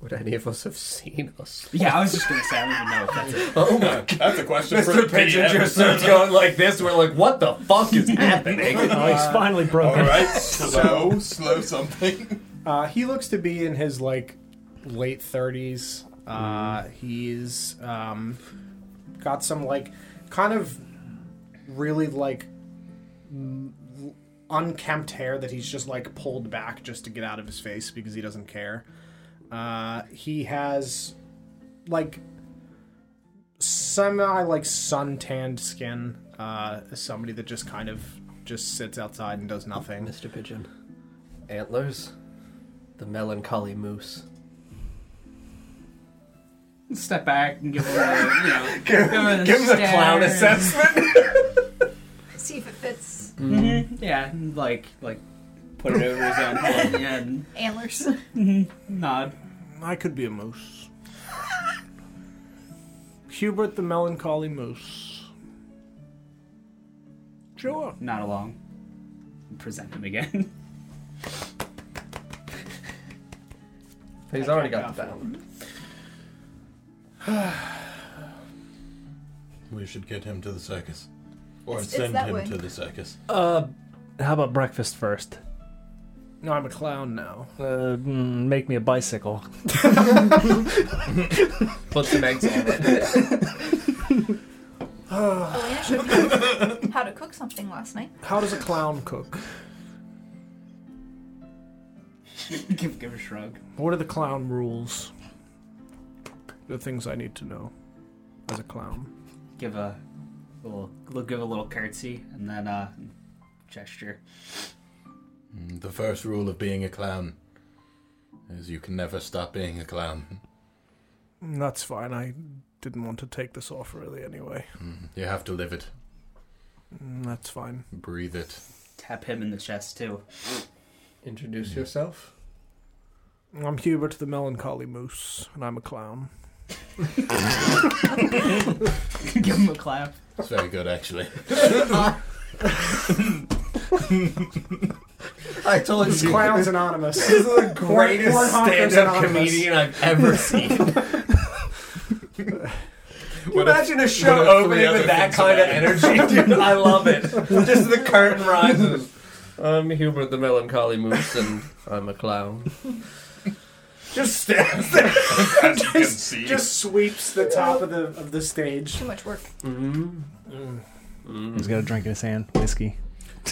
Speaker 4: Would any of us have seen us?
Speaker 5: [LAUGHS] Yeah, I was just gonna say I don't even know if that's it.
Speaker 4: Oh my god.
Speaker 1: That's a question for the
Speaker 4: Mr. Pigeon
Speaker 1: PM.
Speaker 4: just starts going like this. We're like, what the fuck [LAUGHS] is happening?
Speaker 20: oh, he's finally
Speaker 1: All
Speaker 20: broken.
Speaker 1: right, slow, slow something.
Speaker 3: Uh, he looks to be in his like late thirties. Uh, He's um, got some like kind of really like m- unkempt hair that he's just like pulled back just to get out of his face because he doesn't care. Uh, he has like semi like suntanned skin. Uh, somebody that just kind of just sits outside and does nothing.
Speaker 4: Mr. Pigeon. Antlers. The melancholy moose.
Speaker 5: [LAUGHS] Step back and give him a you know [LAUGHS] give, him a
Speaker 4: Give him the
Speaker 5: stare
Speaker 4: clown
Speaker 5: and-
Speaker 4: assessment.
Speaker 6: See if it fits
Speaker 5: Yeah, and, like like put it over his own [LAUGHS] head and
Speaker 6: antlers.
Speaker 5: nod.
Speaker 3: I could be a moose. Hubert the melancholy moose. Sure.
Speaker 5: Not along. Present him again. [LAUGHS]
Speaker 4: He's already got the down.
Speaker 1: We should get him to the circus. Or
Speaker 6: It's- it's send that him way. to
Speaker 1: the circus.
Speaker 20: Uh, how about breakfast first?
Speaker 3: No, I'm a clown now.
Speaker 20: Uh, mm, make me a bicycle.
Speaker 4: Put some eggs on it.
Speaker 6: Elena showed me
Speaker 1: [LAUGHS]
Speaker 6: how to cook something last night.
Speaker 3: How does a clown cook?
Speaker 5: give give a shrug.
Speaker 3: What are the clown rules? The things I need to know as a clown.
Speaker 5: Give a little look give a little curtsy and then uh gesture.
Speaker 1: Mm, The first rule of being a clown is you can never stop being a clown.
Speaker 14: That's fine. I didn't want to take this off really anyway.
Speaker 1: Mm-hmm. You have to live it,
Speaker 14: Mm, That's fine.
Speaker 1: breathe it.
Speaker 5: Tap him in the chest too. [LAUGHS]
Speaker 4: Introduce yourself.
Speaker 14: I'm Hubert the Melancholy Moose, and I'm a clown.
Speaker 5: give him a clap.
Speaker 1: It's very good, actually.
Speaker 4: I told
Speaker 3: [LAUGHS]
Speaker 4: you.
Speaker 3: Clowns Anonymous.
Speaker 4: This is the greatest
Speaker 3: Horn- Hornhawkers
Speaker 4: stand-up
Speaker 3: Anonymous.
Speaker 4: comedian I've ever seen.
Speaker 1: What if-
Speaker 4: Imagine a show
Speaker 1: what if three
Speaker 4: opening
Speaker 1: other
Speaker 4: with that
Speaker 1: things
Speaker 4: kind of
Speaker 1: about
Speaker 4: energy, dude. I love it. Just the curtain rises. I'm Hubert the Melancholy Moose, and I'm a clown.
Speaker 1: Just stands there. As [LAUGHS] you can see.
Speaker 3: Just sweeps the top of the of the stage.
Speaker 6: Too much work.
Speaker 20: He's got a drink in his hand, whiskey.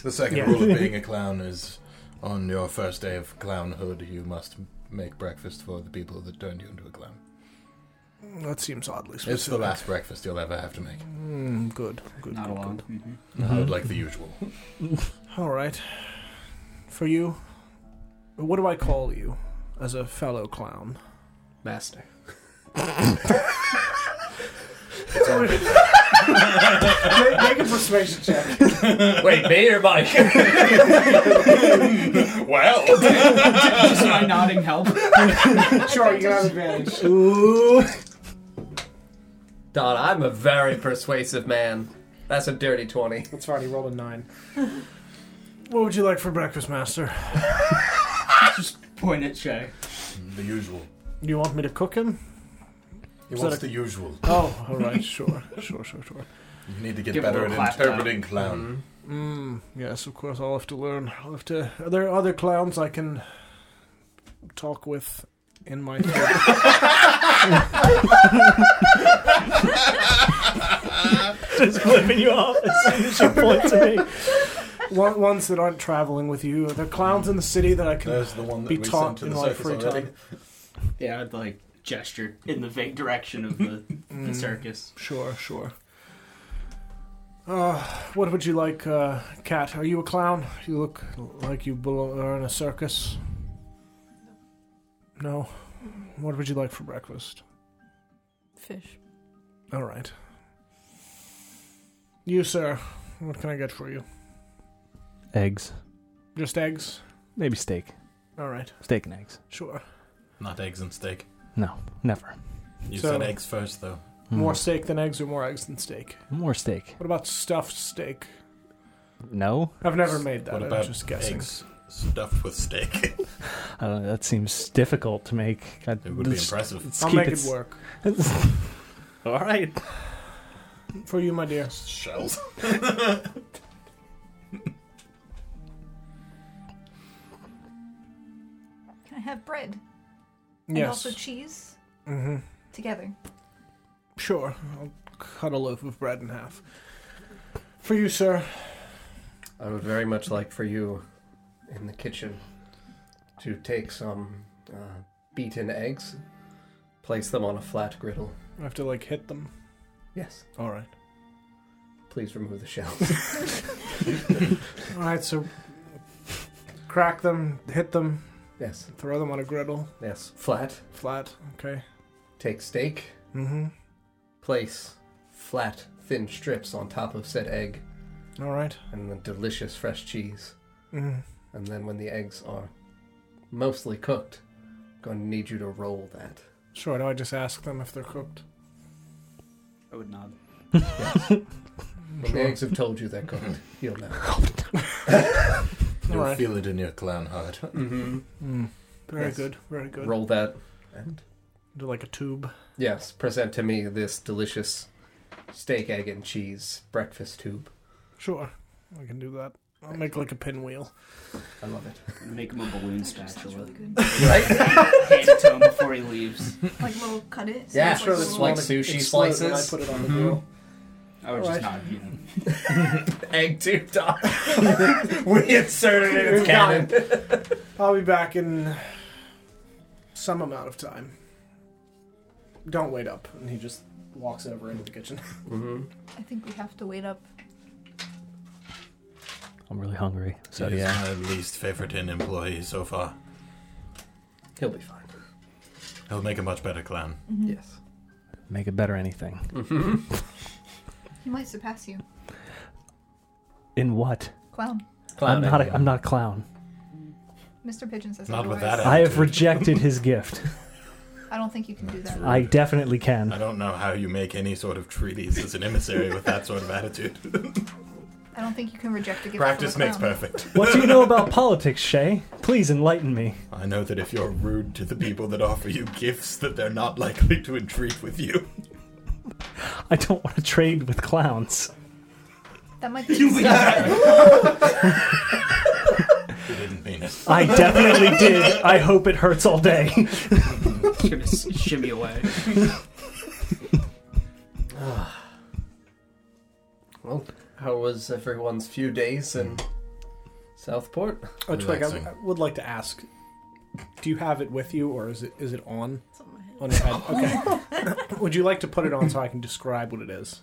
Speaker 1: The second rule
Speaker 14: [LAUGHS]
Speaker 1: of being a clown is on your first day of clownhood, you must make breakfast for the people that turned you into a clown.
Speaker 14: That seems oddly specific.
Speaker 1: It's the last breakfast you'll ever have to make.
Speaker 14: Mm, good. Good.
Speaker 5: Not
Speaker 14: good,
Speaker 5: along.
Speaker 14: good.
Speaker 5: Mhm.
Speaker 1: Not like the usual.
Speaker 14: All right. For you, what do I call you as a fellow clown?
Speaker 4: Master.
Speaker 3: Make, make a persuasion check.
Speaker 4: Wait, me or Mike? [LAUGHS]
Speaker 1: Well,
Speaker 5: Does my nodding help? [LAUGHS]
Speaker 3: Sure, you can have advantage.
Speaker 4: Don, I'm a very persuasive man. That's a dirty 20.
Speaker 3: That's fine. He rolled a nine.
Speaker 14: What would you like for breakfast, master?
Speaker 5: Point at Shay.
Speaker 1: Mm-hmm. the usual.
Speaker 14: Do you want me to cook him?
Speaker 1: He wants the usual.
Speaker 14: Oh, all right, sure, sure, sure, sure.
Speaker 1: You need to get
Speaker 5: Give him a
Speaker 1: better at
Speaker 5: little clap
Speaker 1: interpreting clown.
Speaker 14: Hmm, Mm, yes, of course. I'll have to learn. I'll have to. Are there other clowns I can
Speaker 3: talk with in
Speaker 14: [LAUGHS]
Speaker 3: my throat.
Speaker 14: Just flipping you off as soon as you point to me.
Speaker 3: One- ones that aren't traveling with you. The clowns in the city that I can.
Speaker 1: There's the one that
Speaker 3: Be
Speaker 1: we
Speaker 3: taught
Speaker 1: sent to
Speaker 3: in
Speaker 1: the
Speaker 3: my
Speaker 1: circus
Speaker 3: free
Speaker 1: already.
Speaker 3: time.
Speaker 5: Yeah, I'd like gesture in the vague direction of the, the circus.
Speaker 3: Sure, sure. Uh, what would you like, uh, Cat? Are you a clown? You look like you belong are in a circus. No. What would you like for breakfast?
Speaker 7: Fish.
Speaker 3: All right. You, sir. What can I get for you?
Speaker 14: Eggs.
Speaker 3: Just eggs.
Speaker 14: Maybe steak.
Speaker 3: All right.
Speaker 14: Steak and eggs.
Speaker 3: Sure.
Speaker 1: Not eggs and steak.
Speaker 14: Never.
Speaker 1: You
Speaker 3: So-
Speaker 1: said eggs first, though.
Speaker 14: Mm.
Speaker 3: More steak than eggs, or more eggs than steak?
Speaker 14: More steak.
Speaker 3: What about stuffed steak?
Speaker 14: No?
Speaker 3: I've never made that.
Speaker 1: what
Speaker 3: I'm
Speaker 1: about
Speaker 3: just guessing.
Speaker 1: eggs stuffed with steak?
Speaker 14: I don't know. That seems difficult to make. God,
Speaker 1: It would be
Speaker 14: just-
Speaker 1: impressive.
Speaker 14: let's
Speaker 3: I'll
Speaker 14: keep
Speaker 3: make
Speaker 14: s-
Speaker 3: it work
Speaker 14: All right.
Speaker 3: for you, my dear.
Speaker 1: Shells.
Speaker 6: Can I have bread? And
Speaker 3: Yes.
Speaker 6: also cheese
Speaker 3: mm-hmm.
Speaker 6: together.
Speaker 3: Sure, I'll cut a loaf of bread in half. For you, sir.
Speaker 4: I would very much like for you in the kitchen to take some uh, beaten eggs, place them on a flat griddle.
Speaker 3: I have to, like, hit them.
Speaker 4: Yes.
Speaker 3: All right.
Speaker 4: Please remove the shell. [LAUGHS]
Speaker 3: All right, so crack them, hit them,
Speaker 4: yes.
Speaker 3: throw them on a griddle,
Speaker 4: Yes. Flat.
Speaker 3: flat. Okay.
Speaker 4: Take steak.
Speaker 3: Mm-hmm.
Speaker 4: Place flat, thin strips on top of said egg,
Speaker 3: All right.
Speaker 4: and the delicious fresh cheese.
Speaker 3: Mm.
Speaker 4: And then when the eggs are mostly cooked, going to need you to roll that.
Speaker 3: Sure, do I just ask them if they're cooked?
Speaker 5: I would nod.
Speaker 3: [LAUGHS]
Speaker 4: When the eggs have told you they're cooked, you'll know.
Speaker 3: All
Speaker 1: You'll
Speaker 3: right.
Speaker 1: feel it in your clown heart.
Speaker 4: Mm-hmm.
Speaker 3: Mm. Very
Speaker 4: Yes.
Speaker 3: good, very good.
Speaker 4: Roll that. And
Speaker 3: Do like a tube.
Speaker 4: yes, present to me this delicious steak, egg, and cheese breakfast tube.
Speaker 3: Sure, I can do that. I'll make like a pinwheel.
Speaker 4: I love it.
Speaker 5: Make him a balloon
Speaker 6: Sounds
Speaker 5: spatula.
Speaker 6: really good.
Speaker 4: Right?
Speaker 5: Hand it to him before he leaves.
Speaker 6: Like little cut it.
Speaker 4: Yeah,
Speaker 6: it's
Speaker 4: sure,
Speaker 6: Like
Speaker 4: that's
Speaker 6: little-
Speaker 4: like sushi
Speaker 3: exploded when
Speaker 4: slices.
Speaker 3: I put it on the
Speaker 4: Mhm.
Speaker 3: griddle.
Speaker 5: [LAUGHS] I would just nod, you know.
Speaker 4: [LAUGHS] egg tube top. [LAUGHS] we inserted it. It's canon.
Speaker 3: I'll be back in some amount of time. Don't wait up. And he just walks over into the kitchen.
Speaker 4: Mm-hmm.
Speaker 6: I think we have to wait up.
Speaker 14: I'm really hungry. So,
Speaker 1: He's
Speaker 14: yeah.
Speaker 1: my least favorite in employee so far.
Speaker 4: He'll be fine.
Speaker 1: He'll make a much better clown.
Speaker 4: Yes.
Speaker 14: Make it better anything.
Speaker 4: Mm-hmm.
Speaker 6: He might surpass you,
Speaker 14: In what?
Speaker 6: clown.
Speaker 14: I'm not a, I'm not a clown.
Speaker 6: Mr. Pigeon says
Speaker 1: Not with
Speaker 6: otherwise.
Speaker 1: that
Speaker 14: I have
Speaker 1: attitude.
Speaker 14: rejected his gift.
Speaker 6: I don't think you can do that.
Speaker 14: I definitely can.
Speaker 1: I don't know how you make any sort of treaties as an emissary with that sort of attitude.
Speaker 6: I don't think you can reject a gift.
Speaker 1: Practice
Speaker 6: from a
Speaker 1: makes
Speaker 6: clown.
Speaker 1: perfect.
Speaker 14: What do you know about politics, Shay? Please enlighten me.
Speaker 1: I know that if you're rude to the people that offer you gifts, that they're not likely to entreat with you.
Speaker 14: I don't want to trade with clowns.
Speaker 1: [LAUGHS]
Speaker 6: That might [LAUGHS] be.
Speaker 1: You didn't mean it.
Speaker 14: I [LAUGHS] definitely did. I hope it hurts all day.
Speaker 5: Gonna s- shimmy away.
Speaker 4: Well, how was everyone's few days in Southport?
Speaker 3: Oh, Twig, I,
Speaker 1: Relaxing.
Speaker 3: I would like to ask do you have it with you or is it is it on?
Speaker 7: It's on my head.
Speaker 3: On your head? Okay. [LAUGHS] would you like to put it on so I can describe what
Speaker 21: [LAUGHS]
Speaker 3: it is?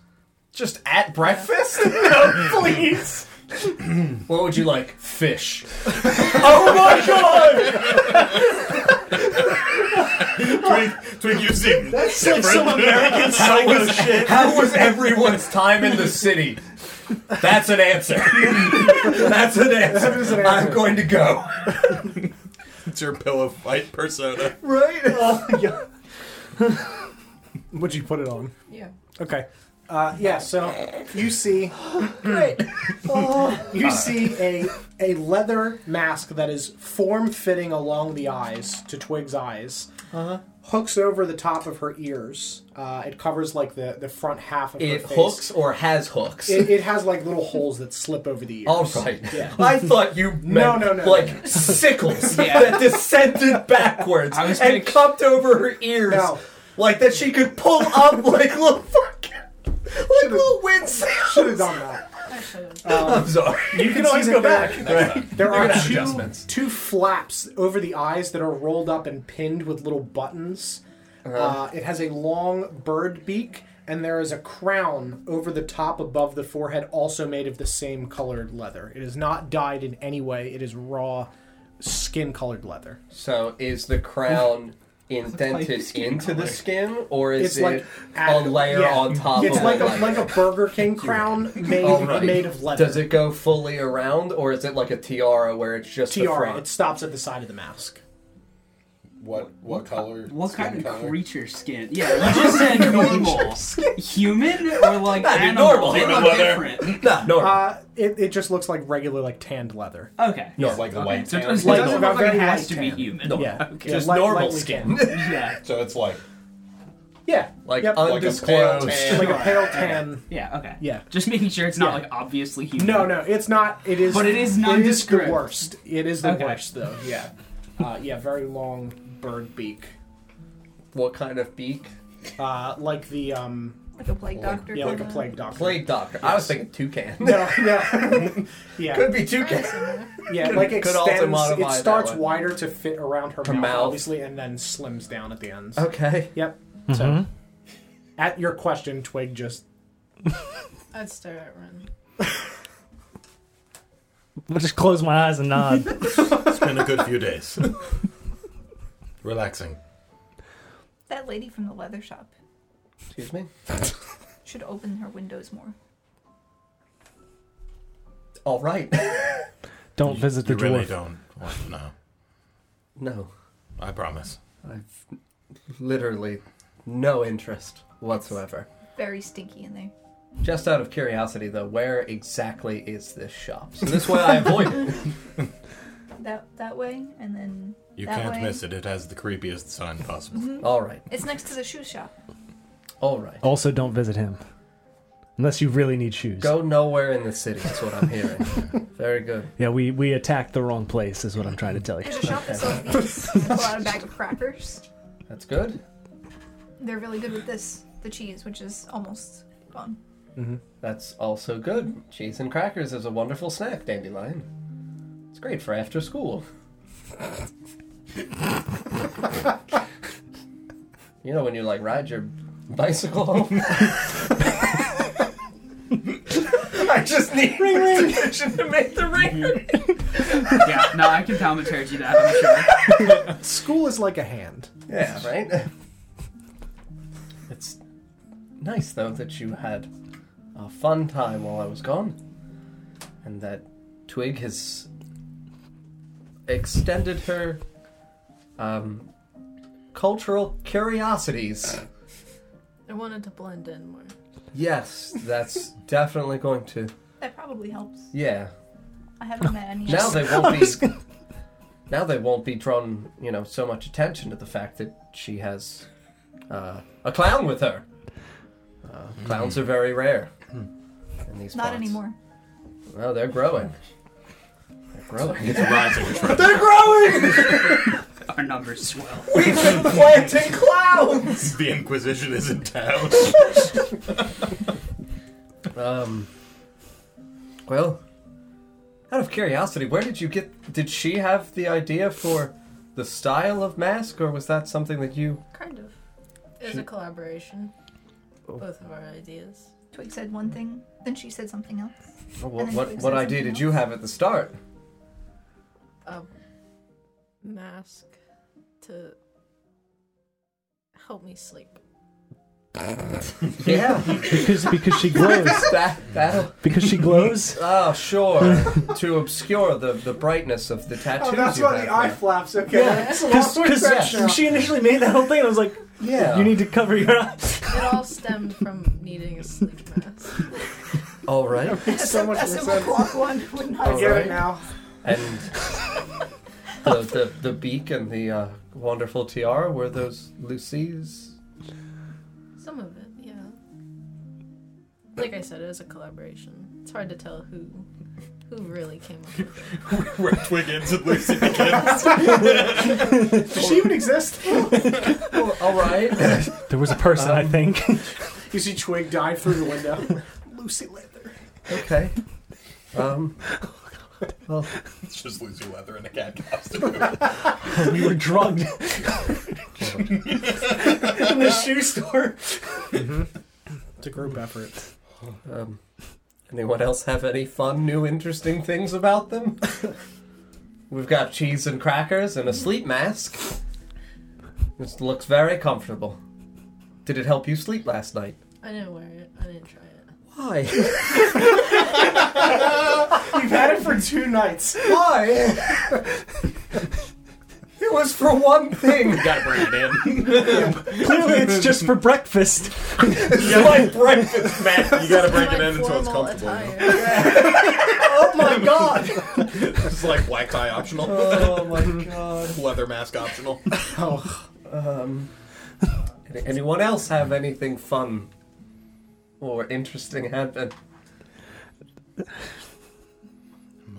Speaker 4: Just at breakfast? [LAUGHS] no, [CLEARS THROAT] please. what would you like? Fish. oh my [LAUGHS] god!
Speaker 1: Twig, Twig, you seem different. [LAUGHS]
Speaker 4: How was, how was everyone's time in the city? That's
Speaker 3: [LAUGHS]
Speaker 4: an answer. That's an answer. I'm going to go.
Speaker 1: it's your pillow fight persona.
Speaker 4: Right?
Speaker 3: Would you put it on?
Speaker 7: Yeah.
Speaker 3: Okay. Uh, yeah, so you see, [LAUGHS] you see a a leather mask that is form fitting along the eyes to Twig's eyes.
Speaker 21: Uh-huh.
Speaker 3: Hooks over the top of her ears. Uh, it covers like the, the front half of
Speaker 21: It
Speaker 3: her face.
Speaker 21: hooks or has hooks.
Speaker 3: It, it has like little holes that slip over the ears.
Speaker 21: All right. I thought you meant
Speaker 3: No, no, no,
Speaker 21: like
Speaker 3: [LAUGHS]
Speaker 21: sickles that descended backwards
Speaker 5: was
Speaker 21: and
Speaker 5: thinking-
Speaker 21: cupped over her ears,
Speaker 3: No.
Speaker 21: like that she could pull up like [LAUGHS] little fucking like little wind
Speaker 3: Should have
Speaker 21: sails.
Speaker 3: done that.
Speaker 21: I'm sorry.
Speaker 3: You can
Speaker 21: always
Speaker 3: see
Speaker 21: go
Speaker 3: that there- There
Speaker 1: They're
Speaker 3: are
Speaker 1: gonna have
Speaker 3: two,
Speaker 1: adjustments.
Speaker 3: two flaps over the eyes that are rolled up and pinned with little buttons.
Speaker 4: Uh-huh.
Speaker 3: Uh, it has a long bird beak, and there is a crown over the top above the forehead, also made of the same colored leather. It is not dyed in any way, it is raw skin colored leather.
Speaker 4: So is the crown indented into the skin, or is
Speaker 3: It's
Speaker 4: it
Speaker 3: like
Speaker 4: a
Speaker 3: add-
Speaker 4: layer
Speaker 3: yeah.
Speaker 4: on top
Speaker 3: It's
Speaker 4: of
Speaker 3: like
Speaker 4: a,
Speaker 3: a,
Speaker 4: layer?
Speaker 3: like a Burger King crown made,
Speaker 4: Alright.
Speaker 3: made of leather.
Speaker 4: Does it go fully around, or is it like a tiara where it's just the
Speaker 3: tiara?
Speaker 4: front?
Speaker 3: It stops at the side of the mask.
Speaker 1: What what color?
Speaker 5: What kind
Speaker 1: skin
Speaker 5: of
Speaker 1: color?
Speaker 5: creature skin? Yeah, you just said [LAUGHS] normal. Human or like
Speaker 21: Not even
Speaker 5: animal?
Speaker 21: normal,
Speaker 5: They
Speaker 21: human
Speaker 5: look
Speaker 21: weather.
Speaker 5: different.
Speaker 21: Nah, normal.
Speaker 3: Uh, it, it just looks like regular, like tanned leather.
Speaker 5: Okay.
Speaker 1: No, like the white
Speaker 5: So it
Speaker 1: tan.
Speaker 5: doesn't
Speaker 3: Like-
Speaker 5: look
Speaker 3: like
Speaker 5: like
Speaker 3: very
Speaker 5: it has
Speaker 3: light
Speaker 5: to be
Speaker 3: tan.
Speaker 5: human.
Speaker 3: Yeah, okay.
Speaker 21: Just
Speaker 3: yeah, light-
Speaker 21: normal
Speaker 3: lightly
Speaker 21: skin.
Speaker 5: [LAUGHS]
Speaker 3: tanned.
Speaker 5: Yeah.
Speaker 1: So it's like
Speaker 3: Yeah,
Speaker 21: like
Speaker 3: yep.
Speaker 1: like a pale
Speaker 21: undisclosed.
Speaker 1: tan.
Speaker 3: like a pale tan.
Speaker 5: Yeah, okay.
Speaker 3: Yeah.
Speaker 5: Just making sure it's not like obviously human.
Speaker 3: No, no, it's not. It is,
Speaker 5: But it is
Speaker 3: the
Speaker 5: nondescript.
Speaker 3: worst. It is the
Speaker 5: Okay.
Speaker 3: worst, though.
Speaker 5: [LAUGHS]
Speaker 3: Yeah, uh, yeah, very long bird beak,
Speaker 4: What kind of beak?
Speaker 3: uh, like the um,
Speaker 6: Like a plague doctor.
Speaker 3: yeah, like a
Speaker 6: kinda.
Speaker 3: plague doctor.
Speaker 4: Plague doctor. I was thinking toucan.
Speaker 3: [LAUGHS]
Speaker 4: [LAUGHS]
Speaker 3: No, no, yeah,
Speaker 4: Could be toucan.
Speaker 3: yeah. Like
Speaker 4: could also
Speaker 3: extends.
Speaker 4: modify
Speaker 3: It
Speaker 4: that
Speaker 3: starts
Speaker 4: one.
Speaker 3: wider to fit around her, mouth,
Speaker 4: mouth.
Speaker 3: obviously, and then slims down at the ends.
Speaker 4: Okay.
Speaker 3: Yep.
Speaker 14: Mm-hmm.
Speaker 3: So, at your question, Twig just
Speaker 7: I'd stare at Ren.
Speaker 14: I'll just close my eyes and nod.
Speaker 1: It's been a good few days. Relaxing.
Speaker 6: That lady from the leather shop
Speaker 4: Excuse me.
Speaker 6: should open her windows more.
Speaker 4: All right.
Speaker 14: Don't visit the
Speaker 1: you really
Speaker 14: dwarf.
Speaker 1: don't want to know.
Speaker 4: No,
Speaker 1: I promise.
Speaker 4: I've literally no interest whatsoever.
Speaker 6: Very stinky in there.
Speaker 4: Just out of curiosity, though, where exactly is this shop? So this way I avoid it.
Speaker 6: That that way, and then
Speaker 1: You
Speaker 6: That
Speaker 1: can't
Speaker 6: way.
Speaker 1: miss it. It has the creepiest sign possible.
Speaker 4: All right.
Speaker 6: it's next to the shoe shop.
Speaker 4: All right.
Speaker 14: Also, don't visit him. Unless you really need shoes.
Speaker 4: Go nowhere in the city. That's what I'm hearing. Very good.
Speaker 14: Yeah, we, we attacked the wrong place, is what I'm trying to tell you.
Speaker 6: There's a shop that sells these. Pull out a bag of crackers.
Speaker 4: That's good.
Speaker 6: They're really good with this, the cheese, which is almost gone.
Speaker 4: That's also good. Cheese and crackers is a wonderful snack, dandelion. It's great for after school. you know when you like ride your bicycle home. [LAUGHS] I just need permission to make the ring.
Speaker 5: Yeah, no, I can thaumaturgy that, I'm sure.
Speaker 3: school is like a hand.
Speaker 4: [LAUGHS] Yeah, right. It's nice though that you had a fun time while I was gone, and that Twig has extended her um, cultural curiosities.
Speaker 7: I wanted to blend in more.
Speaker 4: [LAUGHS] Yes, that's definitely going to.
Speaker 6: That probably helps.
Speaker 4: Yeah.
Speaker 6: I haven't met any.
Speaker 4: Now
Speaker 6: yet.
Speaker 1: [LAUGHS]
Speaker 4: they won't be. Now they won't be drawn, you know, so much attention to the fact that she has uh, a clown with her. Uh,
Speaker 1: Hmm.
Speaker 4: clowns are very rare in these
Speaker 6: Not
Speaker 4: parts.
Speaker 6: anymore.
Speaker 4: No, they're growing. They're growing.
Speaker 1: It's a
Speaker 4: [LAUGHS]
Speaker 1: rising trend.
Speaker 4: they're growing.
Speaker 5: Our numbers swell.
Speaker 4: We've been planting
Speaker 1: [LAUGHS]
Speaker 4: clowns.
Speaker 1: the Inquisition is in town.
Speaker 4: Um. Well, out of curiosity, where did you get? Did she have the idea for the style of mask, or was that something that you?
Speaker 7: Kind of. It was a collaboration.
Speaker 14: Oh.
Speaker 7: Both of our ideas.
Speaker 6: Twig said one thing, then she said something else.
Speaker 4: What
Speaker 6: then
Speaker 4: what,
Speaker 6: Twig
Speaker 4: what
Speaker 6: said
Speaker 4: idea
Speaker 6: something
Speaker 4: did you have at the start?
Speaker 7: A Um, mask to help me sleep.
Speaker 4: Yeah.
Speaker 14: Because, because [LAUGHS] she glows.
Speaker 4: that that'll
Speaker 14: Because she glows?
Speaker 4: [LAUGHS] oh sure to obscure the, the brightness of the tattoos.
Speaker 22: Oh, that's
Speaker 4: you
Speaker 22: why
Speaker 4: have
Speaker 22: the eye
Speaker 4: there.
Speaker 22: flaps. Okay,
Speaker 14: Yeah.
Speaker 22: that's a long way
Speaker 14: Because
Speaker 22: stretch now.
Speaker 14: she initially made that whole thing, I was like,
Speaker 4: Yeah,
Speaker 14: you need to cover your eyes.
Speaker 7: It all stemmed from needing a sleep mask.
Speaker 4: All right.
Speaker 6: so much a simple clock one would not
Speaker 4: All
Speaker 6: have
Speaker 4: right.
Speaker 3: now.
Speaker 4: And
Speaker 22: [LAUGHS]
Speaker 4: the, the the beak and the uh, wonderful tiara were those Lucy's.
Speaker 7: Some of it, yeah. Like I said, it was a collaboration. It's hard to tell who who really came up with it.
Speaker 1: Red Wiggins and Lucy McKinnon.
Speaker 3: Does she even exist?
Speaker 4: Oh, all right. [LAUGHS]
Speaker 14: There was a person, I think.
Speaker 3: You see Twig dive through the window. Lucy Leather.
Speaker 4: okay. Um. Well,
Speaker 1: It's just Lucy Leather in a cat costume.
Speaker 14: we were drugged.
Speaker 3: In the shoe store.
Speaker 16: It's a group effort.
Speaker 4: um, anyone else have any fun, new, interesting things about them? [LAUGHS] We've got cheese and crackers and a sleep mask. This looks very comfortable. Did it help you sleep last night?
Speaker 7: I didn't wear it. I didn't try it.
Speaker 4: [LAUGHS] Why?
Speaker 3: You've had it for two nights.
Speaker 4: Why? [LAUGHS] it was for
Speaker 3: [LAUGHS]
Speaker 4: one thing.
Speaker 1: Gotta bring it in.
Speaker 14: Clearly, it's just for breakfast.
Speaker 1: You like breakfast, man. You gotta break it in until it's
Speaker 7: Formal
Speaker 1: comfortable.
Speaker 7: attire. [LAUGHS]
Speaker 4: Oh my god.
Speaker 1: It's like black tie optional,
Speaker 4: Oh my god.
Speaker 1: leather mask optional.
Speaker 4: Um, [LAUGHS] any- anyone else have anything fun or interesting uh, happen?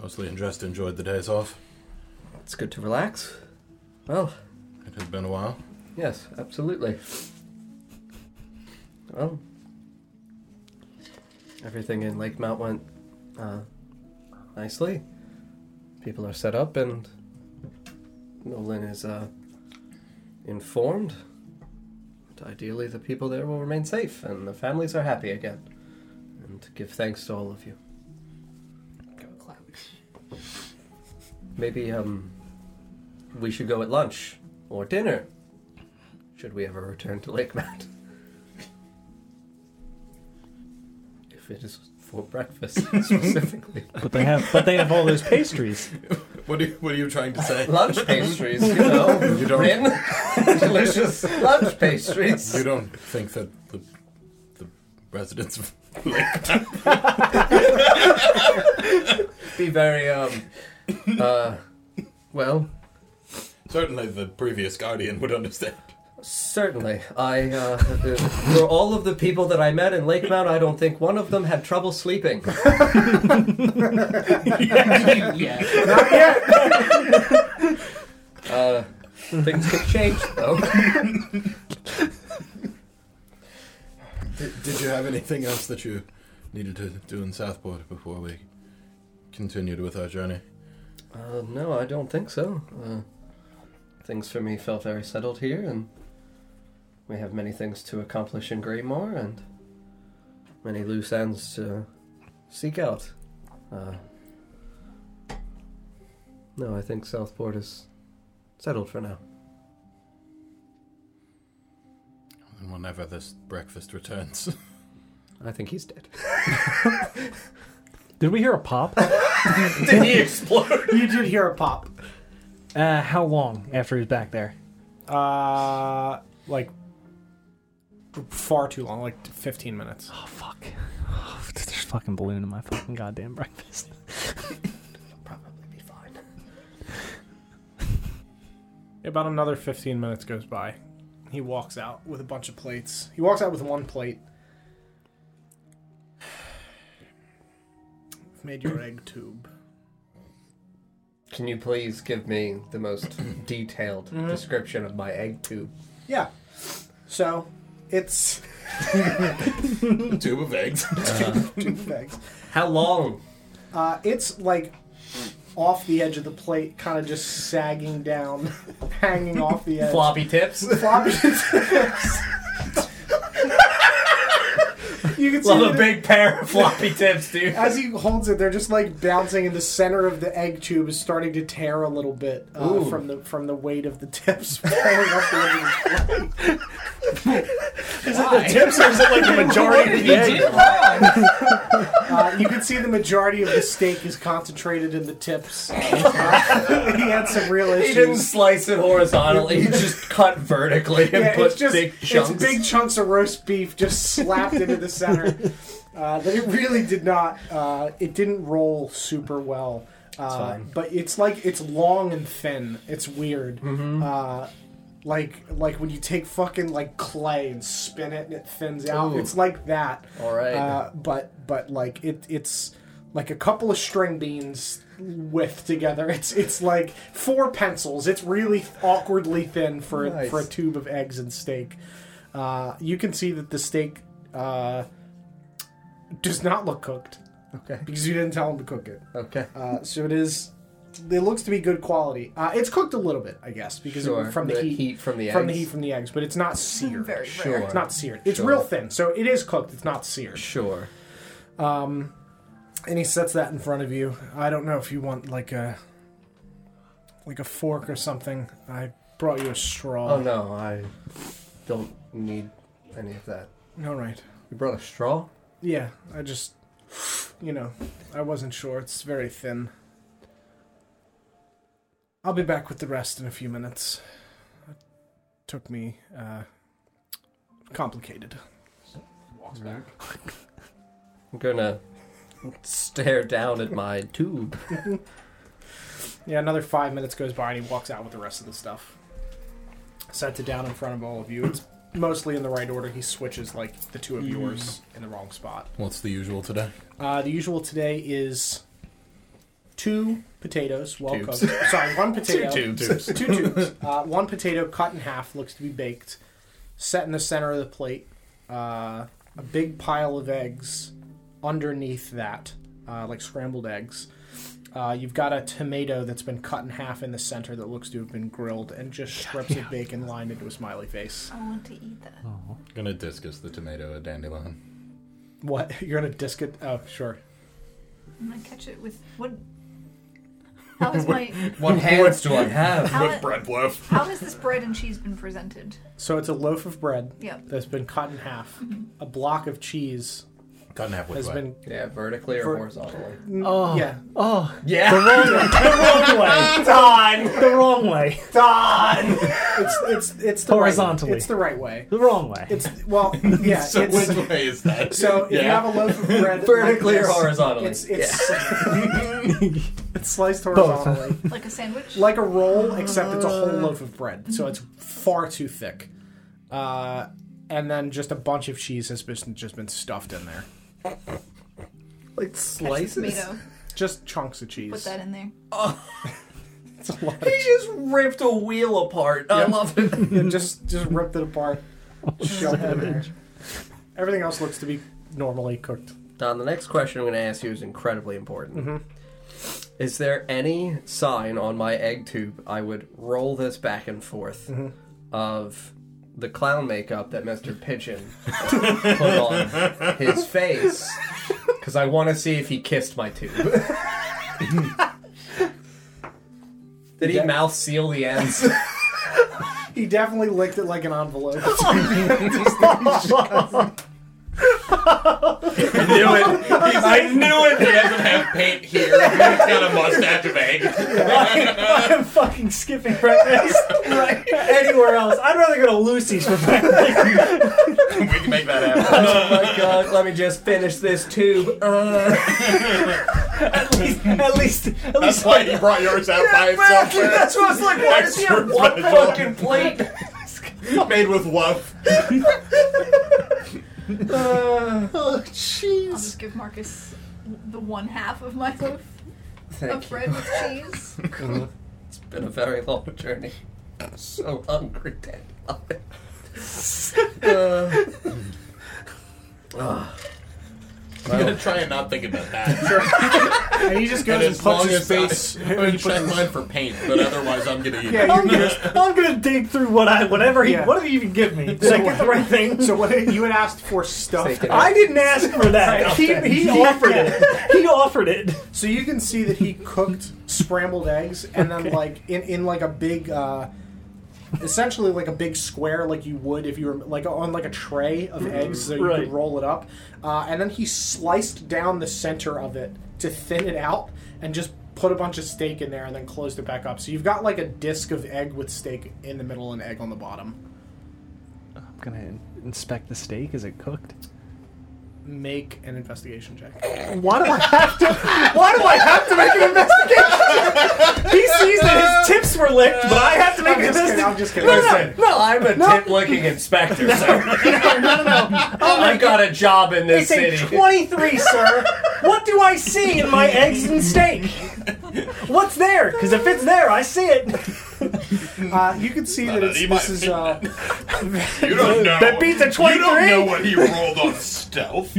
Speaker 1: Mostly just enjoyed the days off.
Speaker 4: It's good to relax. Well,
Speaker 1: It has been a while.
Speaker 4: yes, absolutely. Well, everything in Lake Mount went uh, nicely. People are set up, and Nolan is uh, informed. And Ideally, the people there will remain safe, and the families are happy again. And give thanks to all of you.
Speaker 5: Go clowns.
Speaker 4: Maybe um, we should go at lunch or dinner. Should we ever return to Lake Mount? if it is for breakfast [LAUGHS] specifically,
Speaker 14: But they have, but they have all those pastries.
Speaker 1: What are you, what are you trying to say?
Speaker 4: lunch pastries, you know,
Speaker 1: You don't-
Speaker 4: Rin. [LAUGHS] delicious lunch pastries.
Speaker 1: You don't think that the, the residents of
Speaker 4: be very um, uh, well.
Speaker 1: [LAUGHS] certainly the previous guardian would understand.
Speaker 4: Certainly, I uh, for all of the people that I met in Lake Mount, I don't think one of them had trouble sleeping.
Speaker 5: yeah.
Speaker 4: Uh, things could change though.
Speaker 1: Did, did you have anything else that you needed to do in Southport before we continued with our journey?
Speaker 4: Uh, no, I don't think so. Uh, things for me felt very settled here, and we have many things to accomplish in Greymore and many loose ends to seek out. Uh, no, I think Southport is settled for now.
Speaker 1: And whenever this breakfast [LAUGHS] returns,
Speaker 4: I think he's dead. [LAUGHS]
Speaker 14: Did we hear a pop?
Speaker 4: Did
Speaker 14: [LAUGHS]
Speaker 4: he explode?
Speaker 3: You did hear a pop.
Speaker 14: Uh, how long after he's back there?
Speaker 16: Uh, like far too long, like 15 minutes.
Speaker 14: Oh fuck! [SIGHS] there's fucking balloon in my fucking goddamn breakfast. [LAUGHS]
Speaker 4: Probably be fine.
Speaker 16: About another 15 minutes goes by. He walks out with a bunch of plates. He walks out with one plate. [SIGHS] I've made your egg tube.
Speaker 4: Can you please give me the most detailed
Speaker 3: Mm-hmm.
Speaker 4: description of my egg tube?
Speaker 3: Yeah. So, it's [LAUGHS]
Speaker 1: a tube of eggs.
Speaker 3: two bags.
Speaker 4: How long?
Speaker 3: Uh, it's like off the edge of the plate, kind of just sagging down, [LAUGHS] hanging off the edge.
Speaker 4: [LAUGHS] Floppy tips?
Speaker 3: Floppy tips. you you can see
Speaker 4: [LAUGHS] Love a
Speaker 3: that-
Speaker 4: big pair of floppy tips,
Speaker 1: [LAUGHS]
Speaker 4: dude.
Speaker 3: as he holds it, they're just like bouncing, and the center of the egg tube is starting to tear a little bit uh,
Speaker 4: Ooh.
Speaker 3: from the from the weight of the tips [LAUGHS] falling off the edge of the plate.
Speaker 4: Why?
Speaker 14: Tips or is it like the majority of the egg?
Speaker 3: Uh, you can see the majority of the steak is concentrated in the
Speaker 4: [LAUGHS]
Speaker 3: tips. Uh, [LAUGHS] he had some real issues.
Speaker 4: He didn't slice it horizontally. He just cut vertically and
Speaker 3: yeah,
Speaker 4: put
Speaker 3: it's just
Speaker 4: big
Speaker 3: it's
Speaker 4: chunks.
Speaker 3: big chunks of roast beef just slapped into the
Speaker 4: [LAUGHS]
Speaker 3: center. Uh, that it really did not. Uh, it didn't roll super well. Uh,
Speaker 4: fine.
Speaker 3: but it's like it's long and thin. It's weird.
Speaker 4: Mm-hmm.
Speaker 3: Uh, like like when you take fucking like clay and spin it and it thins out.
Speaker 4: Ooh.
Speaker 3: It's like that.
Speaker 4: All right.
Speaker 3: Uh, but but like it it's like a couple of string beans with together. It's it's like four pencils. It's really awkwardly thin for
Speaker 4: Nice.
Speaker 3: for a tube of eggs and steak. Uh, you can see that the steak uh, does not look cooked
Speaker 4: okay.
Speaker 3: because you didn't tell him to cook it.
Speaker 4: [LAUGHS] Okay.
Speaker 3: Uh, so it is. It looks to be good quality. Uh, it's cooked a little bit, I guess, because it-
Speaker 4: Sure.
Speaker 3: from the, heat,
Speaker 4: from the
Speaker 3: from the
Speaker 4: eggs.
Speaker 3: heat from the eggs, but it's not seared.
Speaker 6: Very
Speaker 4: Sure.
Speaker 6: rare.
Speaker 3: It's not seared. It's
Speaker 4: Sure.
Speaker 3: real thin, so it is cooked. It's not seared.
Speaker 4: Sure.
Speaker 3: and he sets that in front of you. I don't know if you want like a like a fork or something. I brought you a straw.
Speaker 4: Oh no, I don't need any of that.
Speaker 3: All right.
Speaker 4: You brought a straw?
Speaker 3: Yeah, I just you know, I wasn't sure. It's very thin. I'll be back with the rest in a few minutes. It took me uh complicated.
Speaker 5: Walks back.
Speaker 4: I'm gonna stare down at my tube.
Speaker 3: Yeah, another 5 minutes goes by and he walks out with the rest of the stuff. Sets it down in front of all of you. It's mostly in the right order. He switches like the two of yours in the wrong spot.
Speaker 1: What's the usual today?
Speaker 3: Uh, the usual today is two potatoes, well
Speaker 1: Tubes.
Speaker 3: cooked.
Speaker 1: [LAUGHS]
Speaker 3: Sorry, one potato.
Speaker 1: tubes.
Speaker 3: Two tubes. Uh, one potato cut in half, looks to be baked, set in the center of the plate. Uh, a big pile of eggs underneath that, uh, like scrambled eggs. Uh, you've got a tomato that's been cut in half in the center that looks to have been grilled and just strips of bacon lined into a smiley face.
Speaker 6: I want to eat that.
Speaker 1: Gonna discus the tomato at dandelion.
Speaker 3: What? [LAUGHS] You're gonna disc it? Oh, sure.
Speaker 6: I'm gonna catch it with what? How is my
Speaker 4: [LAUGHS] What hands do I have?
Speaker 6: how,
Speaker 1: Bread loaf.
Speaker 6: how has this bread and cheese been presented?
Speaker 3: So it's a loaf of bread.
Speaker 6: Yep.
Speaker 3: that's been cut in half. A block of cheese
Speaker 1: Cut in half with
Speaker 3: has
Speaker 1: way.
Speaker 3: been.
Speaker 4: Yeah, vertically or
Speaker 3: Ver-
Speaker 4: horizontally?
Speaker 14: Oh,
Speaker 3: Yeah.
Speaker 14: oh,
Speaker 4: Yeah.
Speaker 14: wrong way.
Speaker 4: Don!
Speaker 14: The wrong way.
Speaker 4: Don!
Speaker 3: It's it's it's the right-
Speaker 14: Horizontally.
Speaker 3: it's the right way.
Speaker 14: The wrong way.
Speaker 3: It's
Speaker 4: [LAUGHS]
Speaker 3: well, yeah.
Speaker 1: so [LAUGHS]
Speaker 3: it's,
Speaker 1: which way is that?
Speaker 3: so if you have a loaf of
Speaker 4: [LAUGHS]
Speaker 3: bread
Speaker 4: Vertically
Speaker 3: like
Speaker 4: or
Speaker 3: this,
Speaker 4: horizontally?
Speaker 3: it's it's, [LAUGHS] it's sliced
Speaker 14: Both. Uh.
Speaker 3: horizontally,
Speaker 6: Like a sandwich?
Speaker 3: like a roll, except it's a whole loaf of bread, so it's far too thick. Uh, and then just a bunch of cheese has been, just been stuffed in there,
Speaker 4: like
Speaker 6: Catch the
Speaker 4: slices.
Speaker 6: tomato.
Speaker 3: just chunks of cheese.
Speaker 6: Put that in there.
Speaker 3: It's a lot.
Speaker 4: He just ripped a wheel apart. I love it.
Speaker 3: Yeah, just just ripped it apart, shoved it in there. Everything else looks to be normally cooked.
Speaker 4: Don, the next question I'm going to ask you is incredibly important. Is there any sign on my egg tube? I would roll this back and forth of the clown makeup that Mr. Pigeon put on his face because I want to see if he kissed my tube. Did he mouth seal the ends? [LAUGHS]
Speaker 3: He definitely licked it like an [LAUGHS] envelope.
Speaker 1: I knew [LAUGHS] it. I knew it. He doesn't have paint here. He's got a mustache of egg.
Speaker 14: I'm fucking skipping breakfast anywhere else. I'd rather go to Lucy's for
Speaker 1: [LAUGHS]
Speaker 14: breakfast.
Speaker 1: We can make that happen.
Speaker 4: oh my god, let me just finish this tube. Uh,
Speaker 14: at least, at least, at
Speaker 1: That's [LAUGHS]
Speaker 14: least.
Speaker 1: why he brought yours out by itself.
Speaker 4: that's what I was like, why does he have one
Speaker 1: Extra special.
Speaker 4: fucking plate?
Speaker 1: Made with love.
Speaker 14: oh,
Speaker 6: I'll
Speaker 14: jeez.
Speaker 6: just give Marcus the one half of my loaf of
Speaker 4: Thank you.
Speaker 6: bread with cheese.
Speaker 4: It's been a very long journey. [LAUGHS] I'm so hungry, Dad. uh, ah.
Speaker 1: I'm gonna try and not think about that.
Speaker 3: And he just
Speaker 1: And
Speaker 3: goes and,
Speaker 1: as
Speaker 3: puts
Speaker 1: long
Speaker 3: his
Speaker 1: as
Speaker 3: face.
Speaker 1: I, I'm gonna check mine for paint, but otherwise I'm gonna eat.
Speaker 3: Yeah,
Speaker 1: it.
Speaker 3: you're gonna-
Speaker 14: [LAUGHS] I'm gonna dig through what I, whatever he,
Speaker 3: Yeah.
Speaker 14: what did he even give me? Did I get the right thing?
Speaker 3: So what you had asked for stuff.
Speaker 4: Taking it.
Speaker 14: I didn't ask for that. he,
Speaker 3: [LAUGHS]
Speaker 14: he offered it. He offered it.
Speaker 3: So you can see that he cooked scrambled eggs and then like in in like a big uh essentially like a big square like you would if you were like on like a tray of eggs so you
Speaker 14: Mm-hmm. Right.
Speaker 3: could roll it up. Uh, and then he sliced down the center of it to thin it out and just put a bunch of steak in there and then closed it back up. So you've got like a disc of egg with steak in the middle and egg on the bottom.
Speaker 14: I'm gonna inspect the steak. Is it cooked?
Speaker 3: Make an investigation check.
Speaker 14: [LAUGHS] Why do I have to? Why do I have to make an investigation? he sees that his tips were licked, but I have to make
Speaker 3: I'm
Speaker 14: an
Speaker 3: just kidding,
Speaker 14: investigation.
Speaker 3: I'm just kidding.
Speaker 14: No, no,
Speaker 4: Listen,
Speaker 14: no.
Speaker 4: I'm a tit looking inspector, sir.
Speaker 14: [LAUGHS]
Speaker 4: I got a job in this
Speaker 14: Oh It's a
Speaker 4: city.
Speaker 14: 23, sir. What do I see in my eggs and steak? What's there? Because if it's there, I see it.
Speaker 3: Uh, you can see that
Speaker 1: no,
Speaker 3: it's,
Speaker 1: you
Speaker 3: this
Speaker 1: might
Speaker 3: is
Speaker 1: think
Speaker 3: uh,
Speaker 1: You don't know.
Speaker 14: That beats a
Speaker 1: You don't know
Speaker 14: 23.
Speaker 1: what he rolled on stealth.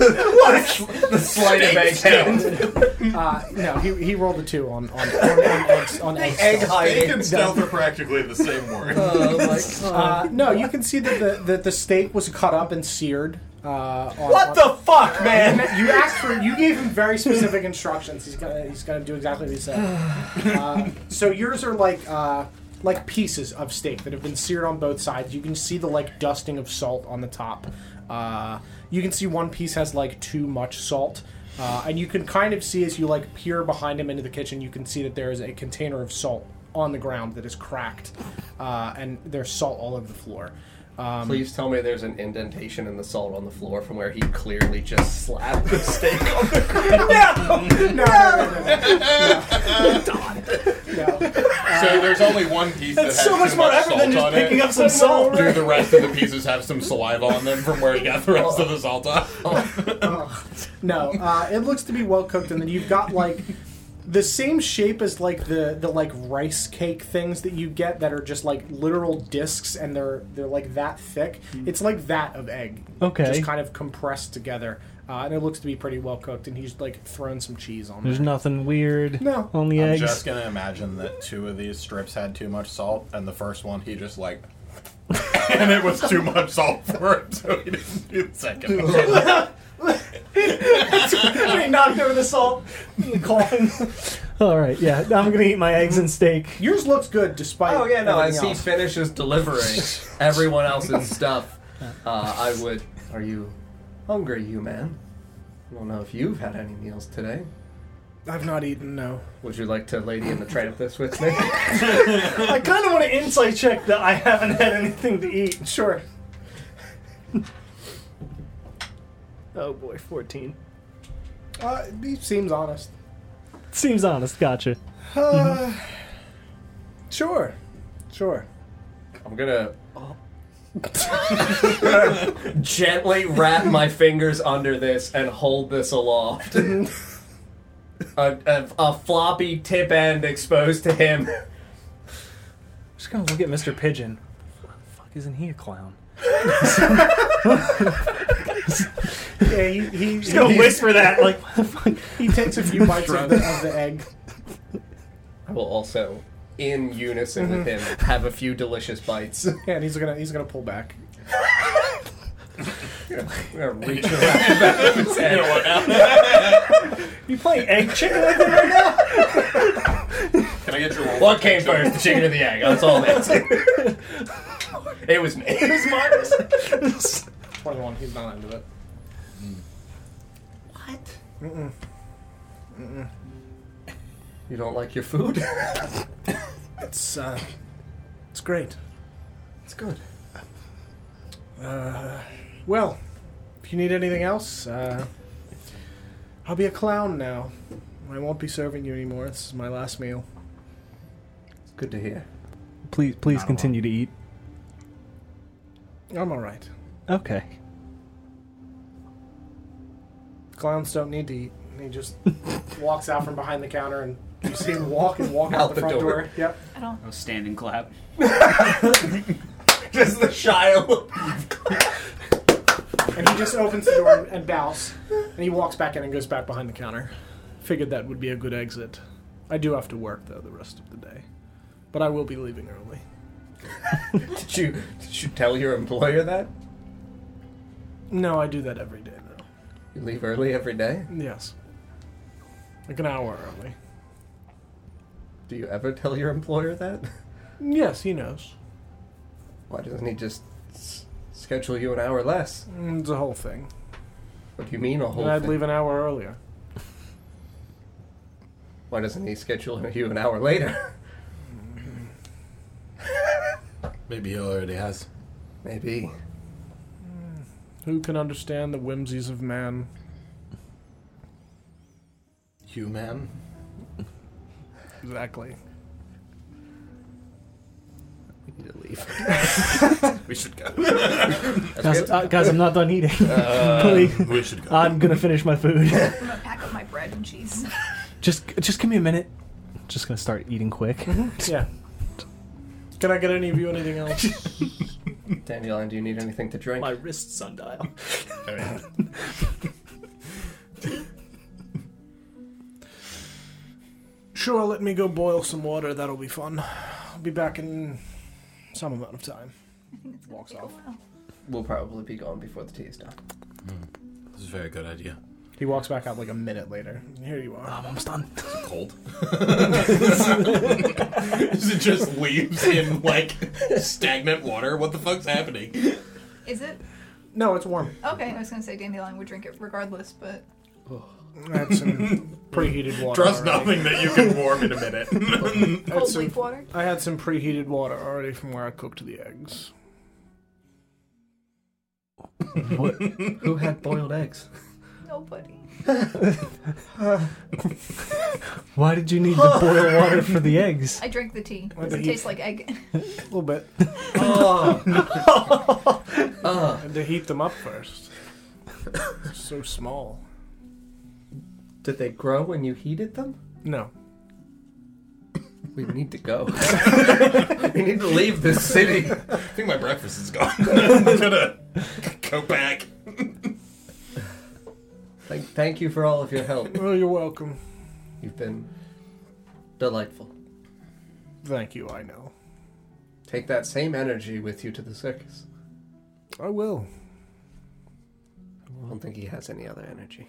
Speaker 4: The sleight of egg hand.
Speaker 3: uh, no he, he rolled a two on on on,
Speaker 14: [LAUGHS]
Speaker 3: on eggs, on eggs
Speaker 4: Egg
Speaker 1: Steak
Speaker 4: hiding.
Speaker 1: and stealth are practically the same word.
Speaker 4: Oh my god.
Speaker 3: Uh, no, you can see that the, that the steak was cut up and seared. Uh, on,
Speaker 14: What the fuck, man?
Speaker 3: And you asked for. You gave him very specific instructions. He's gonna. He's gonna do exactly what he said. Uh, so yours are like uh, like pieces of steak that have been seared on both sides. You can see the like dusting of salt on the top. Uh, you can see one piece has like too much salt. Uh, and you can kind of see as you like peer behind him into the kitchen, you can see that there is a container of salt on the ground that is cracked, uh, and there's salt all over the floor. Um,
Speaker 4: Please tell me there's an indentation in the salt on the floor from where he clearly just slapped the steak on
Speaker 3: [LAUGHS]
Speaker 4: the
Speaker 3: no, no, no, no, [LAUGHS] no, no.
Speaker 1: [LAUGHS] so there's only one piece that has
Speaker 14: That's so much
Speaker 1: too
Speaker 14: more
Speaker 1: much
Speaker 14: effort
Speaker 1: salt
Speaker 14: than just
Speaker 1: on
Speaker 14: picking
Speaker 1: it.
Speaker 14: up some salt.
Speaker 1: Do the rest of the pieces have some saliva on them from where he got the rest of the salt off?
Speaker 3: No, uh, it looks to be well cooked, and then you've got like the same shape as like the the like rice cake things that you get that are just like literal discs, and they're they're like that thick.
Speaker 1: Hmm.
Speaker 3: It's like that of egg,
Speaker 14: Okay.
Speaker 3: just kind of compressed together, uh, and it looks to be pretty well cooked. And he's like thrown some cheese on.
Speaker 14: There's
Speaker 3: there.
Speaker 14: nothing weird
Speaker 3: No. [LAUGHS]
Speaker 14: on the
Speaker 1: I'm
Speaker 14: eggs.
Speaker 1: just gonna imagine that two of these strips had too much salt, and the first one he just like, [LAUGHS] and it was too much salt for him, so he didn't do the second. one.
Speaker 14: They knocked over the
Speaker 1: [LAUGHS]
Speaker 14: salt in the coffin. All right, yeah. I'm gonna eat my eggs and steak.
Speaker 3: Yours looks good, despite.
Speaker 4: Oh yeah, no. As
Speaker 3: everything
Speaker 4: he
Speaker 3: else.
Speaker 4: finishes delivering everyone else's [LAUGHS] stuff, uh, I would. Are you hungry, you man? I don't know if you've had any meals today.
Speaker 3: I've not eaten. No.
Speaker 4: Would you like to lady in the tramp this with [LAUGHS] me?
Speaker 14: I kind of want to insight check that I haven't had anything to eat. Sure. oh boy, 14.
Speaker 3: Uh, he seems honest.
Speaker 14: Seems honest. Gotcha.
Speaker 3: Uh, Sure, sure.
Speaker 4: I'm gonna [LAUGHS] gently wrap my fingers under this and hold this [LAUGHS] aloft. a, a, a floppy tip end exposed to him.
Speaker 14: just gonna look at Mr. Pigeon. Why the fuck isn't he a clown?
Speaker 3: Yeah, he he,
Speaker 14: [LAUGHS] Just gonna whisper that,
Speaker 1: [LAUGHS]
Speaker 14: like, what the fuck?
Speaker 3: he takes a few bites of the, of the egg.
Speaker 4: I will also, in unison with him, have a few delicious [LAUGHS] bites.
Speaker 3: Yeah, and he's gonna he's gonna pull back.
Speaker 4: I'm gonna [LAUGHS] reach around the back of his head.
Speaker 14: You playing egg chicken with him?
Speaker 1: Can I get your roll?
Speaker 4: What came first, the chicken or the egg? That's all that's. [LAUGHS] it was me. It was Marcus.
Speaker 3: Twenty one. He's not into it.
Speaker 4: You don't like your food? [LAUGHS]
Speaker 3: It's uh, it's great.
Speaker 4: It's good.
Speaker 3: Uh, Well, if you need anything else, uh, I'll be a clown now. I won't be serving you anymore. This is my last meal.
Speaker 4: It's good to hear.
Speaker 14: Please, please continue to eat.
Speaker 3: I'm all right.
Speaker 14: Okay.
Speaker 3: Clowns don't need to eat. And he
Speaker 4: [LAUGHS]
Speaker 3: just walks out from behind the counter, and you see him walk and
Speaker 4: [LAUGHS]
Speaker 3: walk out,
Speaker 4: Out
Speaker 3: the,
Speaker 4: the
Speaker 3: front
Speaker 4: door.
Speaker 3: door. Yep.
Speaker 6: I don't.
Speaker 5: I'll stand and clap.
Speaker 4: Just the Shia. look.
Speaker 3: And he just opens the door and bows, and he walks back in and goes back behind the counter. Figured that would be a good exit. I do have to work though the rest of the day, but I will be leaving early.
Speaker 4: Did you did you tell your employer that
Speaker 3: No, I do that every day though.
Speaker 4: you leave early every day?
Speaker 3: Yes, like an hour early.
Speaker 4: Do you ever tell your employer that? [LAUGHS]
Speaker 3: Yes, he knows.
Speaker 4: Why doesn't he just s- schedule you an hour less?
Speaker 3: Mm, It's a whole thing.
Speaker 4: What do you mean a whole?
Speaker 3: and I'd
Speaker 4: thing?
Speaker 3: leave an hour earlier.
Speaker 4: Why doesn't he schedule [LAUGHS] you an hour later?
Speaker 1: [LAUGHS] Maybe he already has.
Speaker 4: Maybe.
Speaker 3: Who can understand the whimsies of man?
Speaker 1: Human.
Speaker 3: Exactly.
Speaker 4: We need to leave.
Speaker 1: We should go.
Speaker 14: Guys, uh, guys, I'm not done eating.
Speaker 1: Uh,
Speaker 14: [LAUGHS] Please.
Speaker 1: [LAUGHS] we should go.
Speaker 14: I'm gonna finish my food. [LAUGHS]
Speaker 6: I'm gonna pack up my bread and cheese.
Speaker 14: just, just give me a minute. Just gonna start eating quick.
Speaker 3: Yeah. Can I get any of you anything else?
Speaker 4: Dandelion, do you need anything to drink?
Speaker 14: my
Speaker 3: [LAUGHS]
Speaker 14: wrist sundial.
Speaker 3: Sure, let me go boil some water. That'll be fun. I'll be back in some amount of time. Walks off.
Speaker 4: We'll probably be gone before the tea is done.
Speaker 1: This is a very good idea.
Speaker 3: He walks back out like a minute later. Here you are.
Speaker 14: Um, I'm almost done.
Speaker 1: Cold. [LAUGHS] is it just leaves in like stagnant water? What the fuck's happening?
Speaker 6: Is it?
Speaker 3: No, it's warm.
Speaker 6: Okay, I was gonna say dandelion would drink it regardless, but
Speaker 3: That's [LAUGHS] some preheated water.
Speaker 1: Trust nothing
Speaker 3: already.
Speaker 1: that you can warm in a minute.
Speaker 3: I had
Speaker 6: cold
Speaker 3: some-
Speaker 6: leaf water.
Speaker 3: I had some preheated water already from where I cooked the eggs.
Speaker 4: Who had boiled eggs?
Speaker 6: Nobody.
Speaker 14: [LAUGHS] Why did you need to boil water for the eggs?
Speaker 6: I drank the tea.
Speaker 3: What
Speaker 6: Does
Speaker 3: the
Speaker 6: it
Speaker 3: heat?
Speaker 6: taste like egg?
Speaker 3: A little bit. Had to heat them up first. so small.
Speaker 4: [LAUGHS] Did they grow when you heated them?
Speaker 3: No.
Speaker 4: We need to go. [LAUGHS] we need to leave this city.
Speaker 1: I think my breakfast is gone. I'm gonna go back.
Speaker 4: Thank, thank you for all of your
Speaker 3: [LAUGHS]
Speaker 4: help.
Speaker 3: Oh, you're welcome.
Speaker 4: You've been delightful.
Speaker 3: Thank you. I know.
Speaker 4: Take that same energy with you to the circus.
Speaker 3: I will.
Speaker 4: I don't think he has any other energy.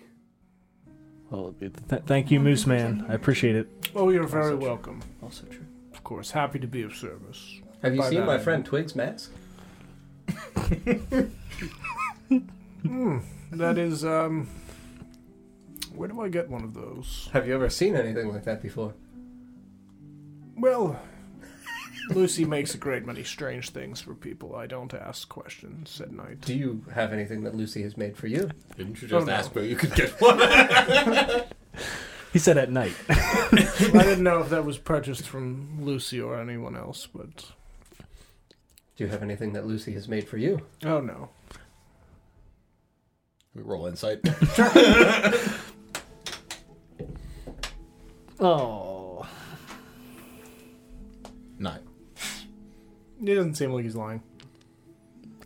Speaker 14: Well, th- thank you, Moose Man. I appreciate it.
Speaker 3: Oh, you're very welcome.
Speaker 4: Also true.
Speaker 3: Of course, happy to be of service.
Speaker 4: Have you
Speaker 3: By
Speaker 4: seen
Speaker 3: that
Speaker 4: my
Speaker 3: I mean-
Speaker 4: friend Twig's mask?
Speaker 3: That is, um. Where do I get one of those?
Speaker 4: Have you ever seen anything like that before?
Speaker 3: Well, Lucy makes a great many strange things for people. I don't ask questions at night.
Speaker 4: Do you have anything that Lucy has made for you?
Speaker 1: Didn't you
Speaker 3: Oh,
Speaker 1: just
Speaker 3: no.
Speaker 1: ask where you could get [LAUGHS] one?
Speaker 14: He said at night.
Speaker 3: I didn't know if that was purchased from Lucy or anyone else, but.
Speaker 4: Do you have anything that Lucy has made for you?
Speaker 3: Oh no.
Speaker 1: we roll insight.
Speaker 14: Oh.
Speaker 1: Nine.
Speaker 3: He doesn't seem like he's lying.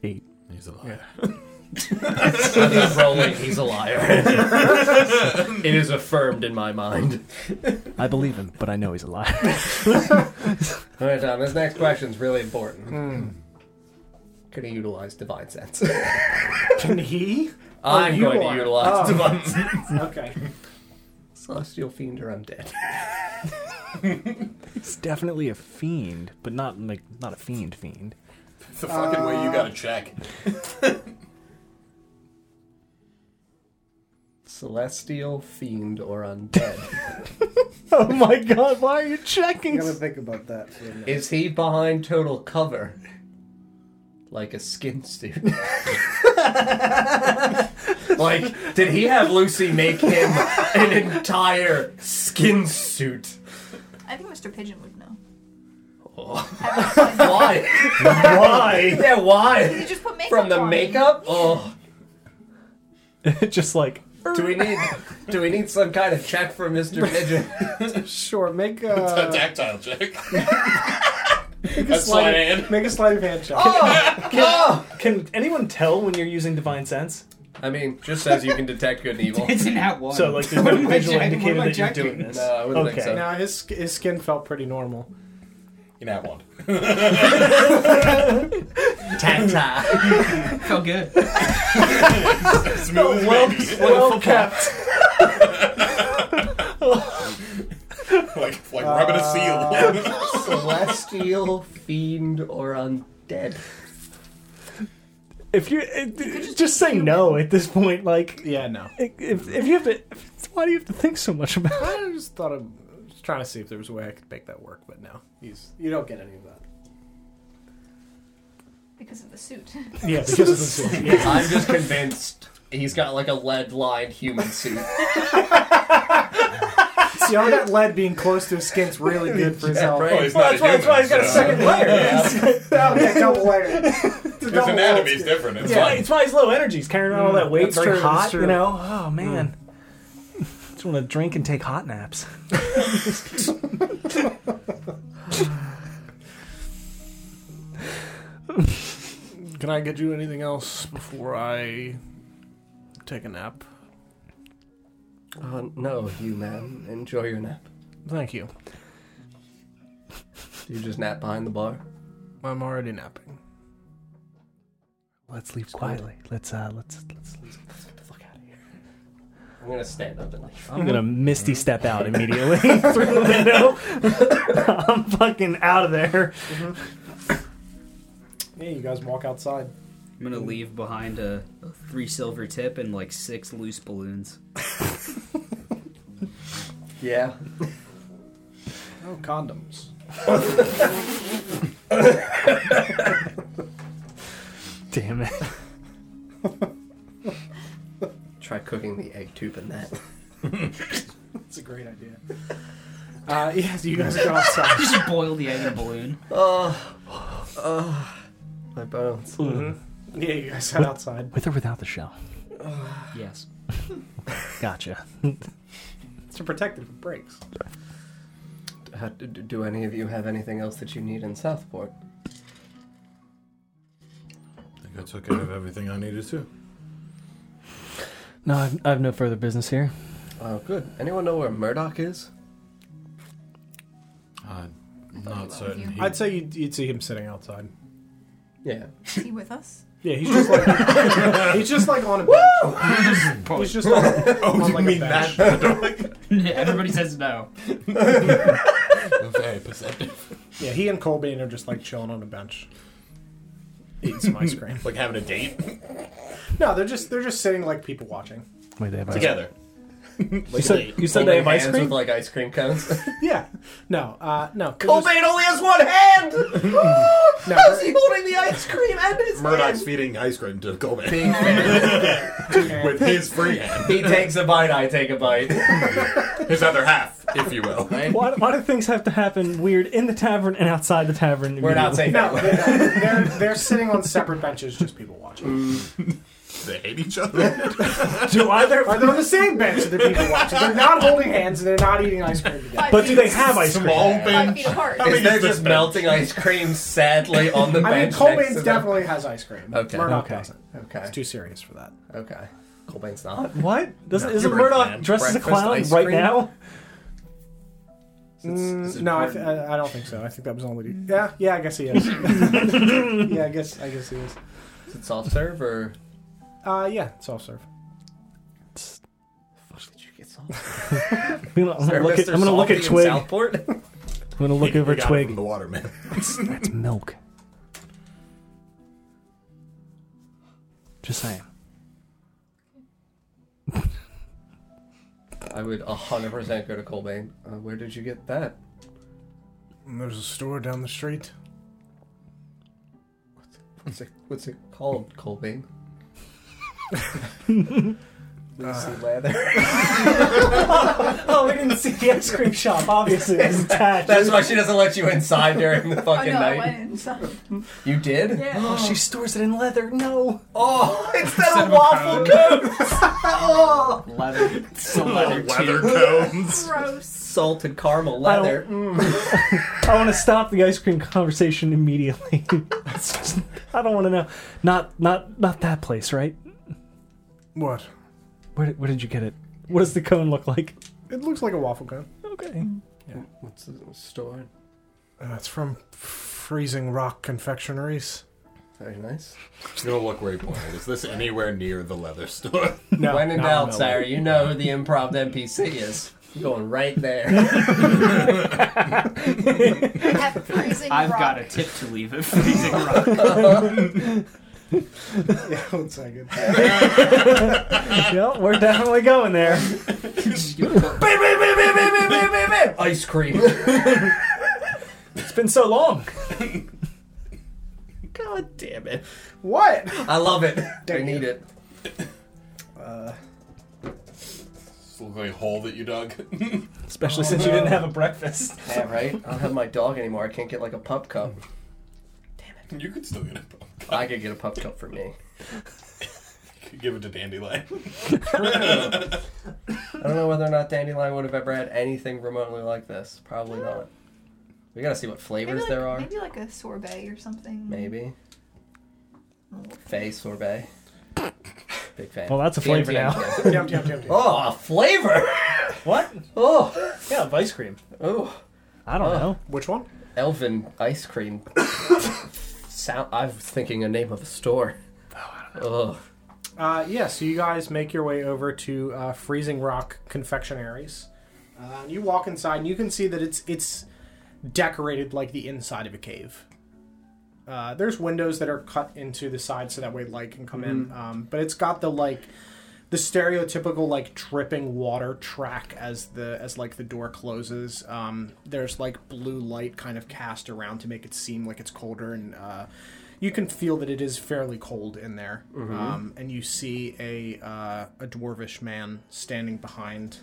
Speaker 14: Eight.
Speaker 1: He's alive.
Speaker 4: I'm not rolling. He's a liar. it is affirmed in my mind.
Speaker 14: I believe him, but I know he's a liar.
Speaker 4: [LAUGHS] All right, Tom. This next question's really important.
Speaker 14: Hmm.
Speaker 4: Could he utilize divine sense?
Speaker 14: Oh,
Speaker 3: Can he?
Speaker 4: I'm
Speaker 3: you
Speaker 4: going to
Speaker 3: are.
Speaker 4: utilize
Speaker 3: Oh.
Speaker 4: divine sense.
Speaker 3: Okay.
Speaker 4: Celestial fiend, or I'm dead.
Speaker 14: He's definitely a fiend, but not like not a fiend fiend.
Speaker 1: It's the fucking way you gotta check.
Speaker 4: Celestial fiend or undead.
Speaker 14: Oh my god, why are you checking?
Speaker 23: gotta think about that for a minute.
Speaker 4: Is he behind total cover? Like a skin [LAUGHS] suit. like, did he have Lucy make him an entire skin suit?
Speaker 6: I think Mr. Pigeon would know.
Speaker 4: Why? [LAUGHS] why? Yeah,
Speaker 6: You
Speaker 4: why?
Speaker 6: just put makeup
Speaker 4: From the
Speaker 6: on.
Speaker 4: makeup? Oh.
Speaker 14: [LAUGHS] Just like
Speaker 4: Do [LAUGHS] we need do we need some kind of check for [LAUGHS] Mr. Pigeon?
Speaker 3: Sure, make
Speaker 23: [LAUGHS]
Speaker 1: a
Speaker 3: a,
Speaker 1: tactile check.
Speaker 3: make a
Speaker 1: That's sleight
Speaker 3: uh, slide
Speaker 1: hand.
Speaker 23: Oh!
Speaker 3: make a sleight of hand check.
Speaker 4: Oh!
Speaker 14: Can anyone tell when you're using divine sense?
Speaker 4: I mean, just says you can detect good and evil.
Speaker 5: It's in that one.
Speaker 14: So, like,
Speaker 5: [LAUGHS]
Speaker 14: there's
Speaker 5: What
Speaker 14: no
Speaker 5: am I
Speaker 14: visual
Speaker 5: checking? What
Speaker 14: indicator
Speaker 5: am I
Speaker 14: that you're doing
Speaker 5: checking?
Speaker 4: [LAUGHS]
Speaker 14: this.
Speaker 4: No, I wouldn't think
Speaker 14: Okay.
Speaker 4: so.
Speaker 3: Now his his skin felt pretty normal.
Speaker 1: You know [LAUGHS] one.
Speaker 4: [LAUGHS]
Speaker 23: Tanta.
Speaker 5: Felt good. [LAUGHS]
Speaker 1: Smooth as baby.
Speaker 14: Well kept.
Speaker 1: like like rubbing a [LAUGHS] seal.
Speaker 4: Celestial, fiend, or undead.
Speaker 14: If you it- just, say no at this point, like
Speaker 3: Yeah, no.
Speaker 14: if if you have to, if- why do you have to think so much about? it?
Speaker 3: I just thought of just trying to see if there was a way I could make that work, but no. He's you don't get any of that.
Speaker 6: because of the suit. [LAUGHS]
Speaker 3: Yeah, because of the suit. [LAUGHS]
Speaker 4: I'm just convinced he's got like a lead-lined human suit.
Speaker 3: See, all that lead being close to his skin's
Speaker 14: [LAUGHS]
Speaker 3: really good for his health.
Speaker 4: right.
Speaker 1: Oh, he's not a human, so-
Speaker 14: layer.
Speaker 3: [LAUGHS] Oh, yeah, double
Speaker 14: [LAUGHS]
Speaker 3: layer. It's a
Speaker 1: His
Speaker 3: double layer.
Speaker 1: anatomy's different. It's
Speaker 14: It's why,
Speaker 1: fine.
Speaker 14: it's why he's low energy. He's carrying around all that weight.
Speaker 3: that's
Speaker 14: It's very
Speaker 3: true, that's
Speaker 14: hot, you
Speaker 3: true.
Speaker 14: know. Oh man, just want to drink and take hot naps.
Speaker 3: Can I get you anything else before I take a nap?
Speaker 4: Uh, no, you man, enjoy your nap.
Speaker 3: Thank you.
Speaker 4: Do you just nap behind the bar?
Speaker 3: I'm already napping.
Speaker 14: Let's leave quietly. Let's uh, let's let's. leave.
Speaker 4: Get the fuck out of here. I'm gonna stand up and leave.
Speaker 14: I'm gonna misty step out immediately [LAUGHS] through the window. [LAUGHS] I'm fucking out of there.
Speaker 3: Yeah, you guys walk outside.
Speaker 5: I'm gonna leave behind a, a three silver tip and like six loose balloons.
Speaker 4: Yeah.
Speaker 3: Oh, condoms.
Speaker 14: Damn it.
Speaker 4: Try cooking the egg tube in that.
Speaker 3: That's a great [LAUGHS] idea. Uh, yeah, so you [LAUGHS] guys go outside.
Speaker 5: Just boil the egg in a balloon.
Speaker 4: My bones.
Speaker 3: yeah, you guys head outside.
Speaker 14: With or without the shell.
Speaker 5: Yes.
Speaker 14: Gotcha.
Speaker 3: It's to protect it if it breaks.
Speaker 4: Uh, do, do any of you have anything else that you need in Southport?
Speaker 1: I think I took care of everything I needed to.
Speaker 14: No, I've, I've no further business here.
Speaker 4: Oh, good. Anyone know where Murdoch is?
Speaker 1: I'm Uh, not
Speaker 6: you.
Speaker 1: certain. He, [LAUGHS]
Speaker 3: I'd say you'd, you'd see him sitting outside.
Speaker 4: Yeah.
Speaker 6: Is he with us?
Speaker 3: Yeah, he's just like [LAUGHS] he's just like on a bench. he's just [LAUGHS] on, on like a bench.
Speaker 5: [LAUGHS] Everybody says no.
Speaker 1: [LAUGHS] very perceptive.
Speaker 3: Yeah, he and Colbane are just like chilling on a bench, eating some ice cream.
Speaker 1: Like having a date
Speaker 3: [LAUGHS] No, they're just they're just sitting like people watching.
Speaker 14: Wait, they have ice-
Speaker 1: together.
Speaker 14: You said, you said they have ice cream?
Speaker 4: with like ice cream cones.
Speaker 3: Yeah, no, uh, no. they're
Speaker 4: Colbane only has one hand.
Speaker 3: just- no,
Speaker 4: How's
Speaker 3: they're-
Speaker 4: he holding the ice cream and his
Speaker 1: Murdoch's
Speaker 4: hand?
Speaker 1: feeding ice cream to Colbert
Speaker 4: Being fair,
Speaker 1: [LAUGHS] with his free hand,
Speaker 4: [LAUGHS] he takes a bite, I take a bite.
Speaker 1: his other half, if you will.
Speaker 14: Why, why do things have to happen weird in the tavern and outside the tavern?
Speaker 4: We're not
Speaker 14: immediately?
Speaker 3: no,
Speaker 4: safe.
Speaker 3: they're, they're they're sitting on separate benches, just people watching.
Speaker 1: They hate each other.
Speaker 14: Do either?
Speaker 3: Are they on the same bench? that They're people watching. They're not holding hands. and They're not eating ice cream together.
Speaker 6: Five
Speaker 14: But
Speaker 6: feet,
Speaker 14: do they have ice cream?
Speaker 1: Small
Speaker 6: Five
Speaker 1: bench.
Speaker 6: feet apart.
Speaker 1: I
Speaker 4: Is
Speaker 1: mean,
Speaker 4: there
Speaker 1: it's
Speaker 4: just
Speaker 1: just
Speaker 4: melting ice cream [LAUGHS] sadly on the
Speaker 3: I mean,
Speaker 4: bench? next
Speaker 3: Colbane's
Speaker 4: to them?
Speaker 3: definitely has ice cream.
Speaker 4: Okay.
Speaker 3: Murdoch
Speaker 14: Okay.
Speaker 3: doesn't.
Speaker 4: Okay.
Speaker 3: It's too serious for that.
Speaker 4: Okay. Colbane's not.
Speaker 14: What? Doesn't,
Speaker 1: No,
Speaker 14: isn't
Speaker 1: you're right,
Speaker 14: Murdoch
Speaker 1: man.
Speaker 14: dressed as a
Speaker 4: Breakfast
Speaker 14: clown
Speaker 4: ice
Speaker 14: right
Speaker 4: cream?
Speaker 14: now?
Speaker 3: Mm, no, I, th- I, I don't think so. I think that was only. Yeah, yeah, I guess he is. yeah, I guess I guess he is.
Speaker 4: Is it soft serve or?
Speaker 3: Uh, yeah, it's all serve.
Speaker 4: Fuck, did you get soft serve?
Speaker 14: I'm gonna, I'm
Speaker 4: Is there
Speaker 14: gonna look at,
Speaker 4: Mr.
Speaker 14: I'm gonna
Speaker 4: Salty in
Speaker 14: look at Twig. I'm
Speaker 4: Southport?
Speaker 14: gonna look over
Speaker 1: We got it from
Speaker 14: Twig.
Speaker 1: the waterman.
Speaker 14: That's milk. Just saying.
Speaker 4: [LAUGHS] I would 100% go to Colbane. Uh, where did you get that?
Speaker 3: There's a store down the street.
Speaker 4: What's it, what's it called, Colbane? Lucy Leather.
Speaker 14: Oh, we didn't see the ice cream shop.
Speaker 3: [LAUGHS]
Speaker 14: Obviously, it's attached.
Speaker 4: That's why she doesn't let you inside during the [LAUGHS]
Speaker 6: Oh
Speaker 4: fucking
Speaker 6: no, I
Speaker 4: night.
Speaker 6: went inside.
Speaker 4: You did?
Speaker 6: Yeah.
Speaker 14: Oh, she stores it in leather. No.
Speaker 4: [LAUGHS] Oh, instead of waffle cones! oh!
Speaker 5: Leather. It's a leather
Speaker 1: Leather
Speaker 5: tube.
Speaker 1: cones.
Speaker 6: Gross.
Speaker 4: Salted caramel leather.
Speaker 14: I want to stop the ice cream conversation immediately. [LAUGHS] I don't want to know. Not, not, not that place, right?
Speaker 2: What?
Speaker 14: Where did, where did you get it? What does the cone look like?
Speaker 3: It looks like a waffle cone.
Speaker 14: Okay.
Speaker 4: What's the store?
Speaker 2: Uh, it's from Freezing Rock Confectionaries.
Speaker 4: Very nice.
Speaker 1: Go look where he pointed. Is this anywhere near the leather store?
Speaker 3: No,
Speaker 4: when in
Speaker 3: no,
Speaker 4: doubt,
Speaker 3: no.
Speaker 4: Sarah, you know who the improv NPC is. You're going right [LAUGHS] there. [LAUGHS]
Speaker 6: Have freezing
Speaker 5: I've
Speaker 6: rock.
Speaker 5: got a tip to leave at Freezing Rock.
Speaker 3: Yeah, one second.
Speaker 14: yeah, we're definitely going there.
Speaker 4: Ice [LAUGHS] cream.
Speaker 14: It's been so long.
Speaker 4: God damn it.
Speaker 3: What?
Speaker 4: I love it. I need it.
Speaker 1: It's like a hole that you dug. [LAUGHS]
Speaker 14: Especially since
Speaker 3: Uh,
Speaker 14: you didn't have a breakfast.
Speaker 4: Yeah, right? I don't have my dog anymore. I can't get like a pup cup.
Speaker 1: you could still get [LAUGHS] it.
Speaker 4: I could get a pup cup for me.
Speaker 1: Could give it to
Speaker 3: [LAUGHS]
Speaker 1: Dandelion.
Speaker 4: I don't know whether or not Dandelion would have ever had anything remotely like this. Probably not. We gotta see what
Speaker 6: Maybe
Speaker 4: flavors
Speaker 6: like,
Speaker 4: there are.
Speaker 6: maybe like a sorbet or something.
Speaker 4: Maybe. Fay sorbet. Big fan.
Speaker 14: Well, that's a flavor now.
Speaker 3: Yum, yum, yum, yum.
Speaker 4: oh, a flavor!
Speaker 14: What?
Speaker 4: Oh,
Speaker 14: Yeah, ice cream.
Speaker 4: oh.
Speaker 14: I don't know.
Speaker 3: Which one?
Speaker 4: Elven ice cream. Sound. I was thinking a name of a store. Oh, I don't know. Ugh.
Speaker 3: Uh, yeah, so you guys make your way over to uh, Freezing Rock Confectionaries. Uh, and you walk inside, and you can see that it's it's decorated like the inside of a cave. Uh, there's windows that are cut into the side so that way light can come in. Um, but it's got the like the stereotypical like dripping water track as the as like the door closes. Um, there's like blue light kind of cast around to make it seem like it's colder, and uh, you can feel that it is fairly cold in there. Um, and you see a uh, a dwarvish man standing behind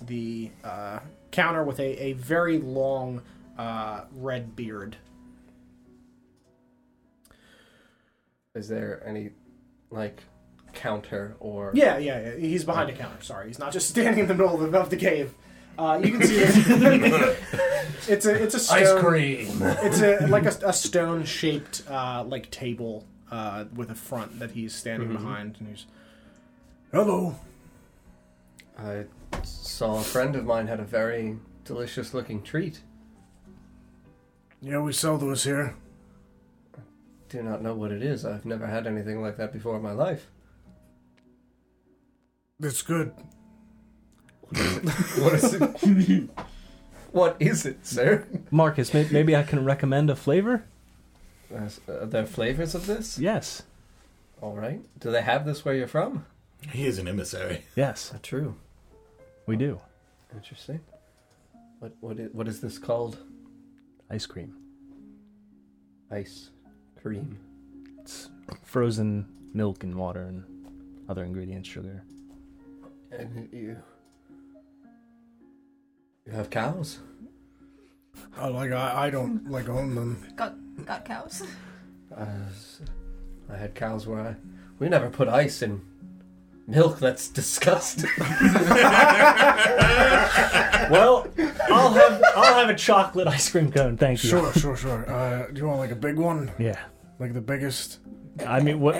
Speaker 3: the uh, counter with a, a very long uh, red beard.
Speaker 4: Is there any, like, counter or.
Speaker 3: Yeah, yeah, yeah. He's behind a counter. Sorry, he's not just standing in the middle of the, of the cave. Uh, you can see it. [LAUGHS] it's a it's a stone,
Speaker 4: Ice cream!
Speaker 3: It's a like a, a stone shaped uh, like table uh, with a front that he's standing
Speaker 14: Mm-hmm.
Speaker 3: behind, and he's hello.
Speaker 4: I saw a friend of mine had a very delicious looking treat.
Speaker 2: Yeah, we sell those here.
Speaker 4: Do not know what it is. I've never had anything like that before in my life.
Speaker 2: It's good.
Speaker 4: [LAUGHS] What is it?
Speaker 2: [LAUGHS]
Speaker 4: what is it, sir?
Speaker 14: Marcus, may- maybe I can recommend a flavor?
Speaker 4: Uh, are there flavors of this?
Speaker 14: Yes.
Speaker 4: All right. Do they have this where you're from?
Speaker 1: He is an emissary.
Speaker 14: Yes,
Speaker 4: True.
Speaker 14: we do.
Speaker 4: Interesting. What what is, what is this called?
Speaker 14: Ice cream.
Speaker 4: Ice cream.
Speaker 14: It's frozen milk and water and other ingredients, sugar.
Speaker 4: And you you have cows.
Speaker 2: I like I, I don't like own them.
Speaker 6: Got got cows. [LAUGHS]
Speaker 4: Uh, s- I had cows where I we never put ice in milk. That's disgusting.
Speaker 14: Well, I'll have I'll have a chocolate ice cream cone. [LAUGHS] Thank you.
Speaker 2: Sure, sure, sure. Uh, do you want like a big one?
Speaker 14: Yeah.
Speaker 2: Like the biggest?
Speaker 14: I mean, what?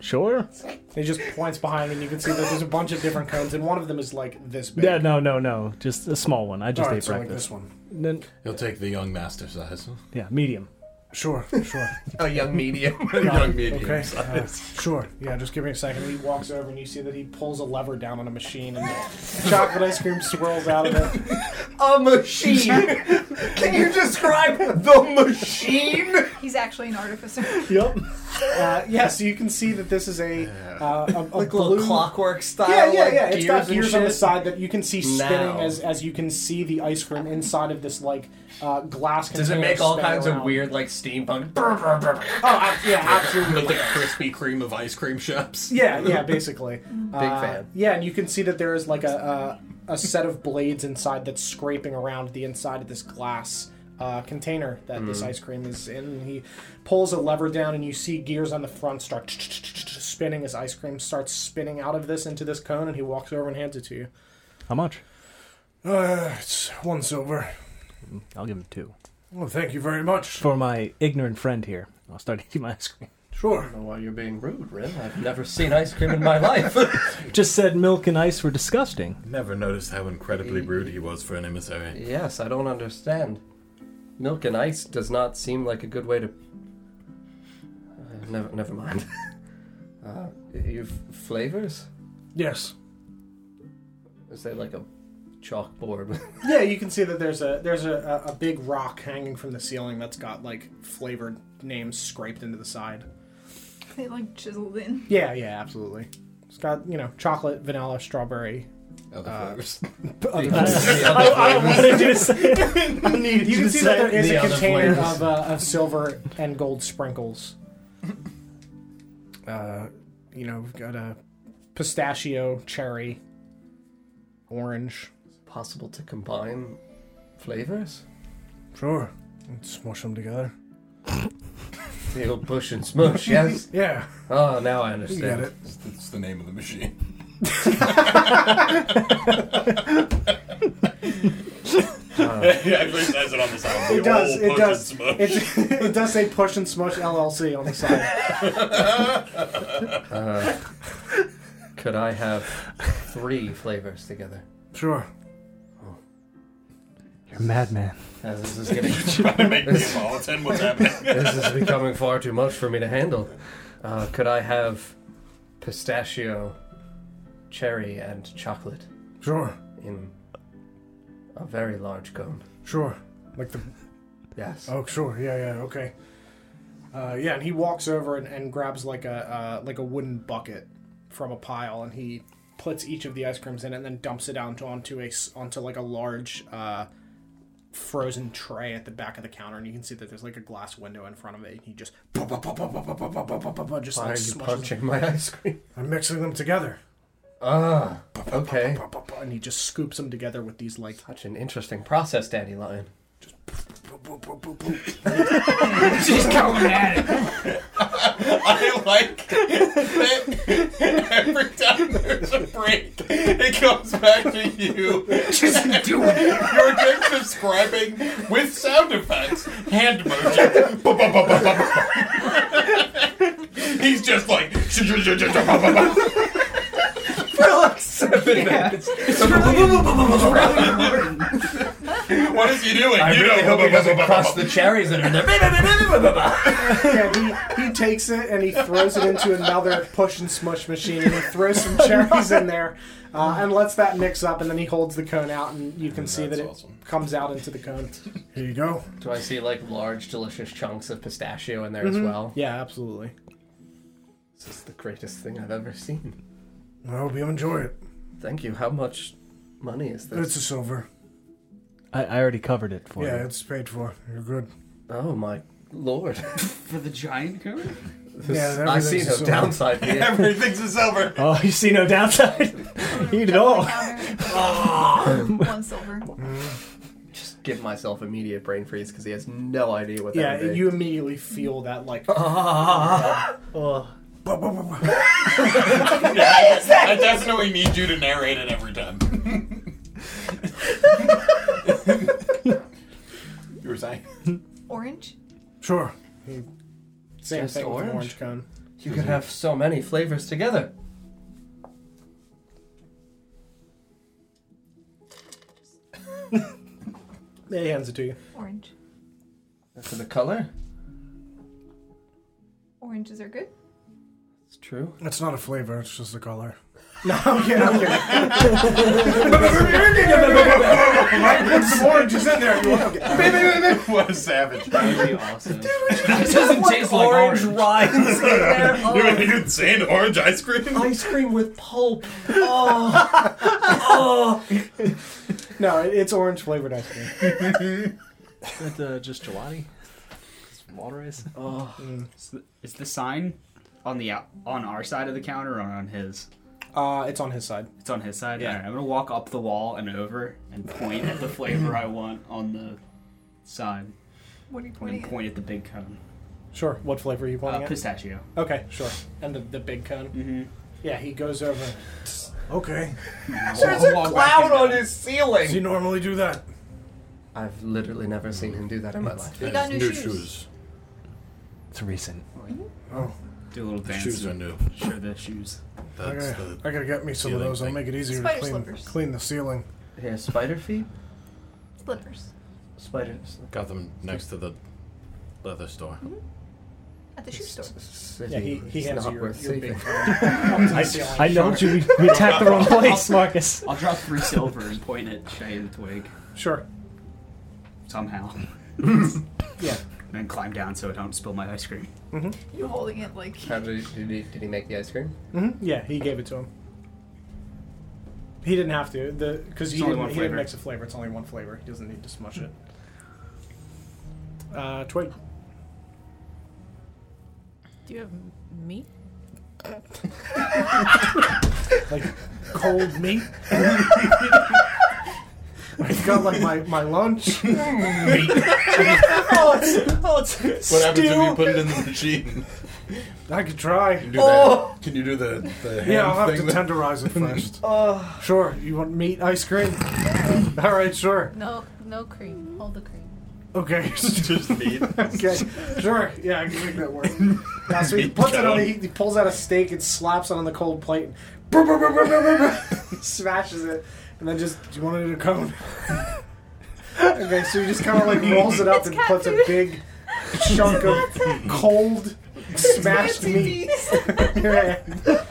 Speaker 14: Sure.
Speaker 3: He just points behind, and you can see that there's a bunch of different cones, and one of them is like this big.
Speaker 14: Yeah. No. No. No. Just a small one. I just
Speaker 2: All right,
Speaker 14: ate
Speaker 2: so like
Speaker 14: breakfast.
Speaker 2: this one.
Speaker 14: Then,
Speaker 1: He'll take the young master [LAUGHS] size.
Speaker 14: yeah. Medium.
Speaker 2: Sure, sure,
Speaker 4: [LAUGHS] A young medium.
Speaker 1: young medium
Speaker 2: okay. Uh,
Speaker 1: size.
Speaker 2: sure.
Speaker 3: Yeah, just give me a second. He walks over and you see that he pulls a lever down on a machine and chocolate ice cream swirls out of it.
Speaker 4: [LAUGHS] A [LAUGHS] machine. Can you describe the machine?
Speaker 6: He's actually an artificer. [LAUGHS]
Speaker 14: Yep.
Speaker 3: Uh, yeah, so you can see that this is a, uh, a, a
Speaker 4: Like
Speaker 3: blue...
Speaker 4: little clockwork style.
Speaker 3: Yeah, yeah,
Speaker 4: like
Speaker 3: yeah. It's got
Speaker 4: and
Speaker 3: gears on the
Speaker 4: shit?
Speaker 3: side that you can see spinning
Speaker 4: Now.
Speaker 3: as, as you can see the ice cream inside of this like uh, glass.
Speaker 4: Does it
Speaker 3: container
Speaker 4: make all
Speaker 3: spinning
Speaker 4: kinds
Speaker 3: around.
Speaker 4: of weird like steampunk? Brr, brr, brr, brr.
Speaker 3: Oh, ab- yeah, absolutely.
Speaker 1: With the Krispy Kreme of ice cream shops.
Speaker 3: Yeah, yeah, basically.
Speaker 4: [LAUGHS] Big
Speaker 3: Uh,
Speaker 4: fan.
Speaker 3: Yeah, and you can see that there is like a, a, a set of blades inside that's scraping around the inside of this glass uh, container that
Speaker 4: Mm.
Speaker 3: this ice cream is in. And he pulls a lever down, and you see gears on the front start spinning as ice cream starts spinning out of this into this cone, and he walks over and hands it to you.
Speaker 14: How much?
Speaker 2: Uh, it's one silver.
Speaker 14: I'll give him two.
Speaker 2: Well, thank you very much.
Speaker 14: For my ignorant friend here, I'll start [LAUGHS] eating my ice cream. Sure.
Speaker 4: don't know why you're being rude, Rin. I've never seen ice cream in my life.
Speaker 14: Just said milk and ice were disgusting.
Speaker 1: Never noticed how incredibly rude he was for an emissary.
Speaker 4: yes, I don't understand. Milk and ice does not seem like a good way to. Uh, never, never mind. [LAUGHS] Uh, you've flavors?
Speaker 2: Yes.
Speaker 4: Is there like a chalkboard?
Speaker 3: Yeah, you can see that there's a there's a, a, a big rock hanging from the ceiling that's got like flavored names scraped into the side.
Speaker 6: They like chiseled in.
Speaker 3: Yeah, yeah, absolutely. It's got you know chocolate, vanilla, strawberry.
Speaker 4: [LAUGHS]
Speaker 1: Other
Speaker 4: uh,
Speaker 1: flavors.
Speaker 3: [LAUGHS]
Speaker 4: The
Speaker 2: [LAUGHS]
Speaker 3: You can see that there is
Speaker 4: the
Speaker 3: a
Speaker 4: other
Speaker 3: container
Speaker 4: flavors.
Speaker 3: of, uh, of silver and gold sprinkles. Uh, you know, we've got a pistachio, cherry, orange.
Speaker 4: other- Possible to combine flavors?
Speaker 2: Sure. Smush them together.
Speaker 4: The old push and smush,
Speaker 1: [LAUGHS]
Speaker 4: yes?
Speaker 2: Yeah.
Speaker 4: Oh, now I
Speaker 2: You get
Speaker 4: understand.
Speaker 2: it.
Speaker 1: It's, it's the name of the
Speaker 3: [LAUGHS]
Speaker 1: machine. [LAUGHS] he actually says it on the side.
Speaker 3: It does. It does.
Speaker 1: [LAUGHS]
Speaker 3: It, [LAUGHS] it does say Push and Smush LLC on the side.
Speaker 4: Uh, Could I have three flavors together?
Speaker 2: Sure.
Speaker 14: You're a madman.
Speaker 4: Uh, this is getting
Speaker 1: Trying to make me involved in what's happening.
Speaker 4: this is becoming far too much for me to handle. Uh, could I have pistachio, cherry, and chocolate
Speaker 2: Sure.
Speaker 4: in a very large cone?
Speaker 2: Sure. Like the
Speaker 4: Yes.
Speaker 2: oh sure yeah yeah okay
Speaker 3: Uh, yeah, and he walks over and, and grabs like a uh, like a wooden bucket from a pile, and he puts each of the ice creams in it, and then dumps it out onto a s- onto like a large uh, frozen tray at the back of the counter, and you can see that there's like a glass window in front of it, and he just pop, pop, pop, pop, pop, pop, pop, pop, pop, pop, pop, just
Speaker 4: Why
Speaker 3: like
Speaker 4: are you
Speaker 3: smushes
Speaker 4: punching my ice cream?
Speaker 2: I'm mixing them together
Speaker 4: Ah, okay.
Speaker 3: them, pop, pop, pop, and he just scoops them together with these like
Speaker 4: Such an interesting process, Dandelion.
Speaker 5: She's [LAUGHS] going at it.
Speaker 1: I like that every time there's a break, it comes back to you. Just do it. You're just describing with sound effects hand motion. Ba, ba, ba, ba, ba, ba. He's just like.
Speaker 4: For like [LAUGHS] seven minutes.
Speaker 1: What is he doing?
Speaker 4: I
Speaker 1: you
Speaker 4: really
Speaker 1: know,
Speaker 4: hope he doesn't crush the cherries that are in there.
Speaker 3: yeah, he, he takes it and he throws it into another push and smush machine and he throws [LAUGHS] some cherries in there uh, and lets that mix up and then he holds the cone out and you can see that
Speaker 1: That's
Speaker 3: it
Speaker 1: awesome.
Speaker 3: comes out into the cone.
Speaker 2: here you go
Speaker 4: Do I see like large, delicious chunks of pistachio in there as well?
Speaker 3: Yeah, absolutely.
Speaker 4: This is the greatest thing I've ever seen.
Speaker 2: I hope you enjoy it
Speaker 4: Thank you. How much money is this?
Speaker 2: it's a silver
Speaker 14: I, I already covered it for
Speaker 2: yeah
Speaker 14: you.
Speaker 2: it's paid for you're good
Speaker 4: Oh my lord. [LAUGHS]
Speaker 5: For the giant cone?
Speaker 2: yeah
Speaker 4: I see
Speaker 2: everything's a
Speaker 4: no
Speaker 2: silver.
Speaker 4: downside here.
Speaker 1: Everything's a silver.
Speaker 14: Oh, you see no downside?
Speaker 3: [LAUGHS]
Speaker 14: Eat it all.
Speaker 4: [LAUGHS]
Speaker 6: One silver.
Speaker 4: Just give myself immediate brain freeze because he has no idea what
Speaker 3: Yeah,
Speaker 4: that would be.
Speaker 3: you immediately feel that like [LAUGHS]
Speaker 1: I definitely need you to narrate it every time. you were saying?
Speaker 6: Orange.
Speaker 2: sure
Speaker 3: same
Speaker 4: Just
Speaker 3: thing with an
Speaker 4: orange?
Speaker 3: orange cone.
Speaker 4: You could have so many flavors together.
Speaker 3: Yeah, he hands it to you.
Speaker 6: Orange.
Speaker 4: For the color?
Speaker 6: Oranges are good.
Speaker 4: It's true.
Speaker 2: it's not a flavor it's just a
Speaker 3: [LAUGHS]
Speaker 2: color
Speaker 3: Put some oranges in
Speaker 1: [LAUGHS]
Speaker 3: there.
Speaker 1: What a savage.
Speaker 5: That'd be awesome.
Speaker 4: It doesn't
Speaker 5: taste like orange.
Speaker 4: rinds in there.
Speaker 1: You're gonna do sand orange ice cream?
Speaker 4: [LAUGHS] ice cream with pulp. Oh, oh.
Speaker 3: No, it- it's orange flavored ice cream.
Speaker 14: That, uh, just gelati? Water is?
Speaker 5: Is the, is the sign on the out, on our side of the counter or on his?
Speaker 3: Uh, it's on his side.
Speaker 5: It's on his side. Yeah. I'm gonna walk up the wall and over and point at the flavor I want on the side.
Speaker 6: What are you
Speaker 5: And
Speaker 6: pointing
Speaker 5: then
Speaker 6: at?
Speaker 5: point at the big cone.
Speaker 3: Sure. What flavor are you
Speaker 5: Uh,
Speaker 3: pointing at?
Speaker 5: pistachio.
Speaker 3: Okay, sure. And the, the big cone.
Speaker 5: Mm-hmm.
Speaker 3: Yeah, he goes over.
Speaker 2: okay
Speaker 4: There's a cloud on his
Speaker 2: does
Speaker 4: ceiling.
Speaker 2: he normally do that
Speaker 4: I've literally never seen him do that in my life.
Speaker 6: We got new, shoes.
Speaker 14: It's recent.
Speaker 5: Do a little dance.
Speaker 1: Shoes are new.
Speaker 5: Show the shoes.
Speaker 1: That's
Speaker 3: Okay.
Speaker 1: the.
Speaker 3: I gotta get me some of
Speaker 1: Ceiling
Speaker 3: those. I'll
Speaker 1: thing.
Speaker 3: make it easier
Speaker 6: Spider
Speaker 3: to clean,
Speaker 6: slippers.
Speaker 3: clean the ceiling.
Speaker 4: Yeah, spider feet?
Speaker 6: Slippers.
Speaker 4: Spider.
Speaker 1: Got them next to the leather store.
Speaker 6: At the shoe store.
Speaker 3: Yeah, he, he hands you your, your big
Speaker 14: I, I know you. We, we attacked the wrong place, Marcus.
Speaker 5: I'll drop three silver and point at Shay and Twig
Speaker 3: Sure.
Speaker 5: somehow.
Speaker 3: Yeah.
Speaker 5: And then climb down so I don't spill my ice cream.
Speaker 6: You holding it
Speaker 4: [LAUGHS]
Speaker 6: like
Speaker 4: How did he, did, he, did he make the ice cream?
Speaker 3: hmm Yeah, he gave it to him. He didn't have to, the because he,
Speaker 5: It's only
Speaker 3: didn't,
Speaker 5: one
Speaker 3: he didn't
Speaker 5: flavor.
Speaker 3: mix a flavor. It's only one flavor. He doesn't need to smush it. Uh, Twig.
Speaker 7: Do you have meat?
Speaker 3: like
Speaker 1: [LAUGHS]
Speaker 3: cold meat. I've got like my, my lunch. oh, it's, oh, it's
Speaker 1: What happens if you
Speaker 3: stew.
Speaker 1: put it in the machine?
Speaker 3: I could try.
Speaker 1: Can you do, that? Can you do the, the hand
Speaker 3: Oh. Yeah, I'll have
Speaker 1: thing?
Speaker 3: to
Speaker 1: that- [LAUGHS]
Speaker 3: tenderize it first. Sure. You want meat ice cream? All right, sure.
Speaker 7: No, no cream. Hold the cream.
Speaker 3: [LAUGHS] Okay.
Speaker 1: just meat.
Speaker 3: okay. Sure. Yeah, I can make that [LAUGHS] work. Yeah, so he
Speaker 1: Meat
Speaker 3: puts it on.
Speaker 1: cone.
Speaker 3: He, he pulls out a steak and slaps it on the cold plate. And brr, brr, brr, brr, brr, [LAUGHS] brr, brr, smashes it, and then just do you want it in a [LAUGHS] cone? okay, so he just kind of like rolls it up
Speaker 6: It's
Speaker 3: and
Speaker 6: cat
Speaker 3: puts a
Speaker 6: food.
Speaker 3: big chunk of cold
Speaker 6: [LAUGHS]
Speaker 3: smashed
Speaker 4: [LAUGHS]
Speaker 6: fancy
Speaker 3: meat.
Speaker 6: bees.
Speaker 3: Yeah. [LAUGHS]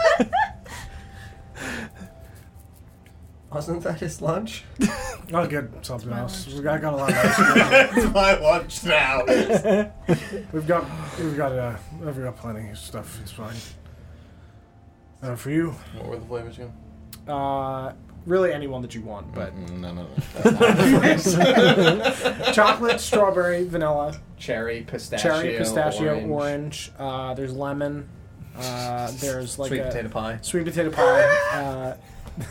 Speaker 4: Wasn't that his lunch?
Speaker 3: I'll get Oh, something else. I got a lot of ice cream.
Speaker 1: That's my lunch
Speaker 3: [LAUGHS]
Speaker 1: now.
Speaker 3: We've got we've got uh, we've got plenty of stuff. It's fine. Uh, for you,
Speaker 1: What were the flavors again?
Speaker 3: uh, really anyone that you
Speaker 1: [LAUGHS]
Speaker 3: want, but
Speaker 1: no, no, no.
Speaker 3: chocolate, strawberry, vanilla,
Speaker 4: Cherry, pistachio.
Speaker 3: cherry, pistachio,
Speaker 4: orange,
Speaker 3: orange. Uh, there's lemon. Uh, there's like
Speaker 4: sweet
Speaker 3: a
Speaker 4: potato pie.
Speaker 3: sweet potato pie, uh,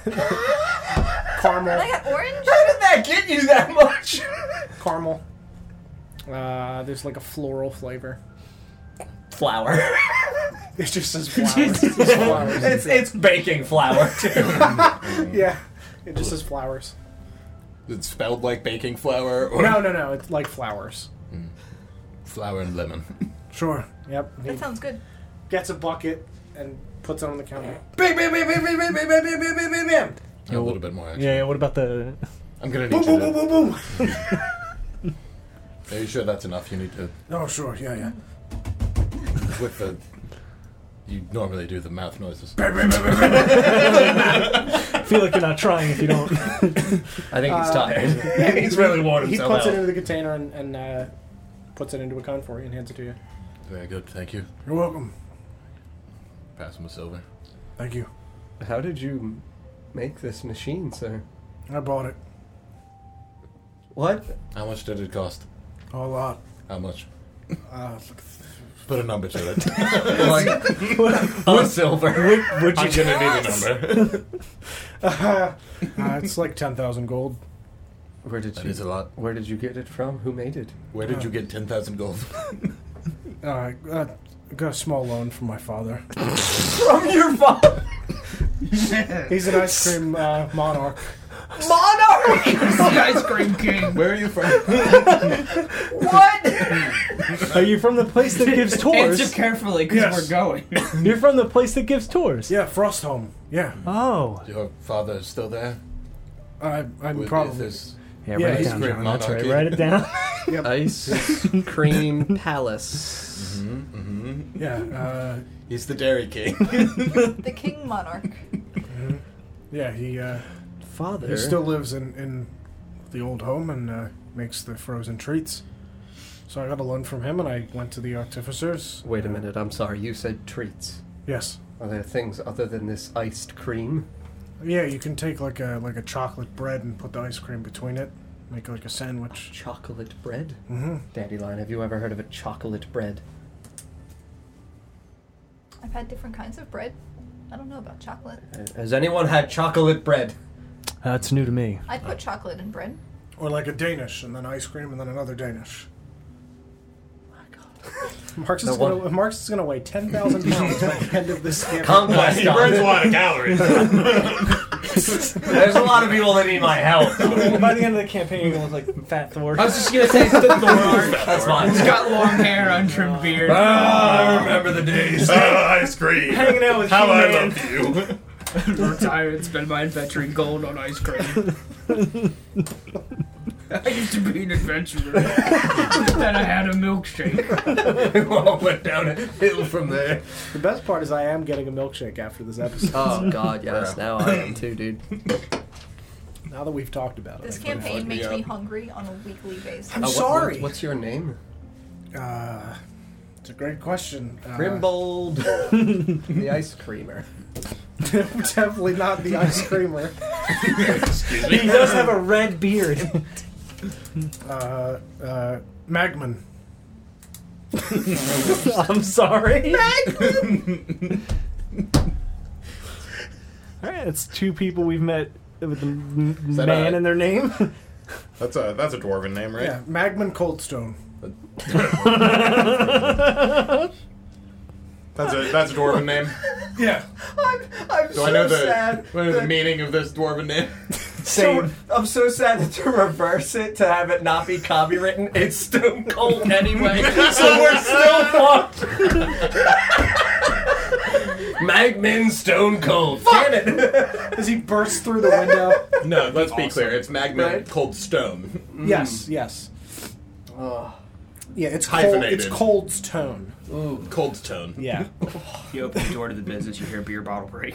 Speaker 6: And I
Speaker 3: [LAUGHS] caramel,
Speaker 6: got orange.
Speaker 4: How did that get you that much? [LAUGHS]
Speaker 3: caramel. Uh, there's like a floral flavor. [LAUGHS]
Speaker 4: flour.
Speaker 3: It just [LAUGHS] says flowers. It says flowers.
Speaker 4: it's it's baking flour too.
Speaker 3: [LAUGHS] yeah, it just says flowers.
Speaker 1: Is it spelled like baking flour or
Speaker 3: No, no, no. It's like flowers.
Speaker 1: flour and lemon?
Speaker 3: Sure. Yep. He
Speaker 6: That sounds good.
Speaker 3: gets a bucket and puts it on the counter.
Speaker 4: bam, bam, bam, bam, bam, bam, bam, bam, bam, bam, bam, bam.
Speaker 1: a little bit more. Actually.
Speaker 14: Yeah. yeah, What about the?
Speaker 1: I'm gonna need you.
Speaker 3: Boom, boom,
Speaker 1: To,
Speaker 3: boom, boom, boom.
Speaker 1: Are you sure that's enough? You need to
Speaker 3: Oh, sure. Yeah, yeah.
Speaker 1: with the. [LAUGHS] You normally do the mouth noises.
Speaker 14: I [LAUGHS] feel like you're not trying if you don't.
Speaker 4: I think he's
Speaker 3: Uh,
Speaker 4: tired. [LAUGHS] he's really worn
Speaker 3: [LAUGHS] He
Speaker 4: himself
Speaker 3: puts
Speaker 4: out.
Speaker 3: it into the container and, and uh, puts it into a cone for you and hands it to you.
Speaker 1: Very good. Thank you.
Speaker 3: You're welcome.
Speaker 1: Pass him a silver.
Speaker 3: Thank you.
Speaker 4: How did you make this machine, sir?
Speaker 3: I bought it.
Speaker 4: What?
Speaker 1: How much did it cost?
Speaker 3: A [LAUGHS] lot.
Speaker 1: How much?
Speaker 3: Uh,
Speaker 1: Put a number to
Speaker 3: [LAUGHS]
Speaker 1: it.
Speaker 4: A silver.
Speaker 14: Would
Speaker 1: I'm
Speaker 14: you?
Speaker 1: gonna need a number.
Speaker 3: [LAUGHS] uh, it's like 10,000 gold.
Speaker 4: Where did
Speaker 1: That
Speaker 4: you?
Speaker 1: is a lot.
Speaker 4: Where did you get it from? Who made it?
Speaker 1: Where did you get ten thousand gold?
Speaker 3: Uh, I got a small loan from my father.
Speaker 4: From your father,
Speaker 1: [LAUGHS]
Speaker 3: He's an ice cream uh, monarch.
Speaker 4: monarch.
Speaker 5: ice cream king.
Speaker 1: Where are you from?
Speaker 4: What?
Speaker 14: Are you from the place that
Speaker 2: [LAUGHS]
Speaker 14: gives
Speaker 5: Answer
Speaker 14: tours?
Speaker 5: carefully because
Speaker 3: Yes.
Speaker 5: we're going.
Speaker 14: You're from the place that gives tours.
Speaker 3: Yeah, Frostholm. Yeah.
Speaker 14: Oh.
Speaker 1: Your father is still there.
Speaker 3: I, I'm
Speaker 1: With-
Speaker 3: probably.
Speaker 1: is-
Speaker 14: Yeah.
Speaker 3: Yeah,
Speaker 14: Write it
Speaker 3: he's
Speaker 14: down,
Speaker 1: great
Speaker 14: John. That's right.
Speaker 1: monarchy.
Speaker 14: Write it
Speaker 4: [LAUGHS]
Speaker 14: down.
Speaker 4: Ice cream palace.
Speaker 3: Yeah. Uh,
Speaker 1: Mm-hmm. He's the Dairy King.
Speaker 6: The king monarch.
Speaker 3: yeah, he, uh,
Speaker 4: Father.
Speaker 3: he still lives in, in the old home and uh, makes the frozen treats. So I got a loan from him and I went to the artificers.
Speaker 4: Wait a minute. I'm sorry. You said treats.
Speaker 3: Yes.
Speaker 4: Are there things other than this iced cream?
Speaker 3: Yeah, you can take like a like a chocolate bread and put the ice cream between it, make like a sandwich.
Speaker 4: Chocolate bread?
Speaker 3: Mm-hmm.
Speaker 4: Dandelion, have you ever heard of a chocolate bread?
Speaker 6: I've had different kinds of bread. I don't know about chocolate.
Speaker 4: Uh, Has anyone had chocolate bread?
Speaker 14: That's new to me.
Speaker 6: I'd put chocolate in bread.
Speaker 3: Or like a Danish and then ice cream and then another Danish. Marx
Speaker 4: No
Speaker 3: is,
Speaker 4: one-
Speaker 3: gonna, Marx is gonna weigh
Speaker 4: [LAUGHS]
Speaker 3: ten thousand pounds by the end of this campaign.
Speaker 4: Conquest.
Speaker 1: lot of calories.
Speaker 4: [LAUGHS] There's a lot of people that need my help.
Speaker 14: By the
Speaker 1: [LAUGHS]
Speaker 14: end of the campaign, you're gonna look like Fat Thor.
Speaker 4: I was just gonna say Thor. That's
Speaker 5: He's
Speaker 4: [LAUGHS] fine.
Speaker 5: got long hair, untrimmed beard.
Speaker 4: Ah, I remember the
Speaker 14: [LAUGHS]
Speaker 4: days.
Speaker 1: Ah, ice cream.
Speaker 14: hanging out with
Speaker 1: How I
Speaker 14: He-Man.
Speaker 1: love you. [LAUGHS]
Speaker 5: Retired, spend my adventuring gold on ice cream. I used to be an adventurer. then I had a milkshake.
Speaker 4: it all went down a hill from there.
Speaker 3: The best part is I am getting a milkshake after this episode.
Speaker 4: Oh God, yes. Now I am too,
Speaker 3: [LAUGHS]
Speaker 4: dude.
Speaker 3: now that we've talked about it,
Speaker 6: This
Speaker 3: I think-
Speaker 6: campaign
Speaker 1: Fuck me
Speaker 6: makes me
Speaker 1: up.
Speaker 6: hungry on a weekly basis.
Speaker 3: I'm
Speaker 4: Uh, what-
Speaker 3: sorry.
Speaker 4: what- what's your name?
Speaker 3: Uh, it's a great question. Uh, [LAUGHS]
Speaker 4: Grimbold, the ice creamer.
Speaker 3: definitely not the ice creamer.
Speaker 1: Excuse me.
Speaker 14: He does have a red beard.
Speaker 3: Uh, uh, Magman.
Speaker 14: [LAUGHS] I'm sorry. All right, that's two people we've met with the m-
Speaker 1: that
Speaker 14: man
Speaker 1: a-
Speaker 14: in their name.
Speaker 1: That's a that's a dwarven name, right?
Speaker 3: Yeah, Magman Coldstone.
Speaker 1: That's a that's a dwarven
Speaker 14: [LAUGHS]
Speaker 1: name.
Speaker 3: Yeah.
Speaker 23: I'm, I'm
Speaker 1: Do I know the, do I know the meaning of this dwarven
Speaker 14: [LAUGHS]
Speaker 1: name?
Speaker 4: So, I'm so sad that to reverse it to have it not be copywritten. It's Stone Cold anyway, so we're still fucked. Magmin Stone Cold. Damn it.
Speaker 3: As he bursts through the
Speaker 14: [LAUGHS]
Speaker 3: window.
Speaker 1: No, let's be clear. It's magma
Speaker 4: Right.
Speaker 1: cold stone.
Speaker 14: Mm-hmm.
Speaker 3: yes, yes. Yeah, it's cold,
Speaker 1: Hyphenated.
Speaker 3: it's Coldstone.
Speaker 1: Cold stone.
Speaker 3: Yeah.
Speaker 5: You open the door to the business, you hear a beer bottle break.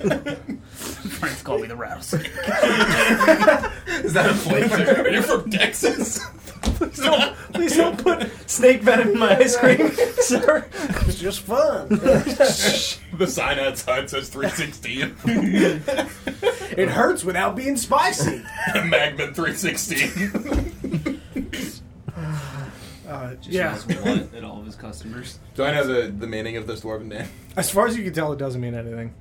Speaker 1: [LAUGHS]
Speaker 5: Friends call me the rattlesnake.
Speaker 1: Is that a flavor? Are you from Texas? [LAUGHS]
Speaker 14: Please [LAUGHS] don't put snake venom in my ice cream, sir.
Speaker 3: [LAUGHS] It's just fun.
Speaker 1: the sign outside says [LAUGHS] 316.
Speaker 3: it hurts without being spicy.
Speaker 1: Magman 316.
Speaker 3: Uh, yeah.
Speaker 5: Blunt at all of his customers.
Speaker 1: Do I know the, the meaning of this dwarven name?
Speaker 3: As far as you can tell, it doesn't mean anything.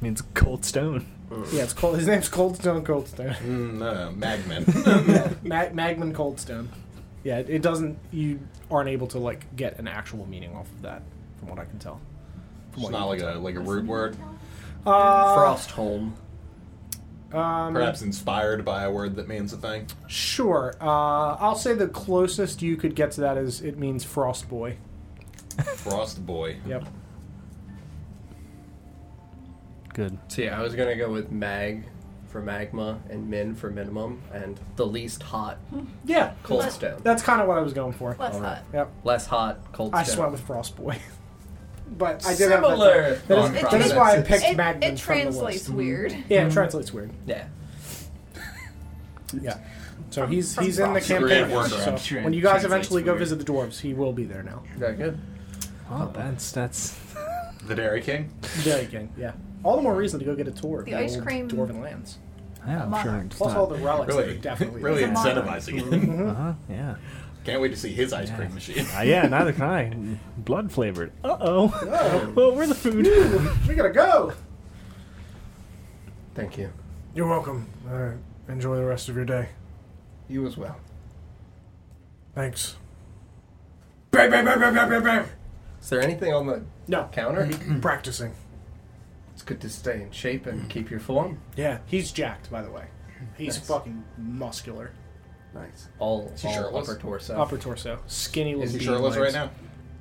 Speaker 14: Means cold stone.
Speaker 3: Yeah, it's cold. His name's Coldstone Coldstone.
Speaker 1: Mm, no, Magman.
Speaker 3: Mag- Magman Coldstone. Yeah, it, it doesn't. You aren't able to like get an actual meaning off of that, from what I can tell. From
Speaker 1: it's
Speaker 3: what
Speaker 1: not
Speaker 3: you
Speaker 1: like a like a root word.
Speaker 3: can- uh,
Speaker 4: Frostholm.
Speaker 3: um,
Speaker 1: Perhaps inspired by a word that means a thing.
Speaker 3: Sure. Uh, I'll say the closest you could get to that is it means frost boy.
Speaker 1: Frost boy.
Speaker 3: Yep.
Speaker 14: Good.
Speaker 4: So yeah, I was gonna go with mag for magma and min for minimum and the least hot
Speaker 3: Yeah.
Speaker 4: cold stone.
Speaker 3: That's kind of what I was going for.
Speaker 6: Less
Speaker 4: Alright.
Speaker 6: hot.
Speaker 3: Yep.
Speaker 4: Less hot cold stone.
Speaker 3: I just went with frost boy. [LAUGHS] but I did have that down.
Speaker 4: similar.
Speaker 3: That is-
Speaker 4: thought
Speaker 6: It-
Speaker 3: That
Speaker 4: process.
Speaker 3: is why I
Speaker 6: it-
Speaker 3: picked Magman
Speaker 6: it, It
Speaker 3: from the list.
Speaker 6: translates weird.
Speaker 3: Yeah, it translates weird.
Speaker 4: Yeah.
Speaker 3: Yeah. So he's
Speaker 6: from
Speaker 3: he's in the
Speaker 6: Frost.
Speaker 3: campaign.
Speaker 1: Great
Speaker 3: now,
Speaker 1: work,
Speaker 3: So
Speaker 5: Rob.
Speaker 3: when you guys
Speaker 5: Translates
Speaker 3: eventually go
Speaker 5: weird.
Speaker 3: visit the dwarves, he will be there now.
Speaker 4: Very good.
Speaker 14: Oh, that's that's.
Speaker 1: The Dairy King.
Speaker 3: Yeah, you can. Yeah. All the more reason to go get a tour of
Speaker 6: The
Speaker 3: the
Speaker 6: ice
Speaker 3: old
Speaker 6: cream-
Speaker 3: dwarven lands.
Speaker 14: Yeah, I'm sure.
Speaker 6: Monarch.
Speaker 14: It's
Speaker 3: Plus all
Speaker 14: not.
Speaker 3: the relics.
Speaker 1: Really, [LAUGHS]
Speaker 3: Really, definitely.
Speaker 1: really
Speaker 6: It's a modern.
Speaker 1: incentivizing it.
Speaker 14: Uh-huh, yeah.
Speaker 1: [LAUGHS] Can't wait to see his ice cream machine. [LAUGHS]
Speaker 14: Uh, yeah, neither can I. Blood flavored. Uh oh. Well, we're the [LAUGHS] food.
Speaker 3: We gotta go.
Speaker 4: Thank you.
Speaker 3: You're welcome.
Speaker 2: Uh, enjoy the rest of your day.
Speaker 4: You as well.
Speaker 2: Thanks.
Speaker 4: Is there anything on the
Speaker 3: No.
Speaker 4: counter?
Speaker 2: Practicing.
Speaker 4: it's good to stay in shape and keep your form.
Speaker 3: Yeah, he's jacked, by the way. He's
Speaker 4: Nice.
Speaker 3: fucking muscular.
Speaker 4: Nice. All,
Speaker 1: he
Speaker 4: all
Speaker 1: shirtless?
Speaker 4: upper torso.
Speaker 3: Upper torso, skinny little.
Speaker 1: Is he
Speaker 3: bean
Speaker 1: shirtless right
Speaker 3: legs.
Speaker 1: now?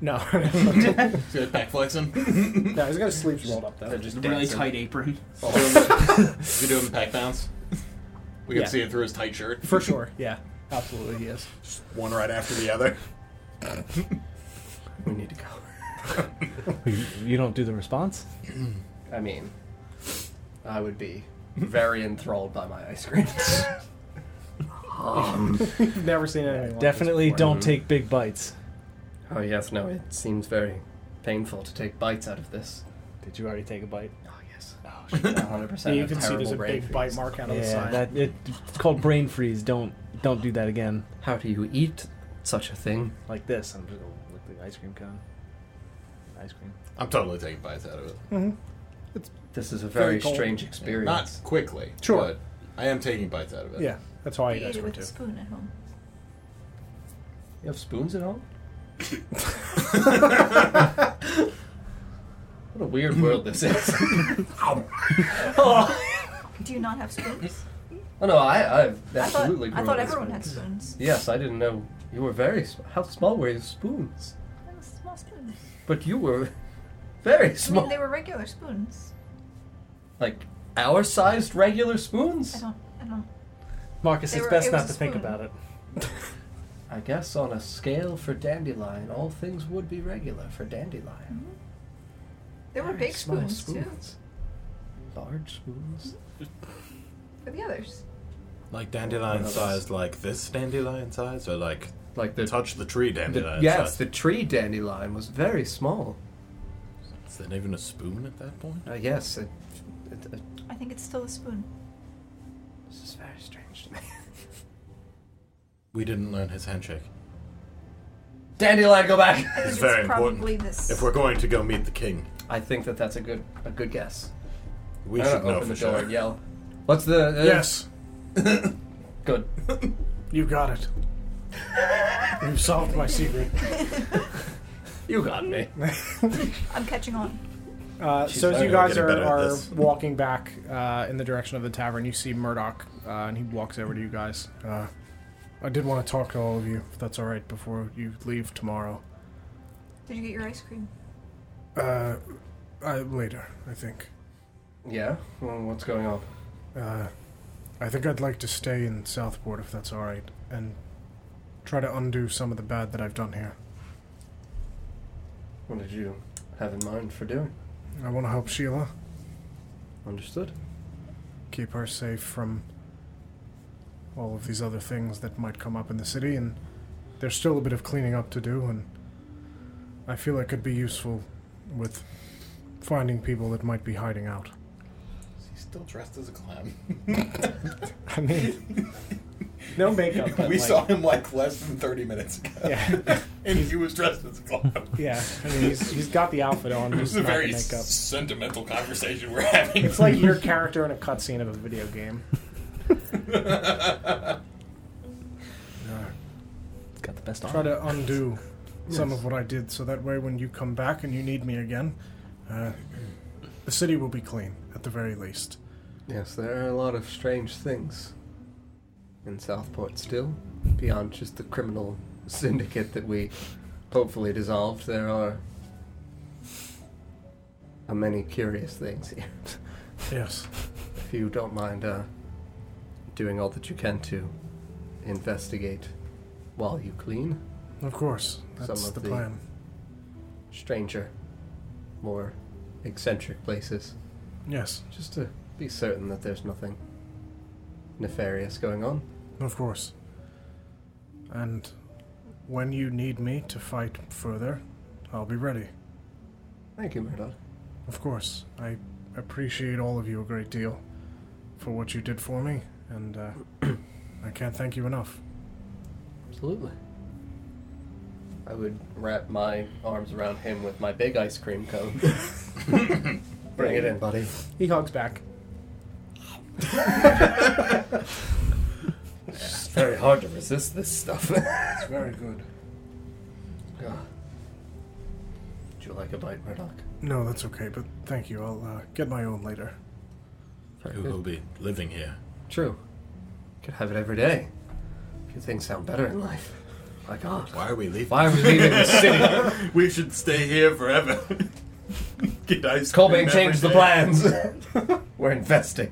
Speaker 3: No,
Speaker 1: [LAUGHS]
Speaker 3: [LAUGHS]
Speaker 1: Is he like back flexing?
Speaker 3: no, he's got his sleeves rolled up though.
Speaker 4: They're just
Speaker 5: It's a really
Speaker 4: dancing.
Speaker 5: tight [LAUGHS] apron.
Speaker 1: Is he doing pack downs? We can
Speaker 3: Yeah.
Speaker 1: see it through his tight shirt. [LAUGHS]
Speaker 3: For sure. Yeah, absolutely, he is.
Speaker 1: One right after the other.
Speaker 4: We need to go. [LAUGHS]
Speaker 14: You- You don't do the response?
Speaker 4: I mean, I
Speaker 3: [LAUGHS]
Speaker 4: would be very enthralled by my ice [LAUGHS] cream. Um,
Speaker 3: You've never seen anything. Like
Speaker 14: Definitely
Speaker 3: this before.
Speaker 14: don't take big bites.
Speaker 4: oh yes, no, it seems very painful to take bites out of this.
Speaker 14: Did you already take a bite?
Speaker 4: Oh yes. Oh, 100%.
Speaker 3: Yeah, [LAUGHS] you
Speaker 4: a
Speaker 3: can see there's
Speaker 4: terrible
Speaker 3: a
Speaker 4: brain
Speaker 3: big
Speaker 4: freeze.
Speaker 3: bite mark out on the
Speaker 14: Yeah,
Speaker 3: side.
Speaker 14: that it, it's called brain freeze. Don't don't do that again.
Speaker 4: How do you eat such a thing?
Speaker 14: Like this. I'm just gonna lick the ice cream cone. Ice cream.
Speaker 1: I'm totally taking bites out of it.
Speaker 4: This is a
Speaker 3: Very
Speaker 4: very,
Speaker 3: cold.
Speaker 4: strange experience.
Speaker 1: Not quickly.
Speaker 3: Sure.
Speaker 1: But I am taking bites out of it.
Speaker 3: yeah, that's why
Speaker 6: I
Speaker 3: you
Speaker 6: eat
Speaker 3: guys
Speaker 6: it
Speaker 3: were
Speaker 6: with a
Speaker 3: too.
Speaker 6: spoon at home.
Speaker 4: You have spoons at home? What a weird world this is.
Speaker 6: Do you not
Speaker 1: [LAUGHS]
Speaker 6: have spoons?
Speaker 4: oh no, I, I've
Speaker 6: I thought,
Speaker 4: absolutely.
Speaker 6: I
Speaker 4: grown
Speaker 6: thought
Speaker 4: with
Speaker 6: everyone had
Speaker 4: spoons.
Speaker 6: spoons.
Speaker 4: Yes, I didn't know you were very. Sm- How small were your spoons?
Speaker 6: They were Small spoons.
Speaker 4: But you were very
Speaker 6: I
Speaker 4: small.
Speaker 6: mean, they were regular spoons.
Speaker 4: like our sized regular spoons.
Speaker 6: I don't. I don't.
Speaker 14: Marcus,
Speaker 6: They
Speaker 14: it's
Speaker 6: were-
Speaker 14: best
Speaker 6: it was
Speaker 14: not
Speaker 6: a
Speaker 14: to think
Speaker 6: spoon.
Speaker 14: about it.
Speaker 4: I guess on a scale for dandelion, all things would be regular for dandelion.
Speaker 6: They were
Speaker 4: Very
Speaker 6: big
Speaker 4: small
Speaker 6: spoons, too.
Speaker 4: spoons. Large spoons.
Speaker 6: For the others.
Speaker 1: Like dandelion sized, like this dandelion size, or like
Speaker 4: Like the,
Speaker 1: touch the tree
Speaker 4: the-
Speaker 1: dandelion
Speaker 4: yes,
Speaker 1: size.
Speaker 4: the tree dandelion was very small.
Speaker 1: Is that even a spoon at that point?
Speaker 4: Uh, yes, it, it, it,
Speaker 6: I think it's still a spoon.
Speaker 4: this is very strange to me. [LAUGHS]
Speaker 1: We didn't learn his handshake.
Speaker 4: Dandelion, go back. [LAUGHS]
Speaker 6: I think
Speaker 1: It's
Speaker 6: it's
Speaker 1: very important.
Speaker 6: probably this.
Speaker 1: If we're going to go meet the king,
Speaker 4: I think that that's a good a good guess.
Speaker 1: we
Speaker 4: I
Speaker 1: should
Speaker 4: don't
Speaker 1: know
Speaker 4: open
Speaker 1: for
Speaker 4: the door
Speaker 1: sure.
Speaker 4: and yell. What's the uh,
Speaker 3: Yes,
Speaker 4: [LAUGHS] Good.
Speaker 3: you got it. You've solved my secret.
Speaker 4: You got me. [LAUGHS]
Speaker 6: I'm catching on.
Speaker 3: Uh, so as
Speaker 1: learning.
Speaker 3: you guys
Speaker 1: Getting
Speaker 3: are,
Speaker 1: better at
Speaker 3: are
Speaker 1: this.
Speaker 3: walking back uh, in the direction of the tavern, you see Murdoch, uh, and he walks over to you guys. Uh, I did want to talk to all of you, if that's all right, before you leave tomorrow.
Speaker 6: Did you get your ice cream?
Speaker 3: Uh, I, later, I think.
Speaker 4: Yeah. Well, what's going on?
Speaker 3: Uh, I think I'd like to stay in Southport, if that's all right, and try to undo some of the bad that I've done here.
Speaker 4: What did you have in mind for doing?
Speaker 3: I want to help Sheila,
Speaker 4: Understood.
Speaker 3: keep her safe from all of these other things that might come up in the city, and there's still a bit of cleaning up to do, and I feel I could be useful with finding people that might be hiding out.
Speaker 1: He's still dressed as a clown.
Speaker 16: I mean, no makeup. But
Speaker 1: we
Speaker 16: like,
Speaker 1: saw him like less than 30 minutes ago.
Speaker 16: Yeah.
Speaker 1: [LAUGHS] and he was dressed as a clown.
Speaker 16: Yeah, I mean, he's, he's got the outfit on.
Speaker 1: It was
Speaker 16: Just
Speaker 1: a
Speaker 16: not the
Speaker 1: very
Speaker 16: makeup.
Speaker 1: sentimental conversation we're having.
Speaker 16: It's like
Speaker 1: [LAUGHS]
Speaker 16: your character in a cutscene of a video game.
Speaker 14: It's got the best
Speaker 3: Try to undo some of what I did, so that way when you come back and you need me again, uh, the city will be clean, at the very least.
Speaker 4: Yes, there are a lot of strange things in Southport still, beyond just the criminal [LAUGHS] syndicate that we hopefully dissolved. There are a many curious things here. [LAUGHS]
Speaker 3: Yes.
Speaker 4: If you don't mind uh, doing all that you can to investigate while you clean,
Speaker 3: Of course. That's
Speaker 4: Some of
Speaker 3: the,
Speaker 4: the-
Speaker 3: plan.
Speaker 4: stranger, more eccentric places,
Speaker 3: Yes,
Speaker 4: just to be certain that there's nothing nefarious going on.
Speaker 3: of course. And when you need me to fight further, I'll be ready.
Speaker 4: Thank you, Murdoch.
Speaker 3: Of course. I appreciate all of you a great deal for what you did for me, and
Speaker 16: [CLEARS THROAT]
Speaker 3: uh, I can't thank you enough.
Speaker 4: Absolutely. I would wrap my arms around him with my big ice
Speaker 3: [LAUGHS]
Speaker 4: cream cone. Bring it in, buddy.
Speaker 16: He hugs back.
Speaker 4: It's very hard to resist this stuff.
Speaker 3: It's very good.
Speaker 4: Ah. Would you like a bite, Murdoch?
Speaker 3: No, that's okay, but thank you. I'll uh, get my own later.
Speaker 1: Who will be living here?
Speaker 4: True. Could have it every day. Few things sound better in life. My God.
Speaker 1: Why are we leaving?
Speaker 4: Why are we leaving the city?
Speaker 1: we should stay here forever. Get ice cream
Speaker 4: Colbane changed the
Speaker 1: every
Speaker 4: plans. [LAUGHS] We're investing.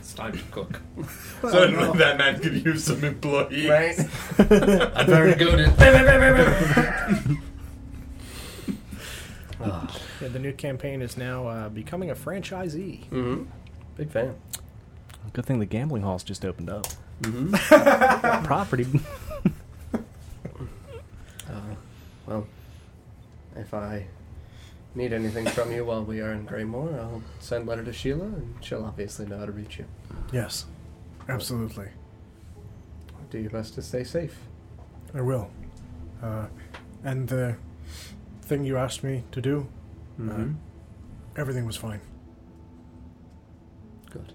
Speaker 4: it's time to cook.
Speaker 1: day. Certainly, that man could use some employees.
Speaker 4: [LAUGHS]
Speaker 1: [LAUGHS]
Speaker 4: Right? I'm very good at. Ah.
Speaker 16: Yeah, the new campaign is now uh, becoming a franchisee.
Speaker 4: Mm-hmm. [LAUGHS] Big fan.
Speaker 14: Good thing the gambling halls just opened up. [LAUGHS] Property.
Speaker 4: Uh, well, if I need anything from you while we are in Greymore, I'll send letter to Sheila, and she'll obviously know how to reach you.
Speaker 3: Yes, absolutely.
Speaker 4: Do your best to stay safe.
Speaker 3: I will. Uh, and the thing you asked me to do,
Speaker 4: Mm-hmm.
Speaker 3: everything was fine.
Speaker 4: Good.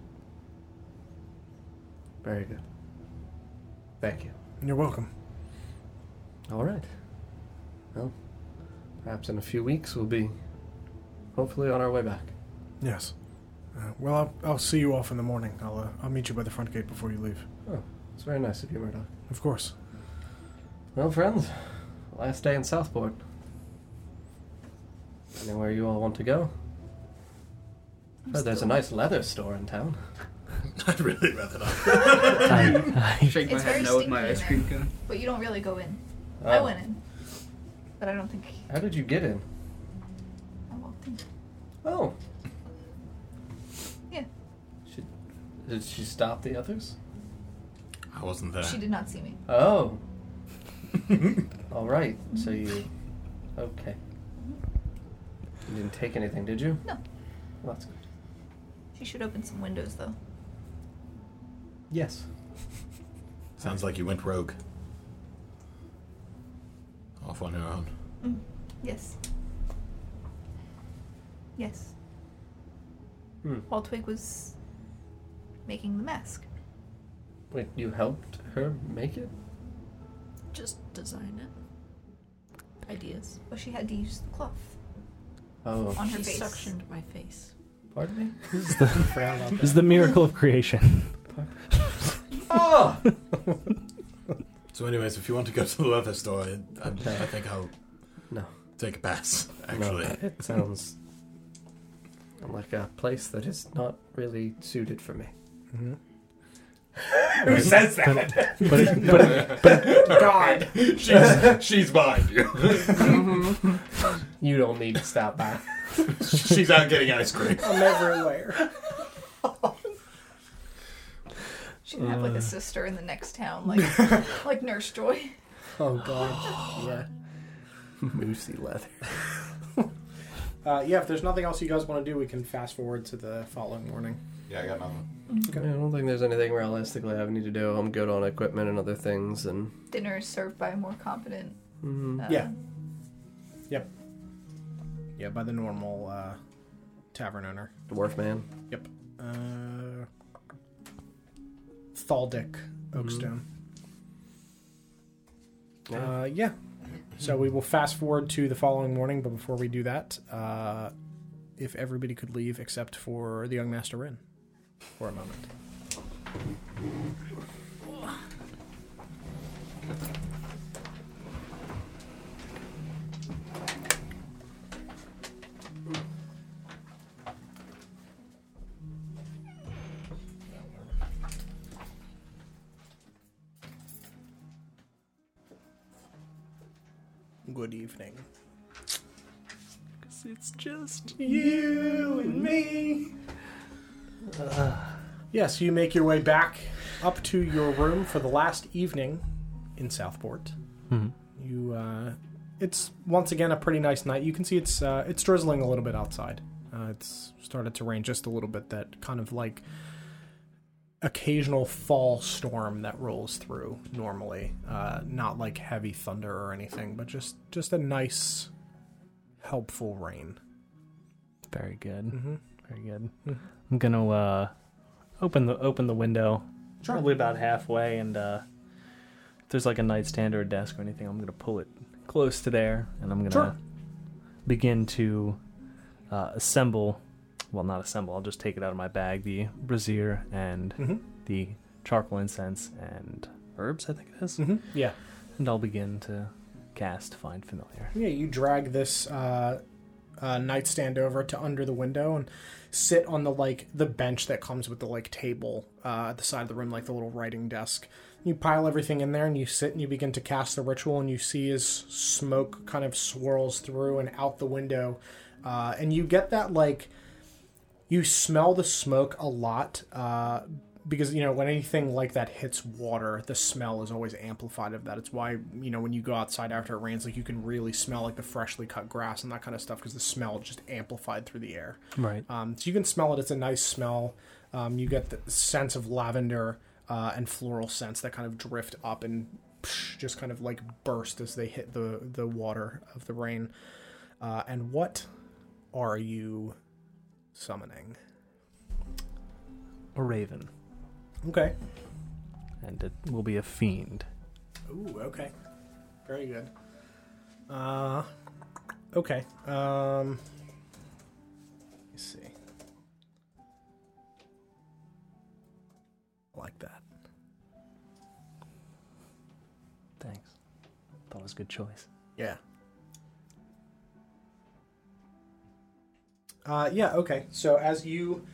Speaker 4: Very good. Thank you.
Speaker 3: You're welcome.
Speaker 4: All right. Well, perhaps in a few weeks we'll be hopefully on our way back.
Speaker 2: Yes. Uh, well, I'll, I'll see you off in the morning. I'll uh, I'll meet you by the front gate before you leave.
Speaker 4: It's very nice of you, Murdoch.
Speaker 2: Of course.
Speaker 4: Well, friends, last day in Southport. Anywhere you all want to go? Oh, there's a nice leather store in town.
Speaker 1: I'd really rather not. [LAUGHS]
Speaker 5: Shake my head
Speaker 6: It's very
Speaker 5: no with my
Speaker 6: stinky in
Speaker 5: ice cream cone.
Speaker 6: But you don't really go in. I
Speaker 4: Oh,
Speaker 6: went in. But I don't think
Speaker 4: How did you get in?
Speaker 6: I walked in.
Speaker 4: Oh.
Speaker 6: Yeah.
Speaker 4: She, did she stop the others?
Speaker 1: I wasn't there.
Speaker 6: She did not see me. [LAUGHS]
Speaker 4: Oh. all right. So you. Okay. You didn't take anything, did you?
Speaker 6: No.
Speaker 4: Well, that's good.
Speaker 6: She should open some windows though.
Speaker 4: Yes.
Speaker 1: Sounds like you went rogue. Off on your own.
Speaker 3: Mm.
Speaker 6: Yes. Yes.
Speaker 4: Hmm.
Speaker 6: While Twig was making the mask.
Speaker 4: Wait, you helped her make it?
Speaker 7: Just design it. Ideas.
Speaker 6: But she had to use the cloth
Speaker 4: Oh,
Speaker 6: on her
Speaker 7: she
Speaker 6: face.
Speaker 7: suctioned my face.
Speaker 4: pardon
Speaker 6: [LAUGHS]
Speaker 4: me?
Speaker 14: This is the miracle of creation.
Speaker 4: Oh!
Speaker 1: So, anyways, if you want to go [LAUGHS] to the leather store, I, I, I think I'll
Speaker 4: No.
Speaker 1: take a pass.
Speaker 4: No,
Speaker 1: Actually,
Speaker 4: [LAUGHS] it sounds like a place that is not really suited for me.
Speaker 1: who says that?
Speaker 14: But it, but it,
Speaker 1: God, she's she's behind you.
Speaker 4: You don't need to stop [LAUGHS] by.
Speaker 1: She's out getting ice cream.
Speaker 3: I'm everywhere.
Speaker 6: She'd have
Speaker 1: Uh.
Speaker 6: like a sister in the
Speaker 1: [LAUGHS]
Speaker 6: next town, like like Nurse Joy.
Speaker 3: [LAUGHS] Oh god. yeah.
Speaker 4: Moosey leather.
Speaker 3: [GASPS] Uh, yeah. If there's nothing else you guys want to do, we can fast forward to the following morning.
Speaker 1: Yeah, I got nothing.
Speaker 4: I don't think there's anything realistically I need to do. I'm good on equipment and other things, and
Speaker 6: Dinner is served by a more competent.
Speaker 1: Mm-hmm.
Speaker 4: mm,
Speaker 6: Uh,
Speaker 3: Yeah. Yeah, by the normal uh, tavern owner.
Speaker 4: dwarf man.
Speaker 3: Uh, Thaldic Oakstone.
Speaker 4: Yeah.
Speaker 3: Uh, yeah. So we will fast forward to the following morning, but before we do that, uh, if everybody could leave except for the young master Rin for a moment. Good evening.
Speaker 14: it's just
Speaker 3: You and me. Uh, yes, you make your way back up to your room for the last evening in Southport. You, uh, it's once again a pretty nice night. You can see it's uh, it's drizzling a little bit outside. Uh, it's started to rain just a little bit. That kind of like occasional fall storm that rolls through normally. Uh, not like heavy thunder or anything, but just just a nice, helpful rain.
Speaker 14: very good.
Speaker 3: Mhm.
Speaker 14: Very
Speaker 3: [LAUGHS]
Speaker 14: good. I'm gonna uh, open the open the window, probably about halfway, and uh, if there's like a nightstand or a desk or anything, I'm gonna pull it close to there, and I'm gonna
Speaker 3: Sure.
Speaker 14: begin to uh, assemble. Well, not assemble. I'll just take it out of my bag. The brazier and
Speaker 3: Mhm.
Speaker 14: the charcoal incense and herbs. I think it is.
Speaker 3: Mm-hmm. Yeah.
Speaker 14: and I'll begin to cast Find Familiar.
Speaker 3: Yeah, you drag this uh, uh, nightstand over to under the window and sit on the like the bench that comes with the like table uh, at the side of the room, like the little writing desk. You pile everything in there and you sit and you begin to cast the ritual and you see as smoke kind of swirls through and out the window, uh, and you get that like you smell the smoke a lot uh, because you know when anything like that hits water the smell is always amplified of that it's why you know when you go outside after it rains like you can really smell like the freshly cut grass and that kind of stuff because the smell just amplified through the air
Speaker 14: Right.
Speaker 3: um, so you can smell it it's a nice smell um, you get the sense of lavender uh, and floral scents that kind of drift up and psh, just kind of like burst as they hit the the water of the rain uh, and what are you summoning
Speaker 14: A raven,
Speaker 3: okay
Speaker 14: and it will be a fiend.
Speaker 3: Ooh, okay. Very good. Uh, okay. Um, let's see.
Speaker 14: I like that. Thanks. Thought it was a good choice.
Speaker 3: Yeah. Uh, yeah, okay. So as you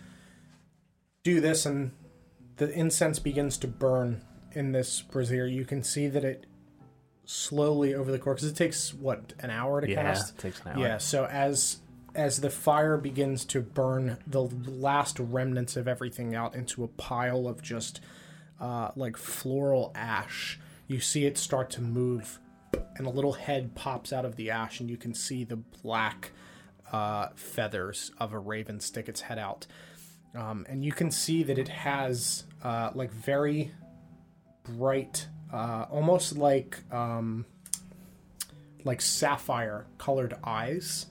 Speaker 3: do this and the incense begins to burn in this brazier, you can see that it slowly over the course, because it takes, what, an hour to cast?
Speaker 14: it takes an hour.
Speaker 3: Yeah, so as as the fire begins to burn the last remnants of everything out into a pile of just uh, like floral ash, you see it start to move, and a little head pops out of the ash, and you can see the black uh, feathers of a raven stick its head out. Um, and you can see that it has uh, like very bright, uh, almost like um, like sapphire colored eyes.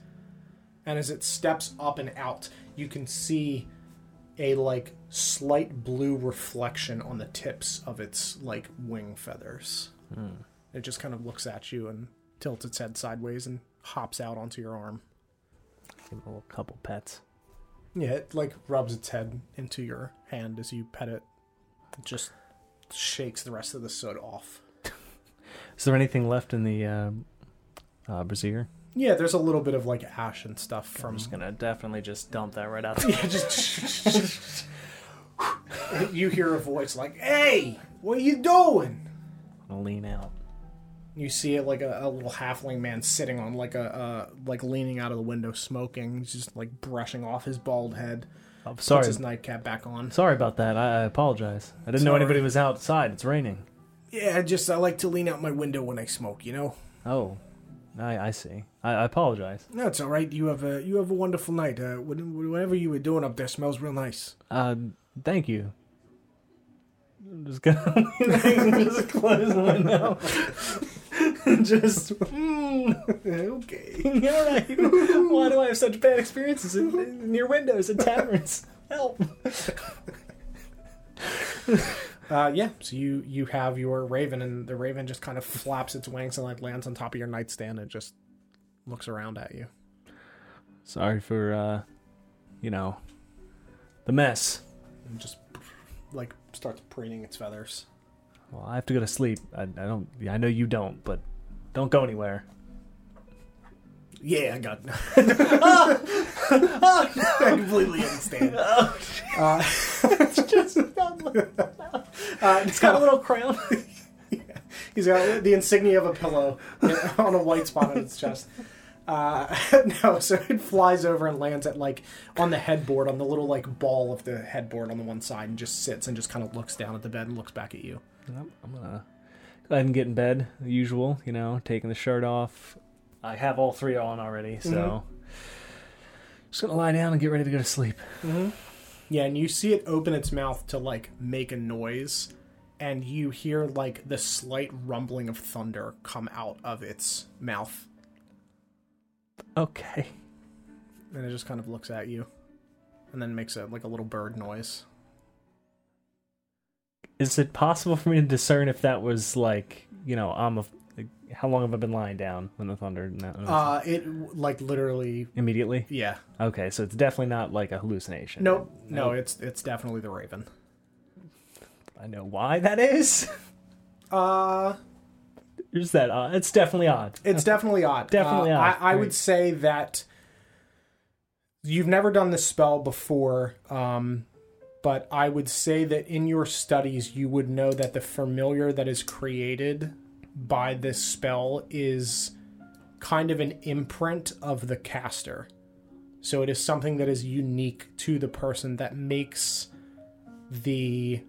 Speaker 3: And as it steps up and out, you can see a like slight blue reflection on the tips of its like wing feathers. It just kind of looks at you and tilts its head sideways and hops out onto your arm.
Speaker 14: Give him a little couple pets.
Speaker 3: Yeah, it like rubs its head into your hand as you pet it. It just shakes the rest of the soot off.
Speaker 14: Is there anything left in the uh, uh, brazier?
Speaker 3: Yeah, there's a little bit of like ash and stuff from.
Speaker 14: I'm just gonna definitely just dump that right out.
Speaker 3: [LAUGHS]
Speaker 14: The-
Speaker 3: you hear a voice like, "Hey, what you doing?"
Speaker 14: I'm gonna [LAUGHS] lean out.
Speaker 3: You see it like a, a little halfling man sitting on like a uh, like leaning out of the window smoking, He's just like brushing off his bald head.
Speaker 14: Oh,
Speaker 3: Puts
Speaker 14: sorry,
Speaker 3: his nightcap back on.
Speaker 14: sorry about that. I, I apologize. I didn't know
Speaker 3: Sorry.
Speaker 14: anybody was outside. It's raining.
Speaker 3: Yeah, just I like to lean out my window when I smoke. You know.
Speaker 14: Oh, I, I see. I, I apologize.
Speaker 3: No, it's all right. You have a you have a wonderful night. Uh, wh- whatever you were doing up there smells real nice.
Speaker 14: Uh, thank you. I'm just gonna [LAUGHS] just close the window. [LAUGHS] just
Speaker 3: [LAUGHS] okay.
Speaker 14: all right. [LAUGHS] Why do I have such bad experiences in, in, near windows and
Speaker 3: [LAUGHS]
Speaker 14: taverns? Help!
Speaker 3: Uh, yeah. So you you have your raven, and the raven just kind of flaps its wings and like lands on top of your nightstand and just looks around at you.
Speaker 14: Sorry for uh, you know, the mess.
Speaker 3: and just like starts preening its feathers.
Speaker 14: Well, I have to go to sleep. I, I don't. yeah, I know you don't, but don't go anywhere.
Speaker 3: Yeah, I
Speaker 14: [LAUGHS]
Speaker 3: got. [LAUGHS] I completely understand.
Speaker 14: Oh,
Speaker 3: Uh, [LAUGHS]
Speaker 14: It's got a little crown.
Speaker 3: he's got the insignia of a pillow [LAUGHS] on a white spot on its chest. Uh, [LAUGHS] no, so it flies over and lands at like on the headboard, on the little like ball of the headboard on the one side, and just sits and just kind of looks down at the bed and looks back at you.
Speaker 14: I'm, I'm gonna go ahead and get in bed, the usual, you know, taking the shirt off. I have all three on already, so
Speaker 3: Mm-hmm.
Speaker 14: just gonna lie down and get ready to go to sleep. [LAUGHS]
Speaker 3: Yeah, and you see it open its mouth to like make a noise, and you hear like the slight rumbling of thunder come out of its mouth,
Speaker 14: Okay.
Speaker 3: and it just kind of looks at you, and then makes a like a little bird noise.
Speaker 14: Is it possible for me to discern if that was like, you know, I'm a. Like, how long have I been lying down when the thunder? No,
Speaker 3: Uh, it like literally,
Speaker 14: immediately.
Speaker 3: yeah.
Speaker 14: Okay, so it's definitely not like a hallucination.
Speaker 3: Nope, no, it's it's definitely the raven.
Speaker 14: I know why that is.
Speaker 3: Uh,
Speaker 14: Is that odd? It's definitely odd.
Speaker 3: it's definitely odd.
Speaker 14: Definitely
Speaker 3: Uh,
Speaker 14: odd,
Speaker 3: I, I
Speaker 14: right.
Speaker 3: would say that you've never done this spell before, um, but I would say that in your studies you would know that the familiar that is created by this spell is kind of an imprint of the caster. So it is something that is unique to the person that makes the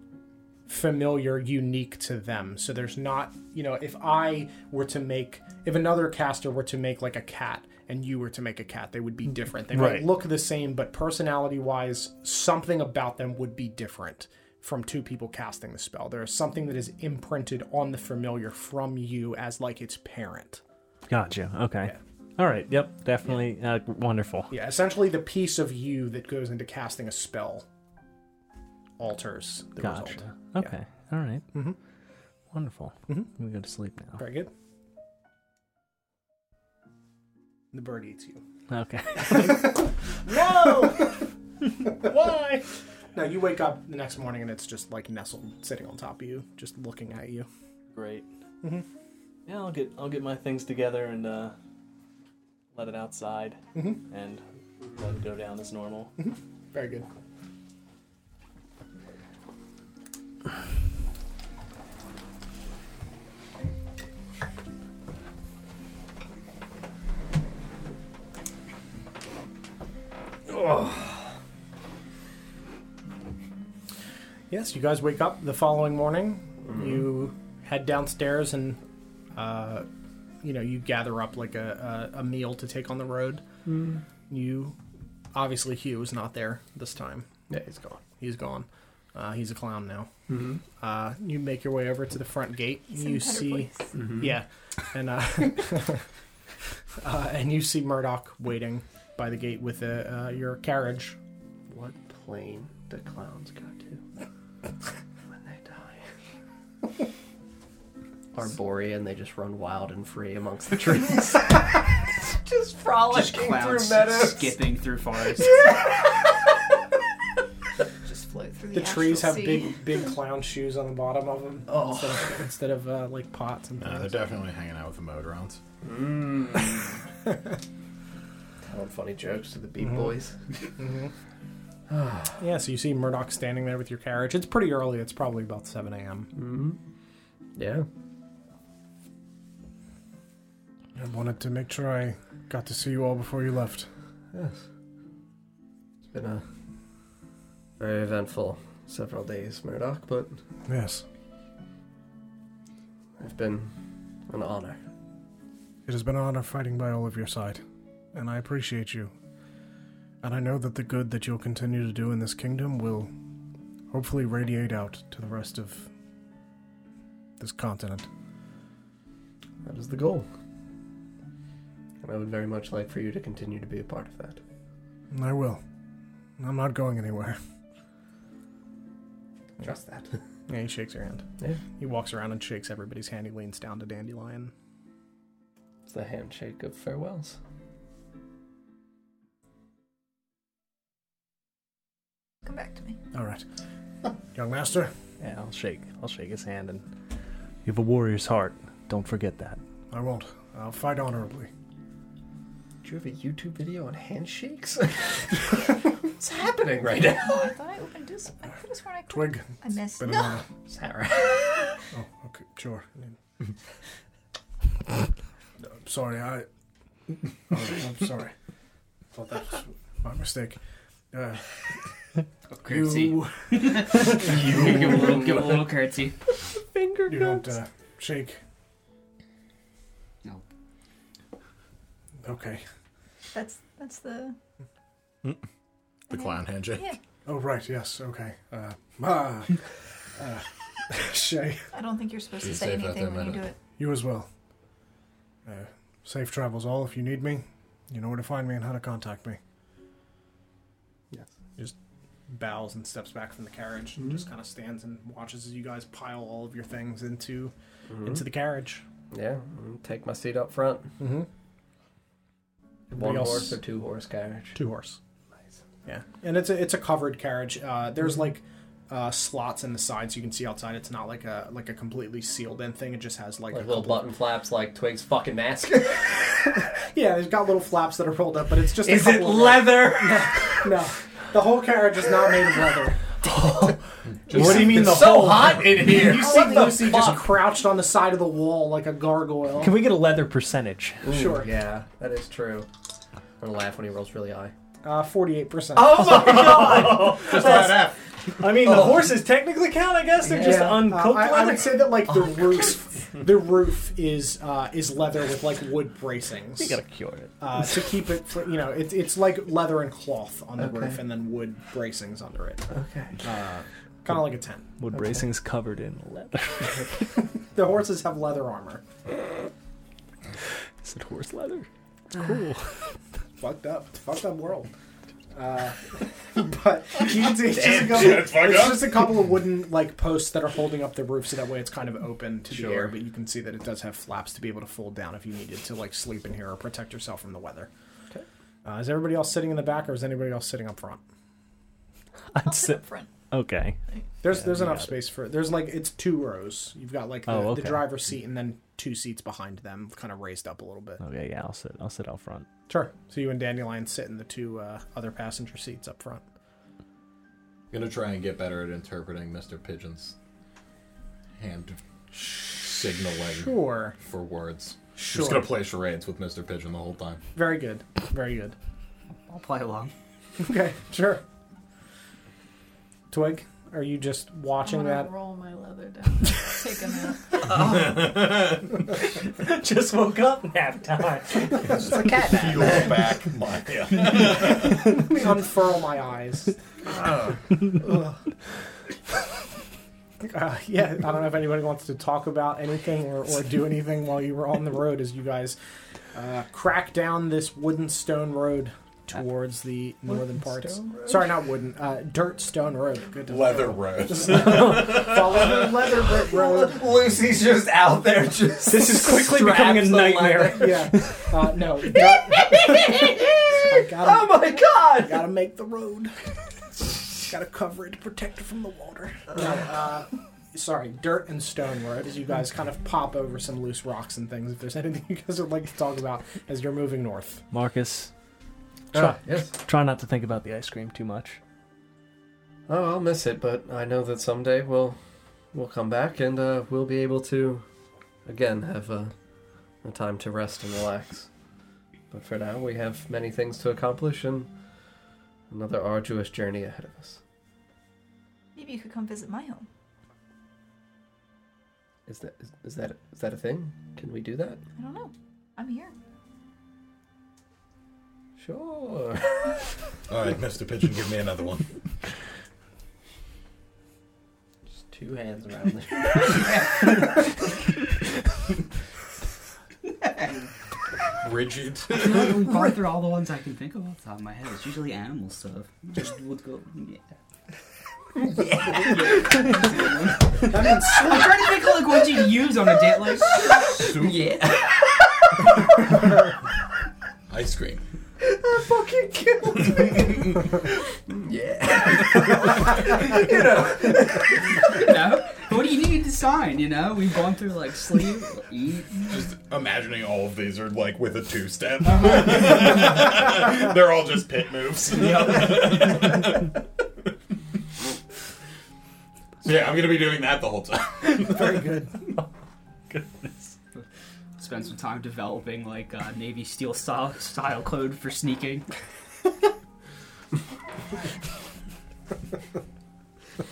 Speaker 3: familiar unique to them. So there's not, you know, if I were to make, if another caster were to make like a cat and you were to make a cat, they would be different. They
Speaker 14: Right.
Speaker 3: might look the same, but personality wise, something about them would be different from two people casting the spell. There is something that is imprinted on the familiar from you as like its parent.
Speaker 14: [LAUGHS] Gotcha. Okay. All right. Yep. Definitely uh, wonderful.
Speaker 3: Yeah, essentially the piece of you that goes into casting a spell alters the result.
Speaker 14: Gotcha. Okay. All right.
Speaker 24: Mm-hmm.
Speaker 14: Wonderful. Mm-hmm. We go to sleep now.
Speaker 3: Very good. The bird eats [LAUGHS] you.
Speaker 14: Okay.
Speaker 3: Whoa! [LAUGHS] Why? No, Oh! you wake up the next morning and it's just like nestled, sitting on top of you, just looking at you.
Speaker 24: Great.
Speaker 14: Mm-hmm.
Speaker 24: Yeah, I'll get I'll get my things together and uh, let it outside
Speaker 14: Mm-hmm.
Speaker 24: and let it go down as normal.
Speaker 3: Very good. Yes, you guys wake up the following morning.
Speaker 4: Mm-hmm.
Speaker 3: You head downstairs and, uh, you know, you gather up like a, a, a meal to take on the road. You, obviously, Hugh is not there this time.
Speaker 4: Yeah, he's gone. Mm-hmm.
Speaker 3: He's gone. Uh, he's a clown now. Uh, you make your way over to the front gate.
Speaker 6: Some
Speaker 3: you
Speaker 6: kind of
Speaker 3: see,
Speaker 6: voice.
Speaker 1: mm.
Speaker 4: Mm-hmm.
Speaker 3: yeah, and uh, uh, [LAUGHS] and you see Murdoch waiting by the gate with a, uh, your carriage.
Speaker 4: What plane do clowns go to when they die? [LAUGHS] Arborean, they just run wild and free amongst [LAUGHS] the trees. just
Speaker 5: Just
Speaker 4: frolicking
Speaker 5: clowns
Speaker 4: through meadows.
Speaker 5: skipping through forests.
Speaker 6: Just float through the,
Speaker 3: The trees have
Speaker 6: astral sea.
Speaker 3: big big clown shoes on the bottom of them
Speaker 4: Oh.
Speaker 3: instead of, instead of uh, like pots and
Speaker 1: Uh, they're
Speaker 3: things. Mm.
Speaker 1: definitely hanging out with the mode rounds.
Speaker 4: [LAUGHS] Telling funny jokes to the Beat Boys.
Speaker 3: Mm-hmm.
Speaker 4: [SIGHS]
Speaker 3: yeah, so you see Murdoch standing there with your carriage. It's pretty early. It's probably about seven a.m.
Speaker 4: Mm-hmm. Yeah.
Speaker 2: I wanted to make sure I got to see you all before you left.
Speaker 4: Yes. It's been a very eventful several days, Murdoch, but
Speaker 2: Yes,
Speaker 4: it's been an honor.
Speaker 2: it has been an honor fighting by all of your side, and I appreciate you. And I know that the good that you'll continue to do in this kingdom will hopefully radiate out to the rest of this continent.
Speaker 4: That is the goal. And I would very much like for you to continue to be a part of that.
Speaker 2: And I will. I'm not going anywhere.
Speaker 4: Trust that.
Speaker 3: [LAUGHS] Yeah, he shakes your hand.
Speaker 4: Yeah.
Speaker 3: He walks around and shakes everybody's hand. He leans down to Dandelion.
Speaker 4: It's the handshake of farewells.
Speaker 6: Come back to me.
Speaker 2: All right. Young master,
Speaker 14: Mm-hmm.
Speaker 24: Yeah, I'll shake I'll shake his hand and you have a warrior's heart. Don't forget that.
Speaker 2: I won't. I'll fight honorably.
Speaker 4: Do you have a YouTube video on handshakes? [LAUGHS] What's happening right now?
Speaker 6: Oh, I thought I opened this. I could have sworn I clicked.
Speaker 2: Twig,
Speaker 6: I missed.
Speaker 2: been
Speaker 6: No.
Speaker 2: an honor.
Speaker 4: Sarah.
Speaker 2: Oh, okay, sure. I'm [LAUGHS] sorry, I. Oh, I'm sorry. Thought that was my mistake. Uh,
Speaker 5: curtsy.
Speaker 2: you,
Speaker 5: give, a little, give
Speaker 4: [LAUGHS]
Speaker 5: a little curtsy.
Speaker 2: you don't uh, shake.
Speaker 5: No.
Speaker 2: Okay.
Speaker 6: That's that's the.
Speaker 1: Mm. The clown handshake.
Speaker 6: Yeah.
Speaker 2: Oh, right, yes, okay. Uh, [LAUGHS] ah, uh, [LAUGHS] Shay,
Speaker 6: I don't think you're supposed
Speaker 1: Be
Speaker 6: to say
Speaker 1: safe out there,
Speaker 6: anything when you do
Speaker 1: madam.
Speaker 6: it.
Speaker 2: you as well. Uh, safe travels all. If you need me, you know where to find me and how to contact me.
Speaker 3: bows and steps back from the carriage and
Speaker 4: Mm-hmm.
Speaker 3: just kind of stands and watches as you guys pile all of your things into
Speaker 4: Mm-hmm.
Speaker 3: into the carriage.
Speaker 4: Yeah, I'll take my seat up front.
Speaker 3: Mm-hmm.
Speaker 4: One
Speaker 3: Everybody else-
Speaker 4: horse or two horse carriage.
Speaker 3: Two horse. Nice. Yeah, and it's a it's a covered carriage. Uh, there's
Speaker 4: Mm-hmm.
Speaker 3: like uh, slots in the sides you can see outside. It's not like a like a completely sealed in thing. It just has like,
Speaker 4: Like
Speaker 3: a
Speaker 4: little
Speaker 3: couple-
Speaker 4: button flaps like Twig's fucking [LAUGHS] mask.
Speaker 3: Yeah, it's got little flaps that are rolled up, but it's just a
Speaker 4: Is it
Speaker 3: couple of-
Speaker 4: leather?
Speaker 3: No, the whole carriage is not made of leather.
Speaker 4: what do you mean
Speaker 3: the
Speaker 4: it's so
Speaker 3: whole-
Speaker 4: hot in here?
Speaker 3: You see
Speaker 4: What the
Speaker 3: Lucy just
Speaker 4: fuck?
Speaker 3: crouched on the side of the wall like a gargoyle.
Speaker 14: Can we get a leather percentage?
Speaker 3: Sure.
Speaker 4: Yeah, that is true. I'm gonna laugh when he rolls really high.
Speaker 3: Uh, 48%.
Speaker 4: Oh
Speaker 3: [LAUGHS]
Speaker 4: my god!
Speaker 1: Just that F.
Speaker 14: I mean, the horses technically count, I guess. They're just
Speaker 3: Oh. Yeah.
Speaker 14: uncooked
Speaker 3: Uh, I, I would
Speaker 14: leather. Oh,
Speaker 3: say that like
Speaker 14: [LAUGHS]
Speaker 3: the roof, the roof is uh, is leather with like wood bracings
Speaker 24: We gotta cure it.
Speaker 3: uh, to keep it. fr- You know, it's it's like leather and cloth on the
Speaker 4: Okay.
Speaker 3: roof, and then wood bracings under it,
Speaker 4: okay.
Speaker 3: kind of like a tent.
Speaker 14: Wood bracing's covered in leather.
Speaker 3: The horses have leather armor.
Speaker 14: Is it horse leather? Cool.
Speaker 3: Fucked up, It's a fucked up world. Uh, [LAUGHS] but you can see it's, just a, couple,
Speaker 1: that's fucked
Speaker 3: it's
Speaker 1: up.
Speaker 3: just a couple of wooden like posts that are holding up the roof, so that way it's kind of open to the air. But you can see that it does have flaps to be able to fold down if you needed to like sleep in here or protect yourself from the weather. Uh, is everybody else sitting in the back, or is anybody else sitting up front?
Speaker 6: I'll sit up front.
Speaker 14: Okay.
Speaker 3: There's there's enough space for there's like it's two rows. You've got like the,
Speaker 14: Oh, okay.
Speaker 3: the driver's seat and then two seats behind them, kind of raised up a little bit.
Speaker 14: Okay, yeah, I'll sit. I'll sit out front.
Speaker 3: Sure. So you and Dandelion sit in the two uh, other passenger seats up front.
Speaker 1: gonna try and get better at interpreting Mr. Pigeon's hand signaling
Speaker 3: Sure.
Speaker 1: for words.
Speaker 3: Sure.
Speaker 1: Just gonna play charades with Mr. Pigeon the whole time.
Speaker 3: Very good. Very good.
Speaker 5: I'll play along.
Speaker 3: [LAUGHS] Okay. Sure. Twig, are you just watching
Speaker 7: I'm
Speaker 3: that?
Speaker 7: gonna roll my leather down. Take a
Speaker 1: [LAUGHS]
Speaker 7: nap.
Speaker 14: Just woke up nap time.
Speaker 6: It's a cat nap.
Speaker 1: You're back, my.
Speaker 3: Let me unfurl my eyes. Uh, yeah, I don't know if anybody wants to talk about anything or, or do anything while you were on the road as you guys uh, crack down this wooden stone road towards the northern parts. Sorry, not wooden. Uh, dirt stone road. Good to
Speaker 1: Leather rose.
Speaker 3: Follow the leather brick road.
Speaker 23: Lucy's just out there, just
Speaker 14: this is quickly
Speaker 23: straps
Speaker 14: becoming a
Speaker 23: the
Speaker 14: nightmare.
Speaker 3: Yeah. Uh, [LAUGHS] no. Got, I gotta,
Speaker 23: Oh my god!
Speaker 3: gotta make the road. gotta cover it to protect it from the water. No, uh, sorry, dirt and stone road as you guys kind of pop over some loose rocks and things. If there's [LAUGHS] anything you guys would like to talk about as you're moving north.
Speaker 14: Marcus,
Speaker 4: Ah, yes.
Speaker 14: try not to think about the ice cream too much.
Speaker 4: Oh, I'll miss it, but I know that someday we'll we'll come back and uh, we'll be able to again have uh, a time to rest and relax. But for now, we have many things to accomplish and another arduous journey ahead of us.
Speaker 6: Maybe you could come visit my home.
Speaker 4: Is that is, is that is that a thing? Can we do that?
Speaker 6: I don't know. I'm here.
Speaker 4: Sure.
Speaker 1: Alright, Mr. Pigeon, give me another one.
Speaker 4: Just two hands around there.
Speaker 1: Rigid.
Speaker 5: We've gone through all the ones I can think of off the top of my head. It's usually animal stuff. Just would go. Yeah. [LAUGHS] I'm trying to think of like what you use on a date like
Speaker 1: Soup.
Speaker 5: yeah.
Speaker 1: Ice cream.
Speaker 23: fucking killed me. yeah. you know,
Speaker 5: You know? What do you need to sign? You know, we've gone through like sleep, eat.
Speaker 1: Just imagining all of these are like with a two step. [LAUGHS] They're all just pit moves. yeah, I'm gonna be doing that the whole time.
Speaker 3: Very good.
Speaker 5: Spend some time developing like uh, Navy Steel style style code for sneaking.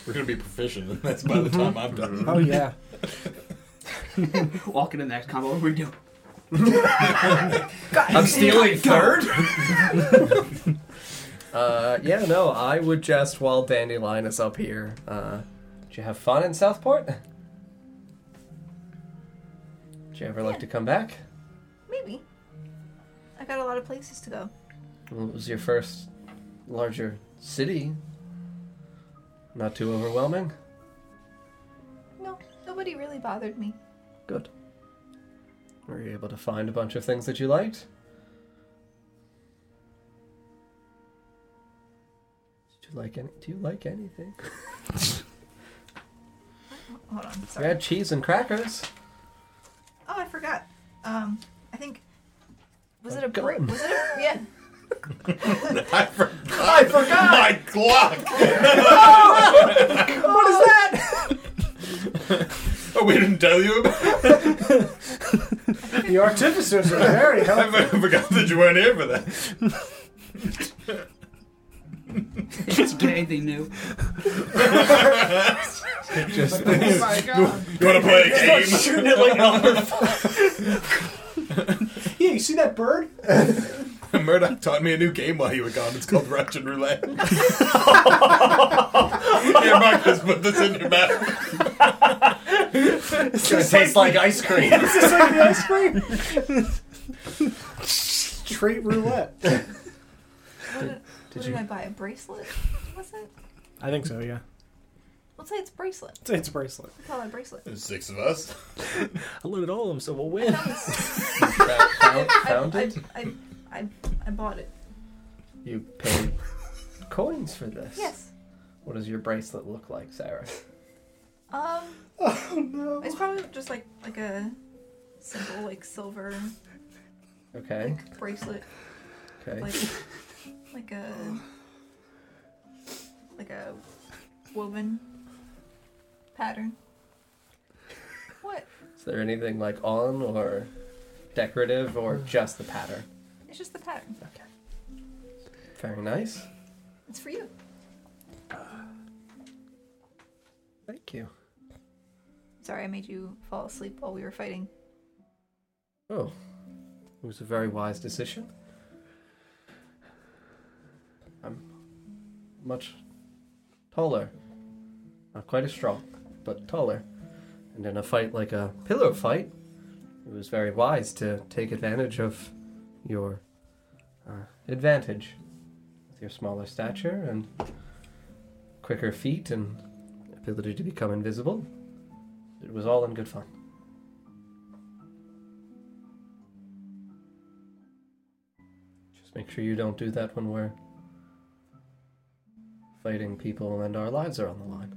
Speaker 1: We're gonna be proficient in this by the time I'm done.
Speaker 3: Oh [LAUGHS] yeah.
Speaker 5: Walk into the next combo. What do we do?
Speaker 4: I'm stealing third. [LAUGHS] uh, yeah, no, I would just while Dandelion is up here. Uh, did you have fun in Southport? Did you ever like to come back?
Speaker 6: Maybe. I got a lot of places to go.
Speaker 4: Well, it was your first larger city. Not too overwhelming.
Speaker 6: No, nobody really bothered me.
Speaker 4: Good. Were you able to find a bunch of things that you liked? Did you like any? Do you like anything?
Speaker 6: Hold on.
Speaker 4: We
Speaker 6: Sorry.
Speaker 4: had cheese and crackers.
Speaker 6: Oh, I forgot. Um, I think was it a
Speaker 4: Go
Speaker 6: brick?
Speaker 4: on.
Speaker 6: Was it a [LAUGHS] yeah?
Speaker 1: [LAUGHS] I forgot
Speaker 23: I forgot.
Speaker 1: my clock.
Speaker 23: What is that?
Speaker 1: Oh, we didn't tell you about it.
Speaker 3: The artificers are [LAUGHS] very helpful.
Speaker 1: I forgot that you weren't here for that. [LAUGHS]
Speaker 5: Did you get anything new?
Speaker 4: Just
Speaker 5: Oh my god!
Speaker 1: You wanna play a game?
Speaker 3: Yeah, you see that bird?
Speaker 1: [LAUGHS] Murdoch taught me a new game while you were gone. It's called Russian Roulette. Here, Marcus, put this in your mouth.
Speaker 23: It's gonna taste like ice cream.
Speaker 3: Is this like the ice cream? Treat roulette.
Speaker 6: What did, What did I buy? A bracelet? Was it?
Speaker 3: I think so, yeah.
Speaker 6: Let's say it's bracelet.
Speaker 3: It's, it's a bracelet.
Speaker 6: We call it a [LAUGHS] bracelet.
Speaker 1: There's six of us.
Speaker 14: I loaded all of them, so we'll win.
Speaker 4: Found, found
Speaker 6: I,
Speaker 4: it?
Speaker 6: I, I, I, I bought it.
Speaker 4: You paid coins for this.
Speaker 6: Yes.
Speaker 4: What does your bracelet look like, Sarah?
Speaker 6: Um. [LAUGHS] Oh no. It's probably just like like a simple like silver
Speaker 4: Okay.
Speaker 6: bracelet,
Speaker 4: Okay. [LAUGHS]
Speaker 6: like like a like a woven pattern. What?
Speaker 4: Is there anything like on or decorative or
Speaker 6: Mm.
Speaker 4: just the pattern?
Speaker 6: It's just the pattern.
Speaker 4: Very nice.
Speaker 6: It's for you.
Speaker 4: Thank you.
Speaker 6: Sorry, I made you fall asleep while we were fighting.
Speaker 4: Oh, it was a very wise decision. I'm much taller. Not quite as strong, but taller. And in a fight like a pillow fight, it was very wise to take advantage of your uh, advantage with your smaller stature and quicker feet and ability to become invisible. It was all in good fun. Just make sure you don't do that when we're fighting people and our lives are on the line.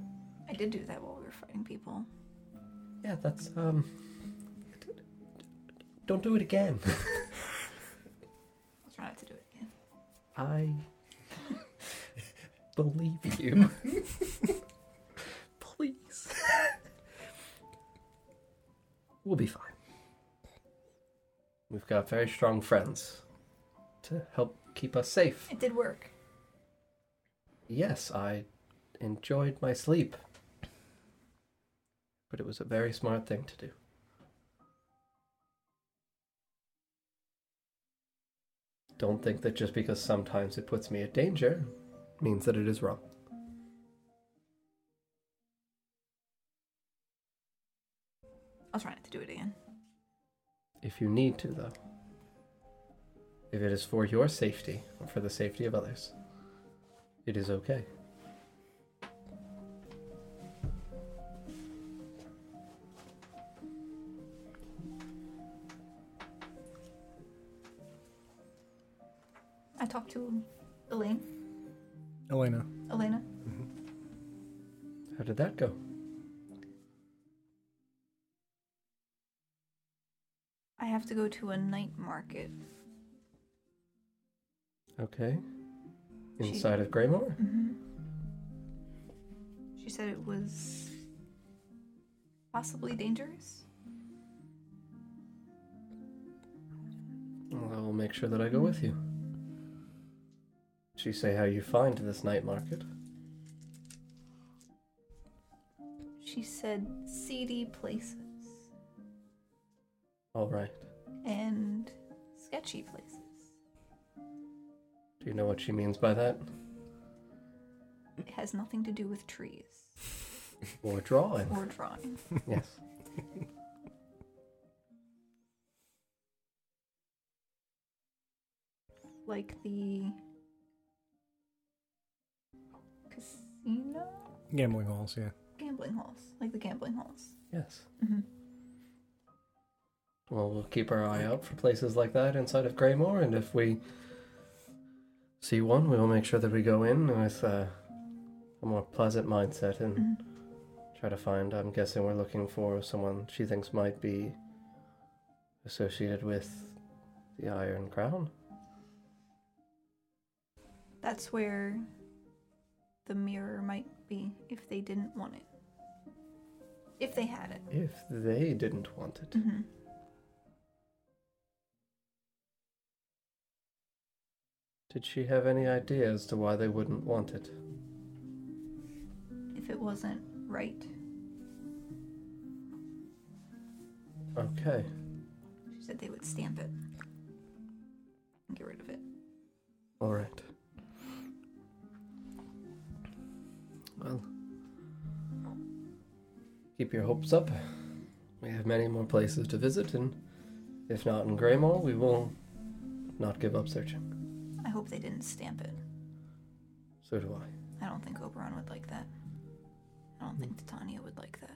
Speaker 6: I did do that while we were fighting people.
Speaker 4: Yeah, that's um. Don't do it again.
Speaker 6: I'll try not to do it again.
Speaker 4: I [LAUGHS] believe you. [LAUGHS] Please. we'll be fine. We've got very strong friends to help keep us safe.
Speaker 6: It did work.
Speaker 4: Yes, I enjoyed my sleep. But it was a very smart thing to do. Don't think that just because sometimes it puts me at danger means that it is wrong.
Speaker 6: I'll try not to do it again.
Speaker 4: If you need to, though. If it is for your safety or for the safety of others, it is okay.
Speaker 6: I talked to Elaine.
Speaker 3: Elena.
Speaker 6: Elena.
Speaker 4: How did that go?
Speaker 6: I have to go to a night market.
Speaker 4: Okay.
Speaker 6: She-
Speaker 4: Inside of Greymore?
Speaker 6: Mm-hmm. She said it was possibly dangerous.
Speaker 4: Well, I will make sure that I go with you. Did she say how you find this night market?
Speaker 6: She said seedy places
Speaker 4: All right.
Speaker 6: and sketchy places.
Speaker 4: Do you know what she means by that?
Speaker 6: It has nothing to do with trees
Speaker 4: Or drawing?
Speaker 6: [LAUGHS] or drawing.
Speaker 4: yes.
Speaker 6: Like the casino?
Speaker 3: Gambling halls, yeah.
Speaker 6: Gambling halls. Like the gambling halls.
Speaker 4: Yes.
Speaker 6: hmm
Speaker 4: Well, we'll keep our eye out for places like that inside of Greymore, and if we see one, we will make sure that we go in with uh, a more pleasant mindset and
Speaker 6: hmm
Speaker 4: try to find. I'm guessing we're looking for someone she thinks might be associated with the Iron Crown.
Speaker 6: That's where the mirror might be if they didn't want it. If they had it.
Speaker 4: If they didn't want it.
Speaker 6: hmm
Speaker 4: Did she have any idea as to why they wouldn't want it?
Speaker 6: If it wasn't right.
Speaker 4: Okay.
Speaker 6: She said they would stamp it and get rid of it.
Speaker 4: All right. Well, keep your hopes up. We have many more places to visit, and if not in Greymore, we will not give up searching.
Speaker 6: I hope they didn't stamp it.
Speaker 4: So do I.
Speaker 6: I don't think Oberon would like that. I don't think Titania would like that.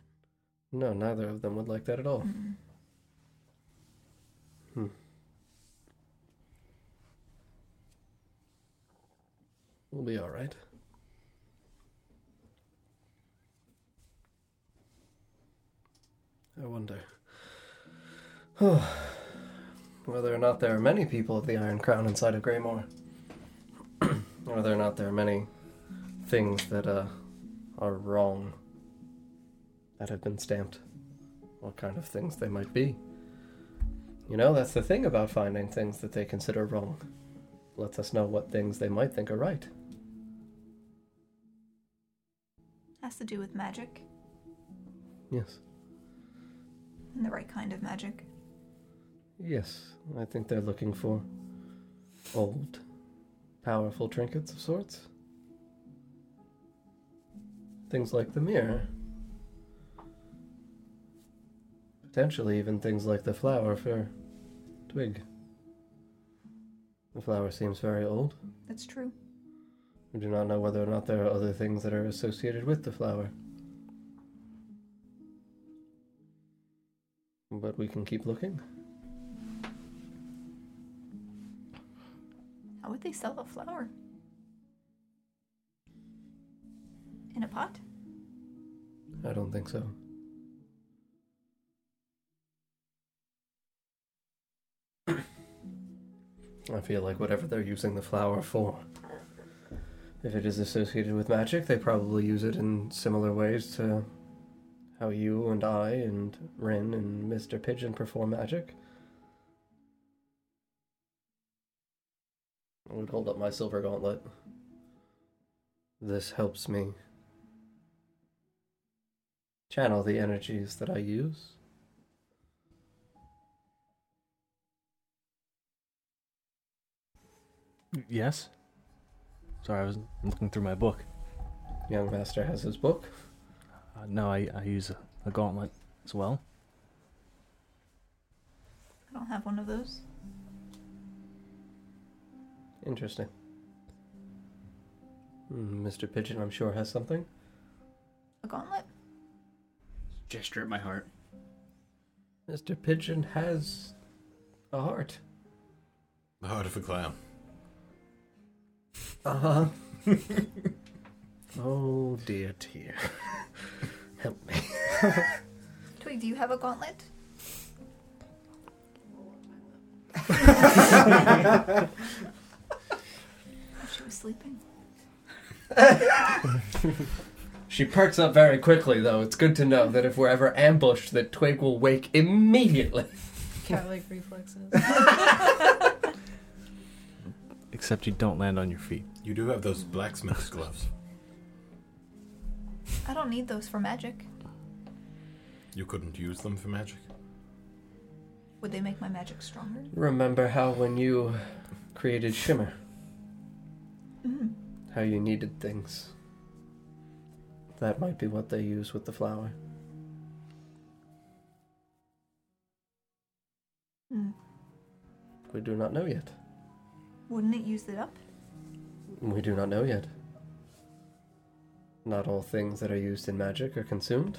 Speaker 4: No, neither of them would like that at all. Hmm. We'll be all right. I wonder whether or not there are many people of the Iron Crown inside of Greymore. [CLEARS THROAT] whether or not there are many things that uh, are wrong that have been stamped. What kind of things they might be. You know, that's the thing about finding things that they consider wrong. Lets us know what things they might think are right.
Speaker 6: Has to do with magic
Speaker 4: Yes.
Speaker 6: and the right kind of magic.
Speaker 4: Yes, I think they're looking for old, powerful trinkets of sorts. Things like the mirror. Potentially, even things like the flower for Twig. The flower seems very old.
Speaker 6: That's true.
Speaker 4: We do not know whether or not there are other things that are associated with the flower. But we can keep looking.
Speaker 6: How would they sell a flower? In a pot?
Speaker 4: I don't think so. [CLEARS THROAT] I feel like whatever they're using the flower for, if it is associated with magic, they probably use it in similar ways to how you and I and Rin and Mr. Pigeon perform magic. I would hold up my silver gauntlet. This helps me channel the energies that I use.
Speaker 24: Yes. Sorry, I was looking through my book.
Speaker 4: Young Master has his book.
Speaker 24: Uh, no, I, I use a, a gauntlet as well.
Speaker 6: I don't have one of those.
Speaker 4: Interesting. Mm, Mr. Pigeon, I'm sure, has something.
Speaker 6: A gauntlet?
Speaker 5: Gesture at my heart.
Speaker 4: Mr. Pigeon has a heart.
Speaker 1: The heart of a clown.
Speaker 4: Uh [LAUGHS] huh. oh dear, dear. [LAUGHS] Help me.
Speaker 6: Twig, do you have a gauntlet? [LAUGHS] Oh, she was sleeping.
Speaker 4: She perks up very quickly, though. It's good to know that if we're ever ambushed, that Twig will wake immediately.
Speaker 7: Cat like reflexes.
Speaker 24: Except you don't land on your feet.
Speaker 1: You do have those blacksmith's gloves.
Speaker 6: I don't need those for magic.
Speaker 1: You couldn't use them for magic.
Speaker 6: Would they make my magic stronger?
Speaker 4: [LAUGHS] Remember how when you created Shimmer,
Speaker 6: Mm.
Speaker 4: how you needed things. That might be what they use with the flower.
Speaker 6: Mm.
Speaker 4: We do not know yet.
Speaker 6: Wouldn't it use it up?
Speaker 4: We do not know yet. Not all things that are used in magic are consumed.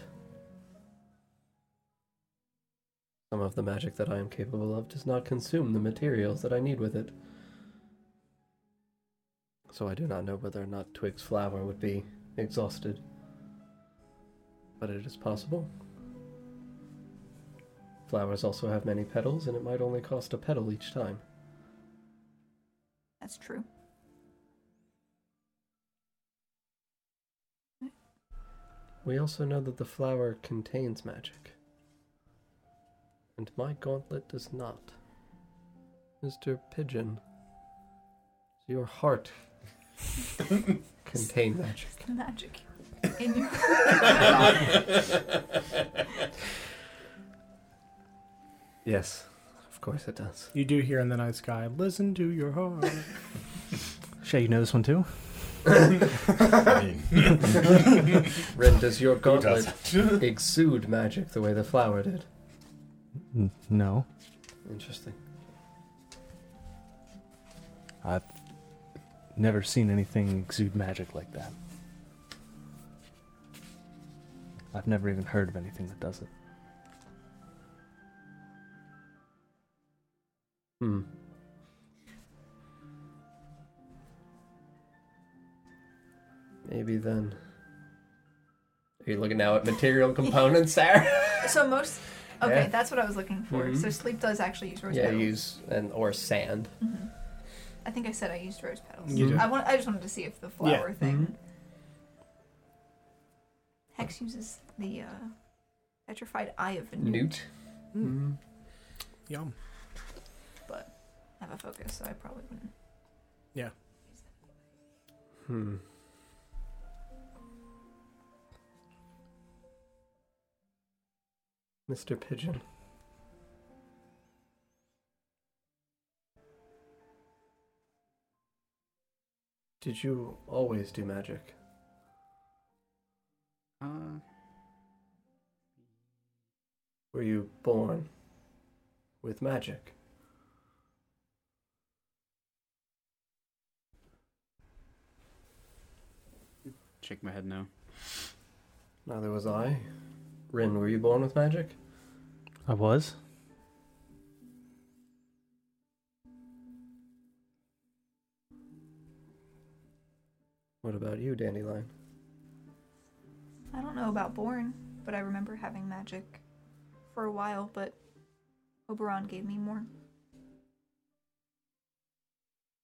Speaker 4: Some of the magic that I am capable of does not consume the materials that I need with it. So I do not know whether or not Twig's flower would be exhausted. But it is possible. Flowers also have many petals, and it might only cost a petal each time.
Speaker 6: That's true.
Speaker 4: We also know that the flower contains magic. And my gauntlet does not. Mr. Pigeon, does your heart contain magic?
Speaker 6: Just the magic in your.
Speaker 4: Yes, of course it does.
Speaker 1: [LAUGHS]
Speaker 3: You do hear in the night sky, listen to your heart. [LAUGHS]
Speaker 14: Shay, you know this
Speaker 4: [LAUGHS]
Speaker 14: one too?
Speaker 1: I mean,
Speaker 4: Ren, does your gauntlet
Speaker 1: doesn't? [LAUGHS]
Speaker 4: exude magic the way the flower did?
Speaker 14: N- no.
Speaker 4: Interesting.
Speaker 14: Never seen anything exude magic like that. I've never even heard of anything that does it.
Speaker 4: Hmm. Maybe then. Are you looking now at material components, Sarah?
Speaker 6: So most. Okay,
Speaker 4: Yeah.
Speaker 6: that's what I was looking for.
Speaker 4: Mhm.
Speaker 6: So sleep does actually use rose
Speaker 4: yeah,
Speaker 6: petals.
Speaker 4: use and or sand.
Speaker 6: I think I said I used rose petals.
Speaker 3: You did.
Speaker 6: I want. I just wanted to see if the flower thing. Hex uses the uh, petrified eye of a newt.
Speaker 4: Newt. Mm.
Speaker 3: Yum.
Speaker 6: but I have a focus, so I probably wouldn't.
Speaker 3: Yeah.
Speaker 6: use that.
Speaker 4: Hmm. Mr. Pigeon. Did you always do magic?
Speaker 5: Uh,
Speaker 4: Were you born with magic?
Speaker 5: shake my head no.
Speaker 4: Neither was I. Rin, were you born with magic?
Speaker 14: I was?
Speaker 4: What about you, Dandelion?
Speaker 6: I don't know about Born, but I remember having magic for a while, but Oberon gave me more.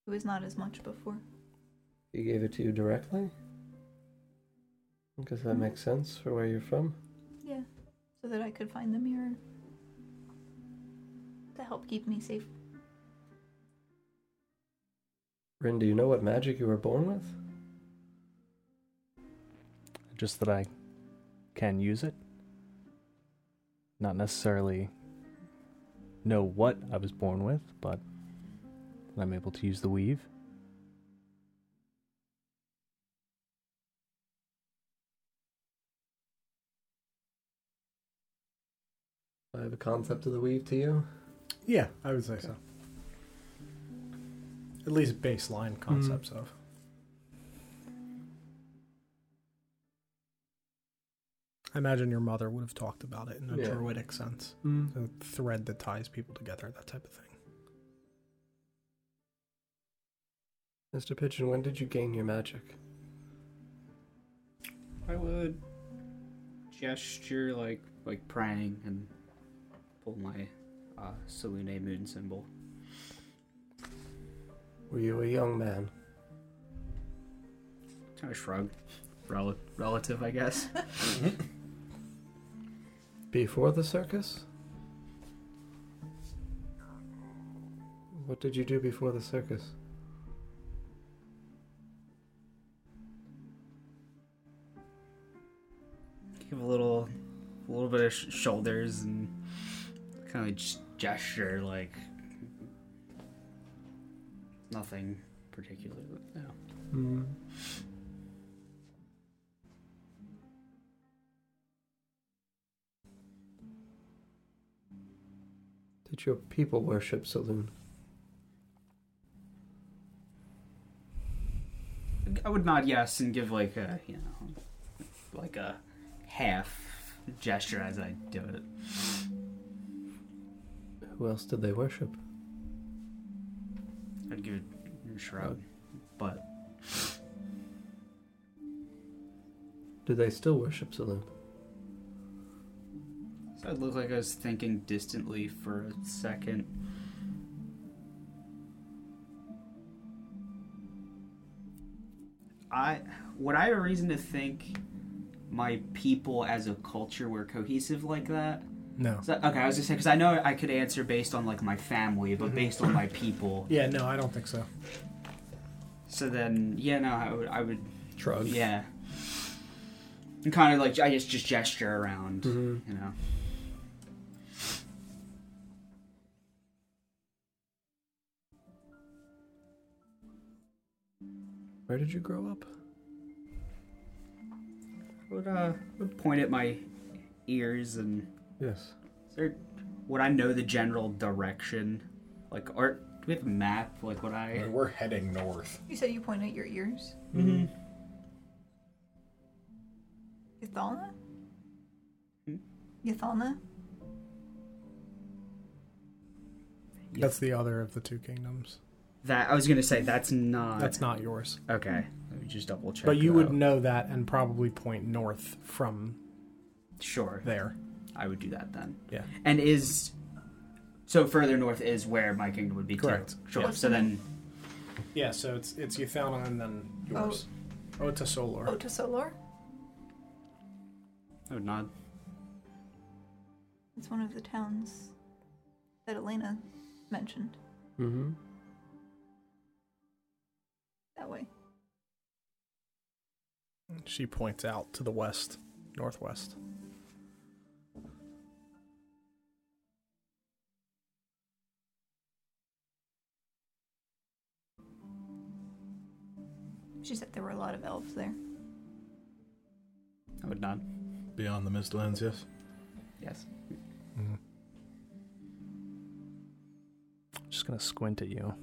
Speaker 6: It was not as much before.
Speaker 4: He gave it to you directly? Because that makes sense for where you're from.
Speaker 6: Yeah, so that I could find the mirror to help keep me safe.
Speaker 4: Rin, do you know what magic you were born with?
Speaker 14: Just that I can use it. Not necessarily know what I was born with, but that I'm able to use the weave.
Speaker 4: I have a concept of the weave to you.
Speaker 3: Yeah, I would say so. At least baseline concepts of. I imagine your mother would have talked about it in a
Speaker 4: Yeah.
Speaker 3: druidic sense. A thread that ties people together, that type of thing.
Speaker 4: Mr. Pigeon, when did you gain your magic?
Speaker 5: I would gesture like like praying and pull my uh, Salune moon symbol.
Speaker 4: Were you a young man?
Speaker 5: Kind of shrug, Rel- relative, I guess.
Speaker 4: Before the circus? What did you do before the circus?
Speaker 5: Give a little, a little bit of sh- shoulders and kind of just gesture like nothing particular. No.
Speaker 4: Did your people worship Saloon?
Speaker 5: I would nod yes and give like a you know like a half gesture as I do it.
Speaker 4: Who else did they worship?
Speaker 5: I'd give it a shrug, but
Speaker 4: Do they still worship Saloon?
Speaker 5: so it looked like I was thinking distantly for a second. I would I have a reason to think my people as a culture were cohesive like that?
Speaker 3: No.
Speaker 5: So- okay, I was just saying because I know I could answer based on like my family, but based on my people.
Speaker 3: Yeah, no, I don't think so.
Speaker 5: So then, yeah, no, I would, I would
Speaker 4: Shrug.
Speaker 5: Yeah. And kind of like I just just gesture around,
Speaker 4: Mhm.
Speaker 5: you know.
Speaker 4: Where did you grow up?
Speaker 5: Would uh would point at my ears and
Speaker 4: Yes.
Speaker 5: is there, would I know the general direction, like or we have a map? Like what I?
Speaker 1: We're heading north.
Speaker 6: You said you point at your ears.
Speaker 5: Mm-hmm.
Speaker 6: Yathalna?
Speaker 5: Hmm?
Speaker 6: Yathalna?
Speaker 3: That's the other of the two kingdoms.
Speaker 5: That I was gonna say that's not.
Speaker 3: That's not yours.
Speaker 5: okay. Let me just double check.
Speaker 3: But you
Speaker 5: that
Speaker 3: would
Speaker 5: out.
Speaker 3: know that and probably point north from
Speaker 5: sure.
Speaker 3: there.
Speaker 5: I would do that then.
Speaker 3: Yeah.
Speaker 5: And is so further north is where my kingdom would be.
Speaker 3: Correct.
Speaker 5: Too. Sure. So then
Speaker 3: Yeah, so it's it's Yuthalna and then yours. Oh, it's a solar.
Speaker 6: Ota Solor?
Speaker 5: I would nod.
Speaker 6: It's one of the towns that Elena mentioned.
Speaker 4: Mm-hmm.
Speaker 6: That way.
Speaker 3: She points out to the west, [LAUGHS] northwest.
Speaker 6: She said there were a lot of elves there.
Speaker 5: I would nod.
Speaker 1: Beyond the Mistlands, yes.
Speaker 5: Yes.
Speaker 14: Just gonna squint at you.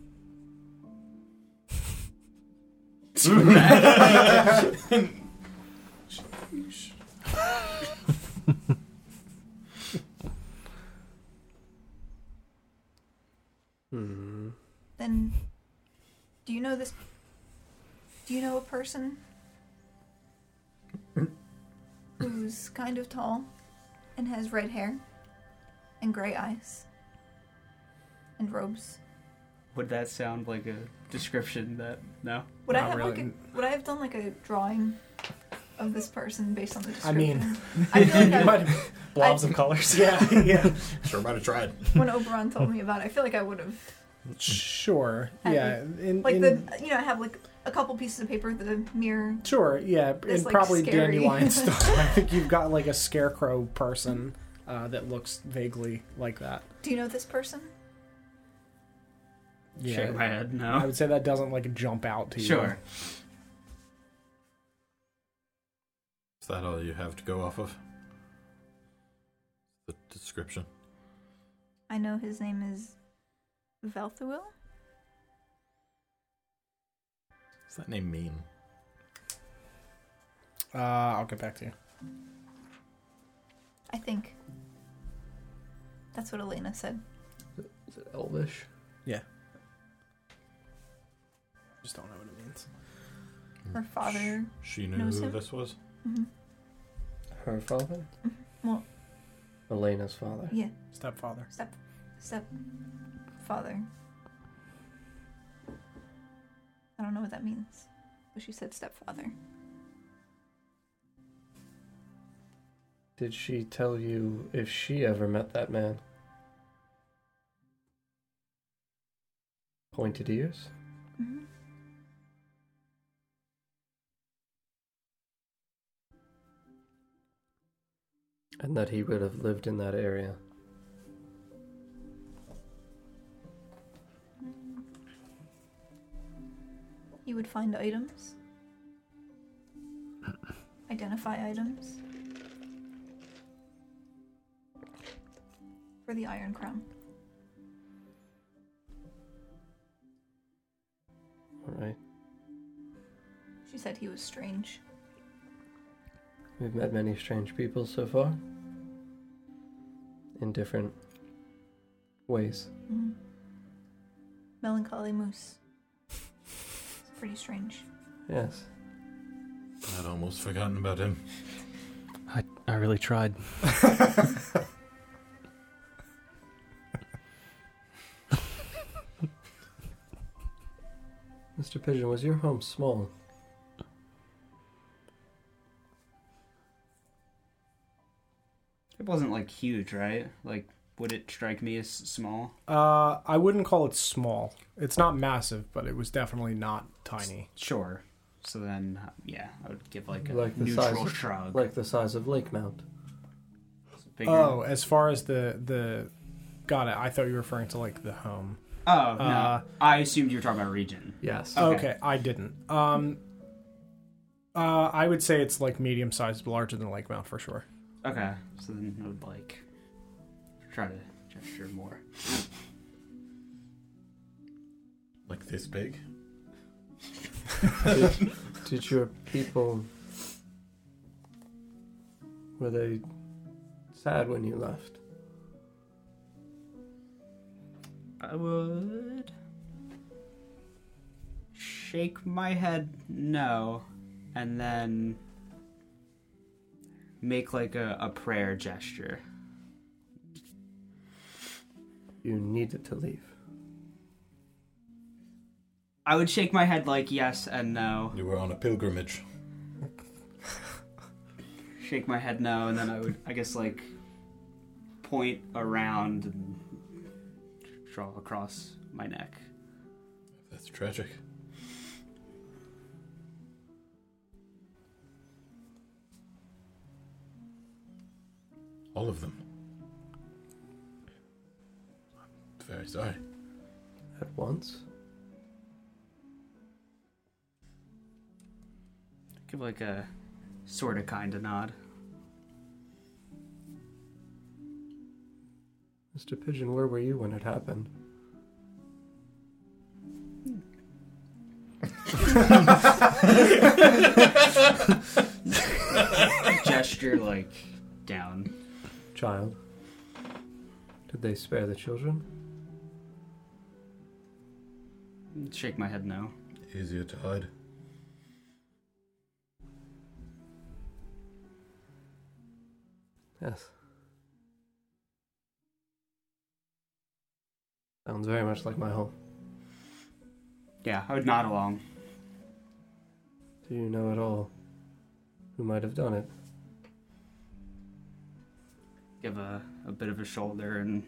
Speaker 4: Mm-hmm.
Speaker 6: Then, do you know this? Do you know a person who's kind of tall and has red hair and gray eyes and robes?
Speaker 5: Would that sound like a description that no?
Speaker 6: Would I
Speaker 3: Not
Speaker 6: have like
Speaker 3: really.
Speaker 6: a, would I have done like a drawing of this person based on the
Speaker 3: I
Speaker 6: description?
Speaker 3: mean- [LAUGHS]
Speaker 6: I feel like I,
Speaker 14: Blobs of colors.
Speaker 3: Yeah, yeah.
Speaker 1: Sure might have tried.
Speaker 6: when Oberon told me about it, I feel like I would have
Speaker 3: [LAUGHS] Sure.
Speaker 6: And
Speaker 3: Yeah. In,
Speaker 6: like
Speaker 3: in-
Speaker 6: the you know I have like a couple pieces of paper that a mirror.
Speaker 3: Sure, yeah,
Speaker 6: This,
Speaker 3: and
Speaker 6: like,
Speaker 3: probably
Speaker 6: scary- [LAUGHS]
Speaker 3: dandelion stuff. I think you've got like a scarecrow person uh, that looks vaguely like that.
Speaker 6: Do you know this person?
Speaker 3: Yeah,
Speaker 5: Shake my head.
Speaker 3: I
Speaker 5: No.
Speaker 3: would say that doesn't like jump out to you.
Speaker 5: Sure.
Speaker 1: Is that all you have to go off of? The description.
Speaker 6: I know his name is Velthuil.
Speaker 1: What's that name mean?
Speaker 3: Uh, I'll get back to you.
Speaker 6: I think. That's what Elena said.
Speaker 4: Is it Elvish?
Speaker 3: Just don't know what it means.
Speaker 6: Her father.
Speaker 1: Hmm. She knew
Speaker 6: Knows
Speaker 1: who
Speaker 6: him?
Speaker 1: this was?
Speaker 6: mhm.
Speaker 4: Her father?
Speaker 6: Well-
Speaker 4: Elena's father.
Speaker 6: Yeah,
Speaker 3: Stepfather.
Speaker 6: step father. I don't know what that means. But she said stepfather.
Speaker 4: Did she tell you if she ever met that man? Pointed ears?
Speaker 6: hmm
Speaker 4: And that he would have lived in that area.
Speaker 6: You would
Speaker 1: [CLEARS THROAT]
Speaker 6: find items. Identify items. For the Iron Crown.
Speaker 4: Alright.
Speaker 6: She said he was strange.
Speaker 4: We've met many strange people so far. In different ways.
Speaker 6: Mhm. Melancholy Moose. It's pretty strange.
Speaker 4: Yes.
Speaker 1: I'd almost forgotten about him.
Speaker 24: I really tried.
Speaker 4: Mr. Pigeon, was your home small?
Speaker 5: It wasn't like huge, right? Like, would it strike me as small?
Speaker 3: Uh, I wouldn't call it small. It's not massive, but it was definitely not tiny.
Speaker 5: Sure. So then, uh, yeah, I would give like a
Speaker 4: Like the size
Speaker 5: neutral
Speaker 4: of-
Speaker 5: shrug.
Speaker 4: Like the size of Lake Mount.
Speaker 5: Bigger-
Speaker 3: Oh, as far as the the, got it. I thought you were referring to like the home.
Speaker 5: oh no!
Speaker 3: uh,
Speaker 5: I assumed you were talking about region.
Speaker 4: Yes.
Speaker 5: Oh.
Speaker 3: Okay,
Speaker 5: Okay.
Speaker 3: I didn't. Um, uh, I would say it's like medium sized, larger than Lake Mount for sure.
Speaker 5: Okay, so then I would like try to gesture more.
Speaker 1: this big?
Speaker 4: did, did your people were they sad when you left?
Speaker 5: I would shake my head no, and then make like a, a prayer gesture.
Speaker 4: You needed to leave.
Speaker 5: I would shake my head like yes and no.
Speaker 1: [LAUGHS] You were on a pilgrimage.
Speaker 5: Shake my head no, and then I would, I guess, like point around and draw across my neck.
Speaker 1: That's tragic. All of them. I'm very sorry.
Speaker 4: At once?
Speaker 5: Give like a sort of kind of nod.
Speaker 4: Mr. Pigeon, where were you when it happened?
Speaker 5: Gesture like down.
Speaker 4: Child. Did they spare the children?
Speaker 5: Shake my head no.
Speaker 1: Easier to hide.
Speaker 4: Yes. Sounds very much like my home.
Speaker 5: Yeah, I would nod along.
Speaker 4: Do you know at all who might have done it?
Speaker 5: Give a, a bit of a shoulder and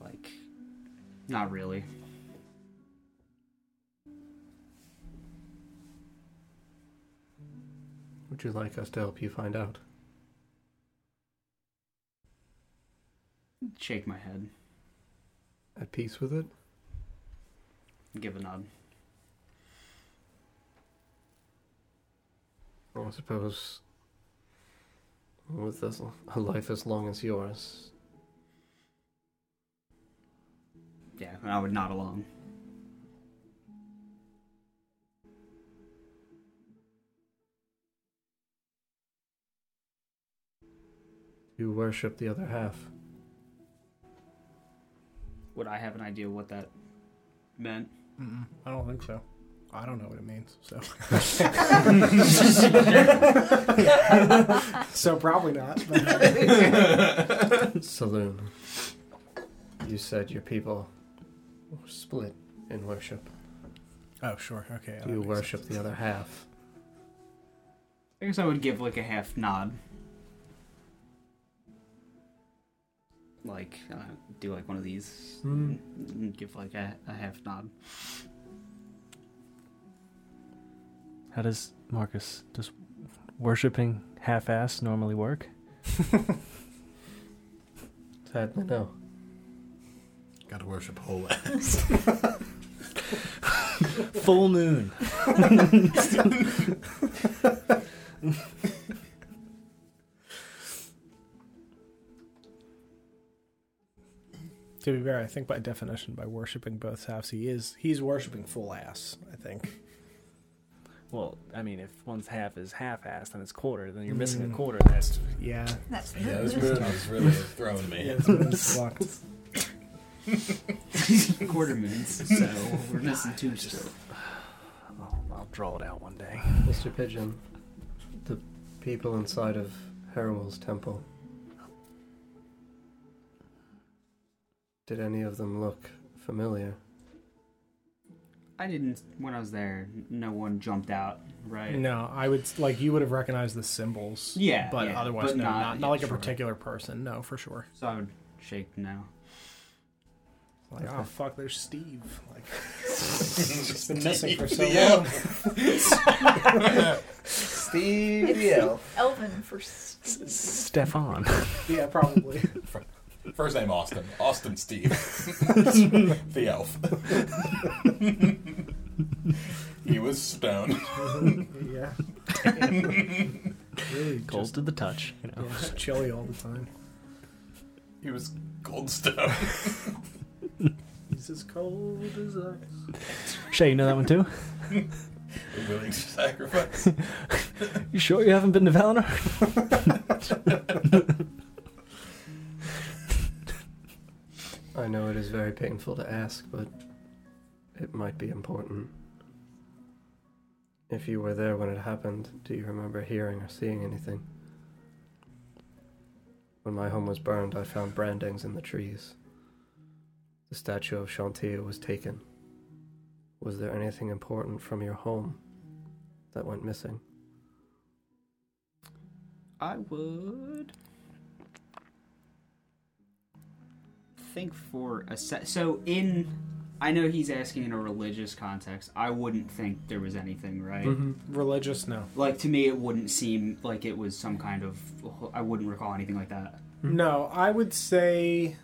Speaker 5: like not really.
Speaker 4: Would you like us to help you find out?
Speaker 5: Shake my head.
Speaker 4: At peace with it?
Speaker 5: Give a nod.
Speaker 4: Well, I suppose with as- a life as long as yours,
Speaker 5: Yeah, and I would nod along.
Speaker 4: you worship the other half.
Speaker 5: Would I have an idea what that meant?
Speaker 3: Mm-mm, I don't think so. I don't know what it means. So, so probably not. But
Speaker 4: Saloon. You said your people were split in worship.
Speaker 3: oh, sure. Okay. that
Speaker 4: you
Speaker 3: makes
Speaker 4: worship
Speaker 3: sense.
Speaker 4: the other half.
Speaker 5: I guess I would give like a half nod. Like, uh, do like one of these.
Speaker 4: Hmm.
Speaker 5: and Give like a, a half nod.
Speaker 24: How does Marcus does worshiping half-ass normally work?
Speaker 4: Sadly, no.
Speaker 1: Gotta worship whole
Speaker 24: Full moon.
Speaker 3: To be fair, I think by definition, by worshiping both halves, he is he's worshiping full ass. I think.
Speaker 24: Well, I mean, if one's half is half-ass, then it's quarter. Then you're missing
Speaker 3: Mm.
Speaker 24: a quarter. That's
Speaker 3: Yeah.
Speaker 6: That's
Speaker 1: Yeah,
Speaker 3: [LAUGHS]
Speaker 1: this moon is really throwing me. [LAUGHS]
Speaker 3: It's fucked.
Speaker 5: Quarter moons, so we're missing two still.
Speaker 24: I'll, I'll draw it out one day.
Speaker 4: Mr. Pigeon, the people inside of Herwell's temple. Did any of them look familiar?
Speaker 5: I didn't, when I was there, no one jumped out, right?
Speaker 3: No, I would like you would have recognized the symbols.
Speaker 5: Yeah,
Speaker 3: but
Speaker 5: yeah,
Speaker 3: otherwise,
Speaker 5: but
Speaker 3: no,
Speaker 5: not-
Speaker 3: not, not,
Speaker 5: yeah,
Speaker 3: like
Speaker 5: sure.
Speaker 3: a particular person. No, for sure.
Speaker 5: So I would shake no.
Speaker 3: Like,
Speaker 4: Okay.
Speaker 3: oh fuck, there's Steve. Like, it's been missing for so
Speaker 1: Yeah.
Speaker 3: long.
Speaker 23: Steve
Speaker 6: [LAUGHS] It's
Speaker 23: Yell.
Speaker 6: Elvin for Steve.
Speaker 14: [LAUGHS]
Speaker 24: Stefan.
Speaker 3: Yeah, probably.
Speaker 1: First name Austin. Austin
Speaker 3: [LAUGHS]
Speaker 1: Steve. the elf. he was stoned.
Speaker 3: yeah. really
Speaker 24: Cold
Speaker 3: just,
Speaker 24: to the touch. You
Speaker 3: yeah,
Speaker 24: know.
Speaker 3: just chilly all the time.
Speaker 1: He was gold stoned.
Speaker 3: He's He's as cold as ice.
Speaker 14: [LAUGHS] Shay, you know that one too?
Speaker 1: A willing sacrifice.
Speaker 14: You sure you haven't been to Valinor?
Speaker 4: I know it is very painful to ask, but it might be important. If you were there when it happened, do you remember hearing or seeing anything? When my home was burned, I found brandings in the trees. The statue of Shantia was taken. Was there anything important from your home that went missing?
Speaker 5: I would think for a se- so in I know he's asking in a religious context. I wouldn't think there was anything, right?
Speaker 3: Religious? No.
Speaker 5: Like to me it wouldn't seem like it was some kind of I wouldn't recall anything like that.
Speaker 3: No, I would say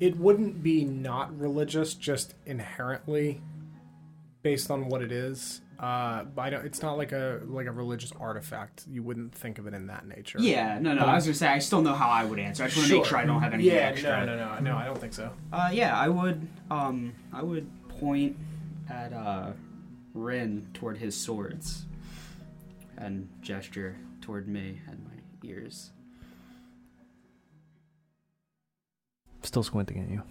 Speaker 3: it wouldn't be not religious, just inherently, based on what it is. Uh, but I don't, it's not like a like a religious artifact. You wouldn't think of it in that nature.
Speaker 5: Yeah, no, no. I was gonna say I still know how I would answer. I just want to make sure I don't have anything
Speaker 3: Yeah,
Speaker 5: extra.
Speaker 3: no, no, no, no. I don't think so.
Speaker 5: Uh, yeah, I would. Um, I would point at uh, Rin toward his swords, and gesture toward me and my ears.
Speaker 14: Still squinting at you.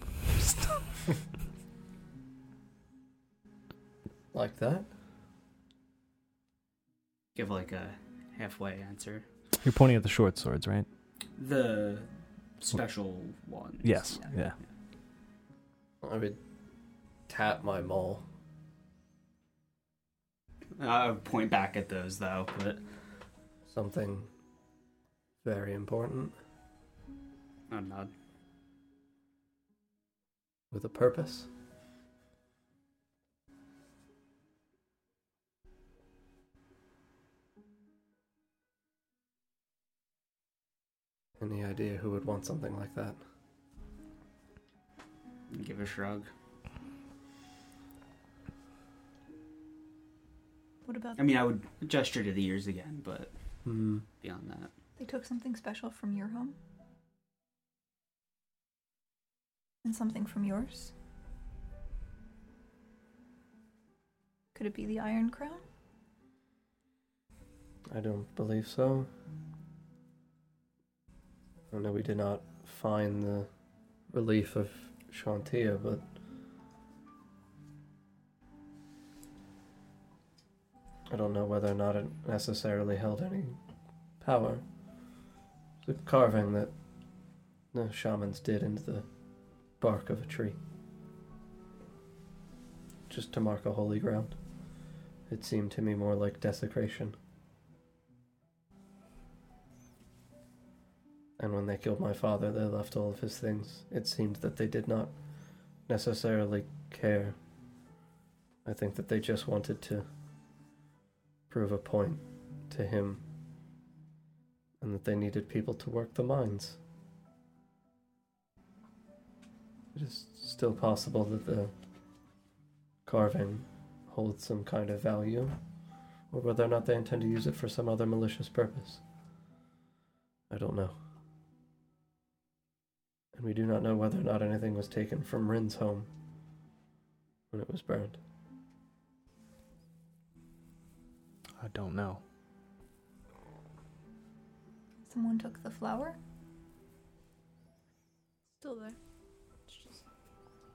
Speaker 4: Like that?
Speaker 5: Give like a halfway answer.
Speaker 14: You're pointing at the short swords, right?
Speaker 5: The special one.
Speaker 14: Yes, yeah.
Speaker 4: I would tap my mole.
Speaker 5: I would point back at those though, but
Speaker 4: Something very important
Speaker 5: I'm not.
Speaker 4: with a purpose. Any idea who would want something like that?
Speaker 5: Give a shrug.
Speaker 6: What about
Speaker 5: I mean, I would gesture to the ears again, but
Speaker 4: Hmm.
Speaker 5: beyond that,
Speaker 6: they took something special from your home? And something from yours? Could it be the Iron Crown?
Speaker 4: I don't believe so. I know we did not find the relief of Shantia, but I don't know whether or not it necessarily held any power. The carving that the shamans did into the bark of a tree. Just to mark a holy ground. It seemed to me more like desecration. And when they killed my father, they left all of his things. It seemed that they did not necessarily care. I think that they just wanted to prove a point to him and that they needed people to work the mines. It is still possible that the carving holds some kind of value, or whether or not they intend to use it for some other malicious purpose. I don't know and we do not know whether or not anything was taken from Rin's home when it was burned.
Speaker 14: I don't know.
Speaker 6: Someone took the flower?
Speaker 7: Still there. It's just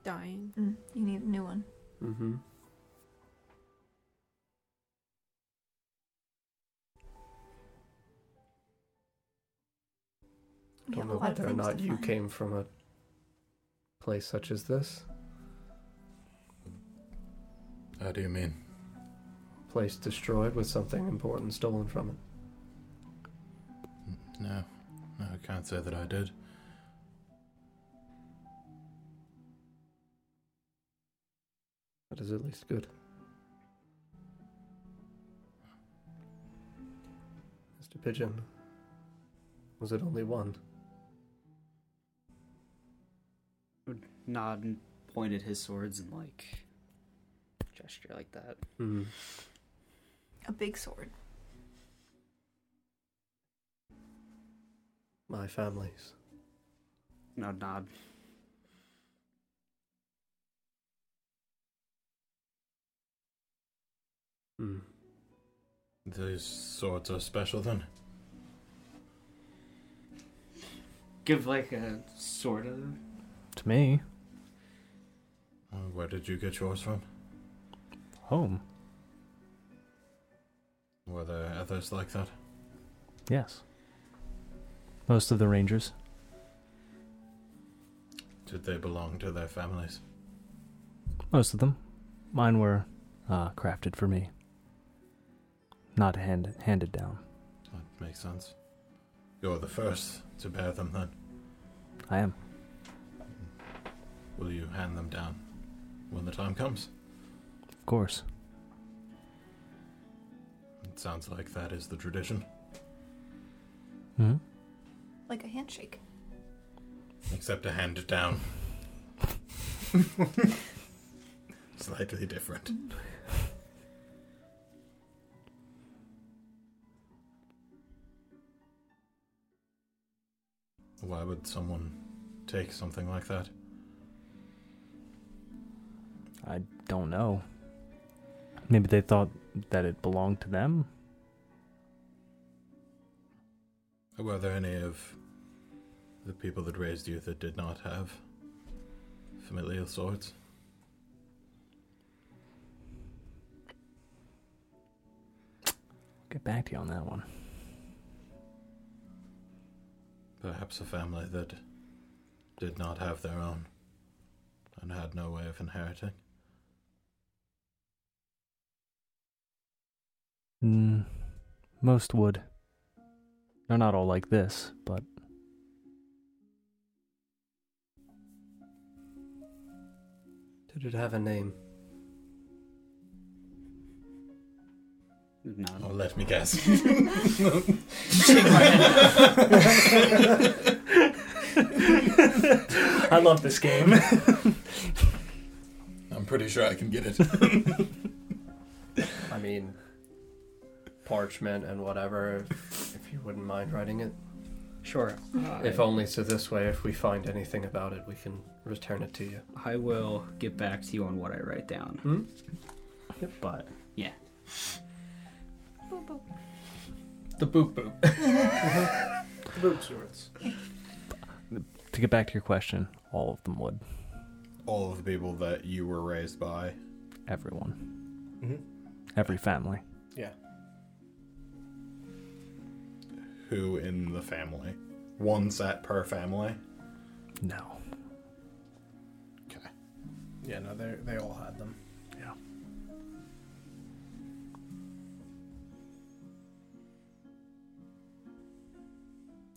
Speaker 7: dying.
Speaker 6: Mm, you need a new one.
Speaker 4: Mm-hmm.
Speaker 6: We
Speaker 4: Don't
Speaker 6: have a
Speaker 4: know
Speaker 6: lot of
Speaker 4: whether or
Speaker 6: things
Speaker 4: not
Speaker 6: to
Speaker 4: you
Speaker 6: find.
Speaker 4: came from a place such as this,
Speaker 1: How do you mean?
Speaker 4: place destroyed with something important stolen from it.
Speaker 1: No. No, I can't say that I did.
Speaker 4: That is at least good. Mr. Pigeon, was it only one?
Speaker 5: nod and point at his swords and like gesture like that.
Speaker 4: Mm.
Speaker 6: A big sword.
Speaker 4: My family's.
Speaker 5: No nod.
Speaker 1: These swords are special then.
Speaker 5: Give like a sort of.
Speaker 14: To me,
Speaker 1: Uh, where did you get yours from?
Speaker 14: home.
Speaker 1: Were there others like that?
Speaker 14: Yes. Most of the rangers.
Speaker 1: Did they belong to their families?
Speaker 14: Most of them. Mine were uh, crafted for me. Not hand- handed down.
Speaker 1: That makes sense. You're the first to bear them then.
Speaker 14: I am.
Speaker 1: Will you hand them down when the time comes?
Speaker 14: Of course.
Speaker 1: It sounds like that is the tradition.
Speaker 14: hmm
Speaker 6: Like
Speaker 4: [LAUGHS]
Speaker 6: a handshake.
Speaker 1: Except a hand down. [LAUGHS] Slightly different. Why would someone take something like that?
Speaker 14: I don't know. Maybe they thought that it belonged to them.
Speaker 1: Were there any of the people that raised you that did not have familial swords?
Speaker 14: Get back to you on that one.
Speaker 1: Perhaps a family that did not have their own and had no way of inheriting.
Speaker 14: Mm, most would. They're not all like this, but
Speaker 4: Did it have a name?
Speaker 3: [LAUGHS]
Speaker 5: Nod.
Speaker 1: Oh, let me guess.
Speaker 14: I love this game.
Speaker 1: [LAUGHS] I'm pretty sure I can get it.
Speaker 4: I mean, parchment and whatever, if, if you wouldn't mind writing it.
Speaker 5: Sure.
Speaker 4: If only so this way, if we find anything about it, we can return it to you.
Speaker 5: I will get back to you on what I write down.
Speaker 4: But
Speaker 5: Yeah.
Speaker 6: Boop, boop.
Speaker 4: the boop boop.
Speaker 3: Boot swords.
Speaker 14: to get back to your question, all of them would.
Speaker 1: [LAUGHS] All of the people that you were raised by.
Speaker 14: Everyone.
Speaker 3: Mhm.
Speaker 14: Every family.
Speaker 1: Who in the family? One set per family.
Speaker 14: No.
Speaker 1: Okay.
Speaker 3: Yeah, no, they they all had them.
Speaker 14: Yeah.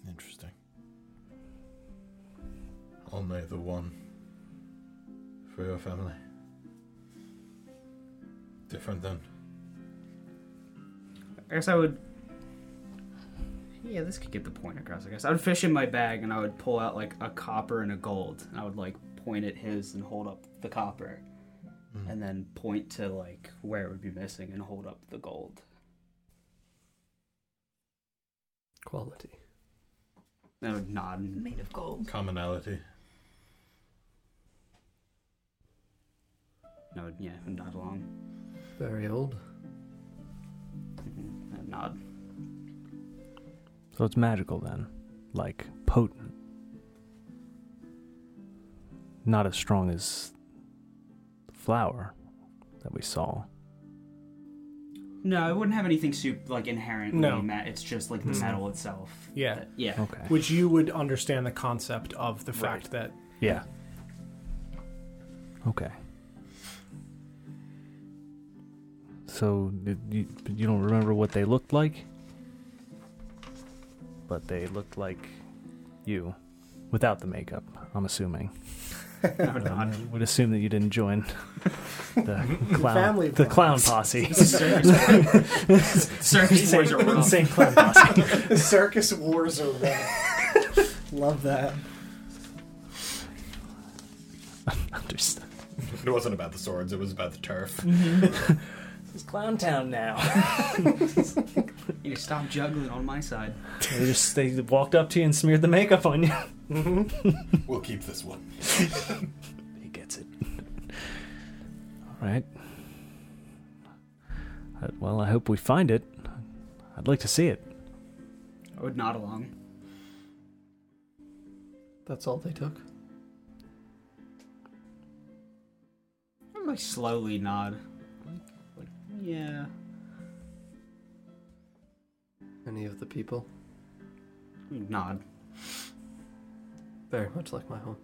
Speaker 1: Interesting. Only the one for your family. Different than
Speaker 5: I guess I would. Yeah, this could get the point across. I guess I would fish in my bag and I would pull out like a copper and a gold, and I would like point at his and hold up the copper, and then point to like where it would be missing and hold up the gold.
Speaker 4: Quality.
Speaker 5: And I would nod. And...
Speaker 6: Made of gold.
Speaker 1: commonality.
Speaker 5: No, yeah, and nod along.
Speaker 4: Very old.
Speaker 6: Mm-hmm.
Speaker 5: Mhm, and nod.
Speaker 14: So it's magical then. Like potent. Not as strong as the flower that we saw.
Speaker 5: No, it wouldn't have anything soup like inherently.
Speaker 3: No.
Speaker 5: ma- it's just like the
Speaker 3: Mhm.
Speaker 5: metal itself.
Speaker 3: Yeah.
Speaker 5: That- yeah.
Speaker 14: Okay.
Speaker 3: Which you would understand the concept of the fact that
Speaker 14: Yeah. Okay. So did you, you don't remember what they looked like, but they looked like you, without the makeup. I'm assuming.
Speaker 5: I would
Speaker 14: Um,
Speaker 5: nod.
Speaker 14: I would assume that you didn't join the
Speaker 24: [LAUGHS]
Speaker 14: clown,
Speaker 3: family
Speaker 14: the
Speaker 3: bonds.
Speaker 14: clown posse.
Speaker 5: Circus boys are rough.
Speaker 14: Insane
Speaker 24: [LAUGHS]
Speaker 14: clown posse.
Speaker 3: [LAUGHS] circus wars are real. Love that.
Speaker 14: Understood.
Speaker 1: It wasn't about the swords, it was about the [LAUGHS] turf.
Speaker 24: It's Clown Town now.
Speaker 14: [LAUGHS]
Speaker 5: You stop juggling on my side.
Speaker 24: [LAUGHS]
Speaker 14: They just they walked up to you and smeared the makeup on you.
Speaker 1: We'll keep this one.
Speaker 14: He gets it. All right. Uh, Well, I hope we find it. I'd like to see it.
Speaker 5: I would nod along.
Speaker 4: That's all they took.
Speaker 5: I'm like slowly nod. Like, yeah.
Speaker 4: Any of the people.
Speaker 5: Nod.
Speaker 4: Very much like my home.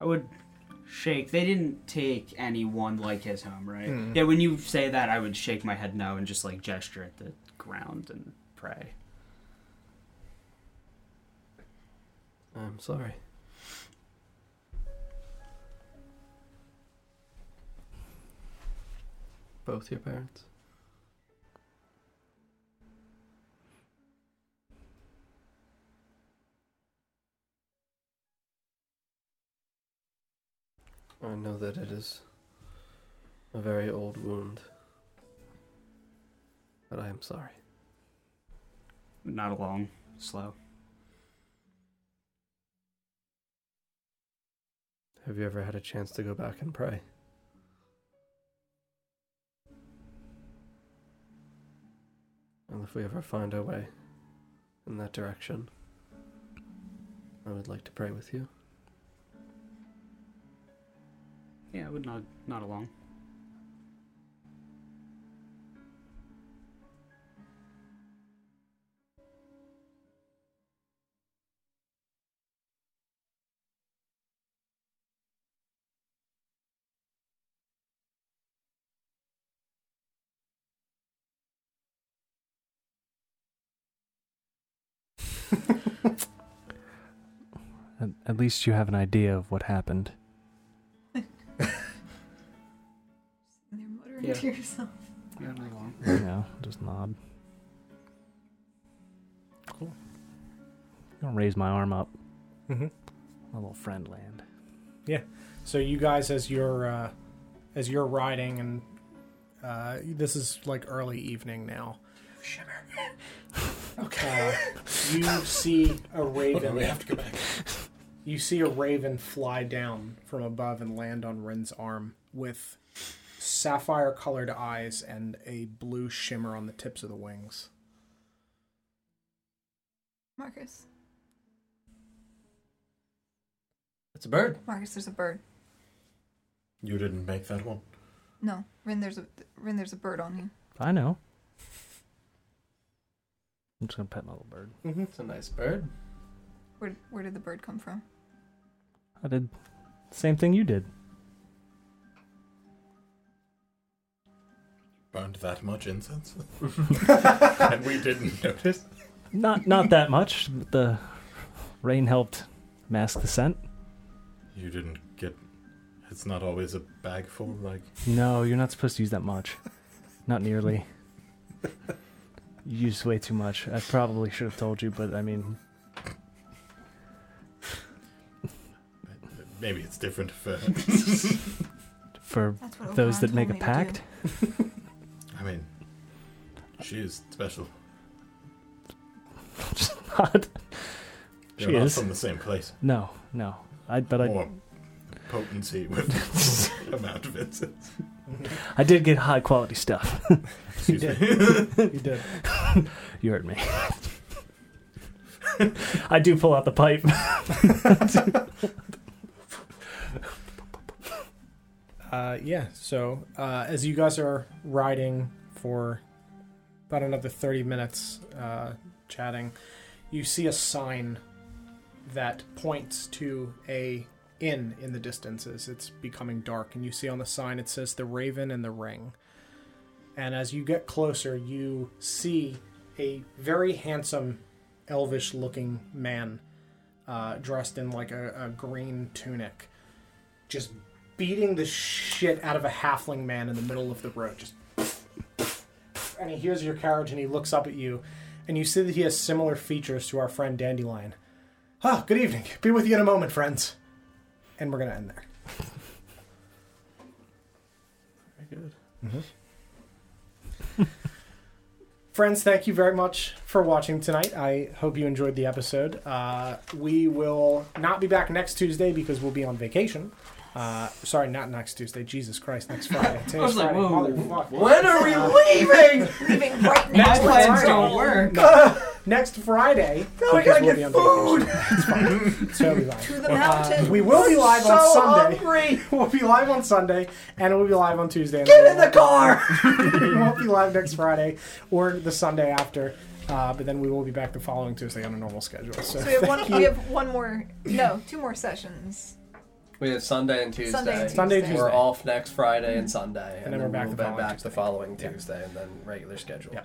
Speaker 5: I would shake. They didn't take anyone like his home, right?
Speaker 4: Hmm.
Speaker 5: Yeah, when you say that, I would shake my head no and just like gesture at the ground and pray.
Speaker 4: I'm sorry. Both your parents. I know that it is a very old wound, but I am sorry.
Speaker 5: Not along, slow.
Speaker 4: Have you ever had a chance to go back and pray? And if we ever find our way in that direction, I would like to pray with you.
Speaker 5: Yeah, I would nod. Not along.
Speaker 14: At, at least you have an idea of what happened.
Speaker 6: They're muttering
Speaker 5: Yeah.
Speaker 6: to yourself.
Speaker 5: Yeah, not along.
Speaker 14: You know, just nod. Cool. I'm gonna raise my arm up.
Speaker 24: Mm-hmm.
Speaker 3: Mhm.
Speaker 14: My little friend land.
Speaker 3: So you guys, as you're uh, as you're riding, and uh, this is like early evening now. Shimmer. okay. you see a raven.
Speaker 1: We have to go back.
Speaker 3: You see a raven fly down from above and land on Ren's arm with sapphire colored eyes and a blue shimmer on the tips of the wings.
Speaker 6: Marcus.
Speaker 4: It's a bird.
Speaker 6: Marcus, there's a bird.
Speaker 1: You didn't make that one.
Speaker 6: No, Rin, there's a Rin, there's a bird on you.
Speaker 14: [LAUGHS] I know. I'm just gonna pet my little bird.
Speaker 3: Mm-hmm.
Speaker 4: It's a nice bird.
Speaker 6: Where where did the bird come from?
Speaker 14: I did the same thing you did.
Speaker 1: Burned that much incense, and we didn't notice.
Speaker 14: Not not that much. but The rain helped mask the scent.
Speaker 1: You didn't get. It's not always a bag full. Like
Speaker 14: No, you're not supposed to use that much. Not nearly. You used way too much. I probably should have told you, but I mean,
Speaker 1: maybe it's different for.
Speaker 14: [LAUGHS] for
Speaker 6: That's what
Speaker 14: those
Speaker 6: Oberon
Speaker 14: that
Speaker 6: told
Speaker 14: make a
Speaker 6: me to do.
Speaker 14: pact,
Speaker 1: I mean, she is special.
Speaker 14: just [LAUGHS] not.
Speaker 1: They're
Speaker 14: She
Speaker 1: not
Speaker 14: is.
Speaker 1: from the same place.
Speaker 14: No, no. I but I
Speaker 1: More potency with [LAUGHS] amount
Speaker 14: [LAUGHS]
Speaker 1: of incense.
Speaker 14: I did get high quality stuff.
Speaker 1: Excuse me.
Speaker 3: You did.
Speaker 14: You heard me. [LAUGHS] I do pull out the pipe.
Speaker 3: Uh, yeah, so uh, as you guys are riding for about another 30 minutes uh, chatting, you see a sign that points to a inn in the distance as it's becoming dark and you see on the sign it says the raven and the ring and as you get closer you see a very handsome elvish looking man uh, dressed in like a, a green tunic just beating the shit out of a halfling man in the middle of the road. Just, and he hears your carriage and he looks up at you, and you see that he has similar features to our friend Dandelion. Ah, good evening. Be with you in a moment, friends. And we're gonna end there. Mm-hmm.
Speaker 4: Very good.
Speaker 3: [LAUGHS] Friends, thank you very much for watching tonight. I hope you enjoyed the episode. Uh, we will not be back next Tuesday because we'll be on vacation. Uh, sorry, not next Tuesday. Jesus Christ, next
Speaker 5: [LAUGHS]
Speaker 3: Friday. Today's
Speaker 5: was like,
Speaker 3: Friday.
Speaker 5: whoa,
Speaker 3: Motherfuck.
Speaker 4: When are we leaving?
Speaker 6: Leaving right
Speaker 5: My
Speaker 6: now.
Speaker 5: plans don't work.
Speaker 3: Next Friday.
Speaker 23: Now I
Speaker 3: because
Speaker 23: gotta
Speaker 3: we'll
Speaker 23: get
Speaker 3: be on
Speaker 23: food.
Speaker 3: vacation. It's fine. So we'll be
Speaker 6: To
Speaker 3: live.
Speaker 6: the mountain.
Speaker 3: We will be live
Speaker 23: so
Speaker 3: on Sunday.
Speaker 23: hungry.
Speaker 3: We'll be live on Sunday, and we'll be live on Tuesday. and
Speaker 23: Get
Speaker 3: we'll
Speaker 23: in the
Speaker 3: be-
Speaker 23: car.
Speaker 3: we won't be live next Friday or the Sunday after, uh, but then we will be back the following Tuesday on a normal schedule. So,
Speaker 6: So we have one.
Speaker 3: thank
Speaker 6: We
Speaker 3: you.
Speaker 6: have one more. No, two more sessions.
Speaker 4: We have Sunday and Tuesday.
Speaker 6: Sunday and Tuesday.
Speaker 3: Sunday, Tuesday.
Speaker 4: We're off next Friday and Sunday, and,
Speaker 3: then we're back
Speaker 4: we'll
Speaker 3: the
Speaker 4: be
Speaker 3: following
Speaker 4: back the following Tuesday, and then regular schedule.
Speaker 3: Yeah.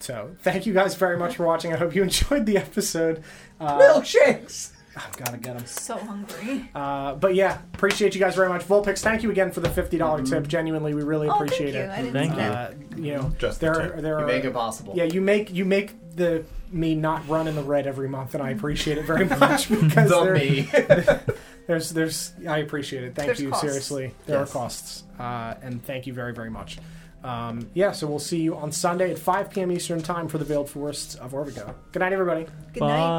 Speaker 3: So thank you guys very much for watching. I hope you enjoyed the episode. Uh,
Speaker 23: Milkshakes.
Speaker 3: I've got to get them.
Speaker 6: So hungry.
Speaker 3: Uh, but yeah, appreciate you guys very much. Vulpix, thank you again for the $50 dollars tip. Genuinely, we really
Speaker 6: Oh, thank
Speaker 3: appreciate
Speaker 6: you. I didn't
Speaker 14: Thank
Speaker 6: see
Speaker 14: you.
Speaker 6: that.
Speaker 3: it. Uh, you know,
Speaker 1: Just the
Speaker 3: there
Speaker 1: tip.
Speaker 3: are, there
Speaker 4: You
Speaker 3: are,
Speaker 4: make it possible.
Speaker 3: yeah, you make you make the me not run in the red every month, and I appreciate it
Speaker 4: [LAUGHS]
Speaker 3: very much because
Speaker 4: The
Speaker 3: there-
Speaker 4: me.
Speaker 3: There's, there's. I appreciate it. Thank
Speaker 6: There's
Speaker 3: you.
Speaker 6: costs.
Speaker 3: Seriously, there
Speaker 4: Yes.
Speaker 3: are costs, uh, and thank you very, very much. Um, yeah, so we'll see you on Sunday at 5 p.m. Eastern time for the Veiled Forests of Orvigo. Good night, everybody.
Speaker 6: Good night.